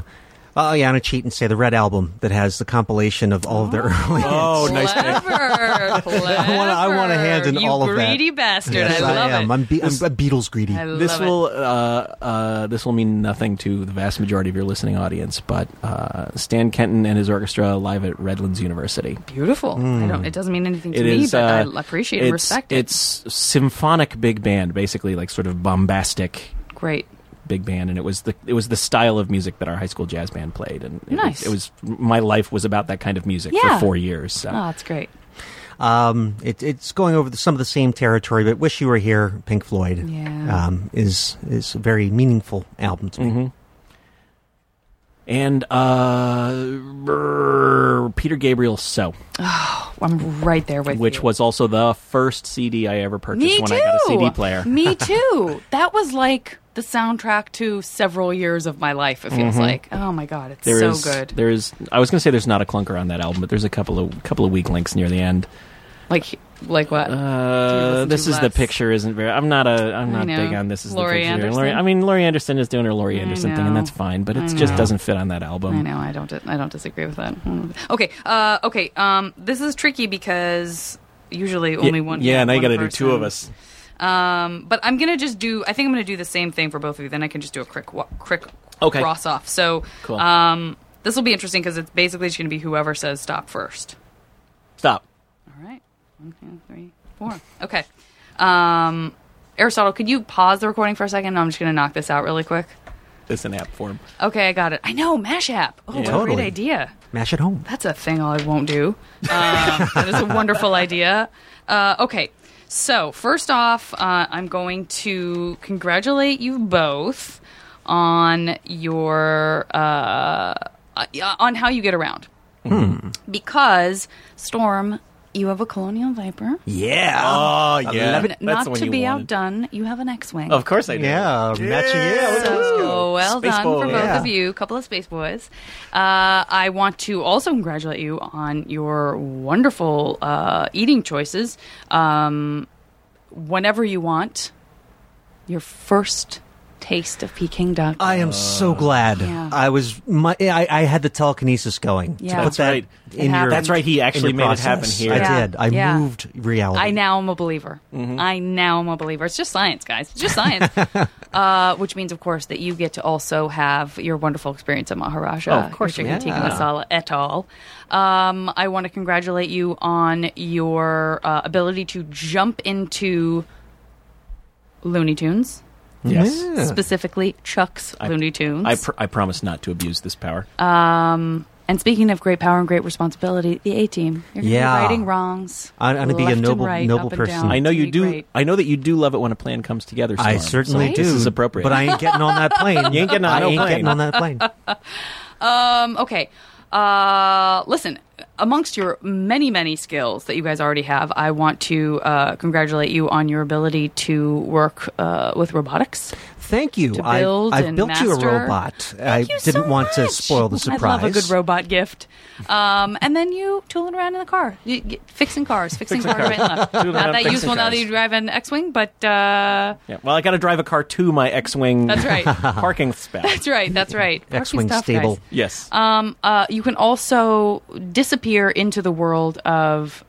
C: yeah, I'm going to cheat and say the Red Album that has the compilation of all of their early.
D: Oh, nice pick.
A: Clever, clever.
C: wanna- I wanna hand in
A: you
C: all of that.
A: greedy bastard.
C: Yes,
A: I love
C: am.
A: it.
C: I'm, Be- I'm a Beatles greedy.
A: I love
D: This
A: it.
D: will uh, uh, this will mean nothing to the vast majority of your listening audience, but uh, Stan Kenton and his orchestra live at Redlands University.
A: Beautiful. I don't. It doesn't mean anything to
D: Hmm. It
A: me,
D: is,
A: but
D: uh,
A: I appreciate
D: it's,
A: and respect it.
D: It's symphonic big band, basically like sort of bombastic
A: great.
D: big band, and it was the it was the style of music that our high school jazz band played, and it,
A: Nice.
D: was, it was my life was about that kind of music
A: Yeah.
D: for four years. So.
A: Oh, it's great.
C: Um, it, it's going over the, some of the same territory, but Wish You Were Here, Pink Floyd,
A: Yeah.
D: Ah.
C: um, is is a very meaningful album to me.
D: Mhm. And uh, brr, Peter Gabriel So,
A: I'm right there with
D: which
A: you.
D: was also the first CD I ever purchased
A: me
D: when
A: too.
D: I got a CD player.
A: me too. That was like the soundtrack to several years of my life. It feels like. Oh my god, it's
D: Mm-hmm. There
A: so
D: is-
A: good.
D: There is. I was going to say there's not a clunker on that album, but there's a couple of couple of weak links near the end.
A: like, like what?
D: Uh,
A: listen
D: this
A: to
D: is the
A: less?
D: picture isn't very. I'm not a. I'm
A: I
D: not
A: know.
D: big on this is
A: Laurie
D: the picture.
A: Anderson?
D: I mean, Laurie Anderson is doing her Laurie
A: I
D: Anderson thing, and
A: know.
D: that's fine. But it
A: I
D: just
A: know.
D: doesn't fit on that album.
A: I know. I don't. I don't disagree with that. Mm. Okay. Uh, okay. Um, this is tricky because usually
D: Yeah,
A: only one.
D: Yeah, and I
A: one
D: got to do
A: person.
D: two of us.
A: Um, but I'm gonna just do. I think I'm gonna do the same thing for both of you. Then I can just do a quick, wa- quick
D: Okay.
A: cross off. So,
D: Cool.
A: um, this will be interesting because it's basically just gonna be whoever says stop first.
D: Stop.
A: All right. One, two, three, four. Okay. Um, Aristotle, could you pause the recording for a second? I'm just gonna knock this out really quick.
D: this in app form.
A: Okay, I got it. I know Mash app. Oh, what a
C: Totally.
A: great idea.
C: Mash at home.
A: That's a thing I won't do. Um, that is a wonderful idea. Uh, okay, so first off, uh, I'm going to congratulate you both on your uh, uh, on how you get around. Because Storm, you have a Colonial Viper.
C: Yeah.
D: Oh yeah,
A: N- Not to be outdone, you have an X-wing.
D: Of course I do.
C: yeah. Matching. Yeah. look at this.
A: So well
D: Space
A: done
D: boy.
A: for both
C: Yeah.
A: of you, couple of space boys. Uh, I want to also congratulate you on your wonderful uh, eating choices. Um, whenever you want, your first taste of Peking duck.
C: I am so glad.
A: Yeah.
C: I was my I, I had the telekinesis going. to
A: Yeah.
C: put
A: That's
C: that
D: right.
A: It
C: In your,
A: happened. That's
D: right, he
C: in
D: actually
C: your
D: made it happen
C: process.
D: here.
C: I
A: Yeah.
C: did. I
A: Yeah.
C: moved reality.
A: I now am a believer.
D: Mm-hmm.
A: I now am a believer. It's just science, guys. It's just science. uh, which means, of course, that you get to also have your wonderful experience at Maharaja.
D: Oh, of course,
A: your chicken
D: yeah.
A: tikka masala et al. Um, I want to congratulate you on your uh, ability to jump into Looney Tunes,
D: Yes.
A: Mm-hmm. specifically Chuck's Looney Tunes. Um,
D: I, pr- I promise not to abuse this power.
A: Oh, and speaking of great power and great responsibility, the A Team. You're going to
C: Yeah.
A: be righting wrongs.
C: I'm gonna be a
A: left and
C: noble-
A: right,
C: noble
A: up and
C: person.
A: down.
D: I know
A: It's
D: you
A: gonna be
D: do.
A: great.
D: I know that you do love it when a plan comes together. Storm.
C: I certainly
D: so
C: do.
D: This is appropriate.
C: But I ain't getting on that plane.
D: You ain't getting on
C: I
D: no
C: ain't
D: plane.
C: getting on that plane.
A: Um, okay. Uh, listen, amongst your many, many skills that you guys already have, I want to uh, congratulate you on your ability to work uh, with robotics.
C: Thank you.
A: To
C: I-
A: build
C: I've,
A: and
C: built you a
A: master.
C: robot. I
A: Thank you so
C: didn't want to
A: much.
C: spoil the
A: I
C: surprise.
A: love a good robot gift. Um, and then you tooling around in the car, you, you- fixing cars, fixing, cars, right and left.
D: Tooling
A: Not
D: around,
A: that
D: fixing
A: useful now that
D: cars.
A: you drive an X-wing, but uh,
D: Yeah, well, I got to drive a car to my X-wing.
A: that's right.
D: Parking spot.
A: that's right. That's right. Quirky
C: X-wing
A: stuff,
C: stable.
A: guys.
D: yes.
A: Um, uh, you can also disappear into the world of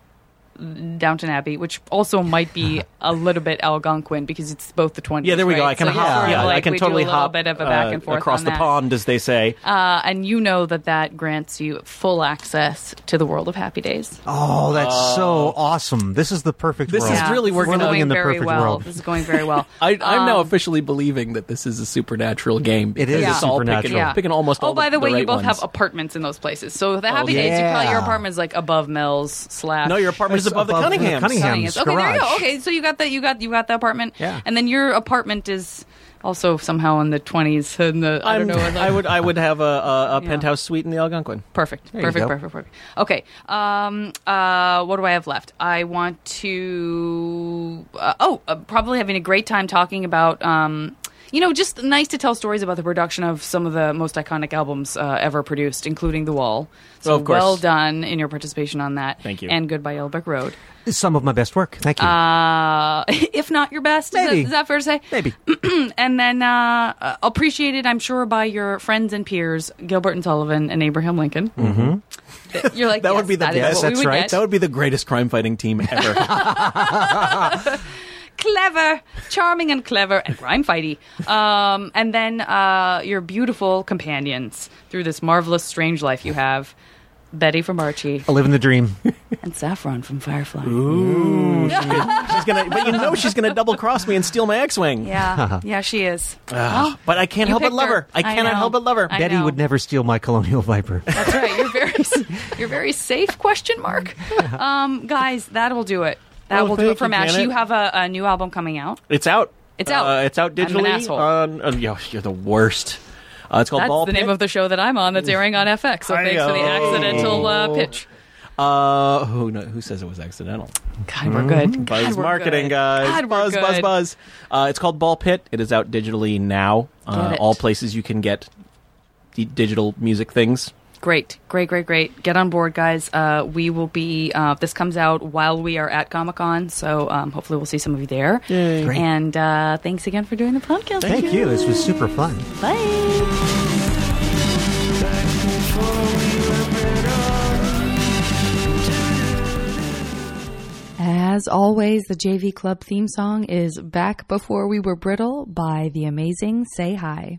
A: Downton Abbey, which also might be a little bit Algonquin because it's both the 20s.
D: yeah, there we go.
A: right?
D: I can
A: So you're sort
D: hop.
A: of
D: Yeah, I
A: like,
D: can
A: we
D: totally
A: do a little
D: hop
A: bit of a back
D: uh,
A: and forth
D: across
A: on
D: the
A: that.
D: pond, as they say.
A: Uh, and you know that that grants you full access to the world of Happy Days.
C: Oh, that's so awesome. This is the perfect
D: This
C: world.
D: is really
A: this
D: working
A: is
D: out.
A: going
C: in the
A: very
C: perfect
A: well.
C: world.
A: This is going very well.
D: I, I'm now
A: Um,
D: officially believing that this is a supernatural game.
C: It is
D: because it's
A: a
D: all
C: supernatural.
D: Picking,
A: yeah.
D: picking almost
A: oh,
D: all
A: by the, way,
D: right
A: you both
D: ones.
A: have apartments in those places. So the Happy Days, you
C: yeah.
A: probably your apartment's like above Mel's slash.
D: no, your apartment is
C: It's
D: above, the
C: above the
D: Cunningham.
C: Cunningham.
A: Selling
C: Ham's
A: it. Okay, there you go.
C: garage.
A: Okay, so you got that. You got you got the apartment.
C: Yeah.
A: And then your apartment is also somehow in the twenties. In the I don't know. in the-
D: I would. I would have a, a, a
A: Yeah.
D: penthouse suite in the Algonquin.
A: Perfect.
C: you
A: Perfect.
C: go.
A: Perfect. Perfect. Okay. Um. Uh. What do I have left? I want to. Uh, oh, uh, probably having a great time talking about. Um. You know, just nice to tell stories about the production of some of the most iconic albums uh, ever produced, including The Wall. So
D: Oh, of course.
A: well done in your participation on that.
D: Thank you.
A: And Goodbye Yellow Brick Road.
C: Some of my best work. Thank you.
A: Uh, if not your best, is that-
C: Maybe.
A: Is, that fair to say?
C: Maybe.
A: and then uh, uh, appreciated, I'm sure, by your friends and peers, Gilbert and Sullivan and Abraham Lincoln. Mm-hmm. You're like
D: That
A: yes,
D: would be the
A: that is
D: best.
A: what we would get.
D: That would be the greatest crime fighting team ever.
A: clever, charming, and clever, and crime fighty. Um, and then uh, your beautiful companions through this marvelous, strange life you have. Betty from Archie
D: Oh.
C: I live in the dream.
A: and Saffron from Firefly.
D: she's gonna, but you know, she's gonna double cross me and steal my X-wing.
A: Yeah, yeah, she is.
D: Ah, but I can't
A: you
D: help but
A: picked
D: love her.
A: her.
D: I
A: I
D: cannot
A: know.
D: help but love her.
A: I
C: Betty
A: know.
C: would never steal my colonial viper.
A: That's right. You're very you're very safe? Question mark. Um, guys, that'll do it.
C: Oh,
A: That
D: Well,
A: will do
D: thank
A: it for
D: you,
A: Mash.
D: Janet.
A: You have a, a new album coming out.
D: It's out.
A: It's out.
D: Uh, it's out
A: I'm an
D: digitally.
A: asshole.
D: on- uh, yo, you're the worst. Uh, it's called
A: That's
D: Ball
A: the name of the show that I'm on. That's airing on FX. So thanks for the
D: Hi-yo.
A: accidental uh, pitch.
D: the. Uh, who no, who says it was accidental?
A: God, we're
C: Mm-hmm.
A: good. God,
D: Buzz
A: we're
D: marketing
A: good.
D: guys.
A: God, we're
D: buzz, buzz,
A: good.
D: buzz. Uh, it's called Ball Pit. It is out digitally now. Uh,
A: Get it.
D: all places you can get d- digital music things.
A: Great, great, great, great. Get on board, guys. Uh, we will be. Uh, this comes out while we are at Comic Con, so um, hopefully we'll see some of you there.
C: Great.
A: And uh, thanks again for doing the podcast.
C: Thank you. This was super fun.
A: Bye.
B: As always, the JV Club theme song is Back Before We Were Brittle by the amazing Say Hi.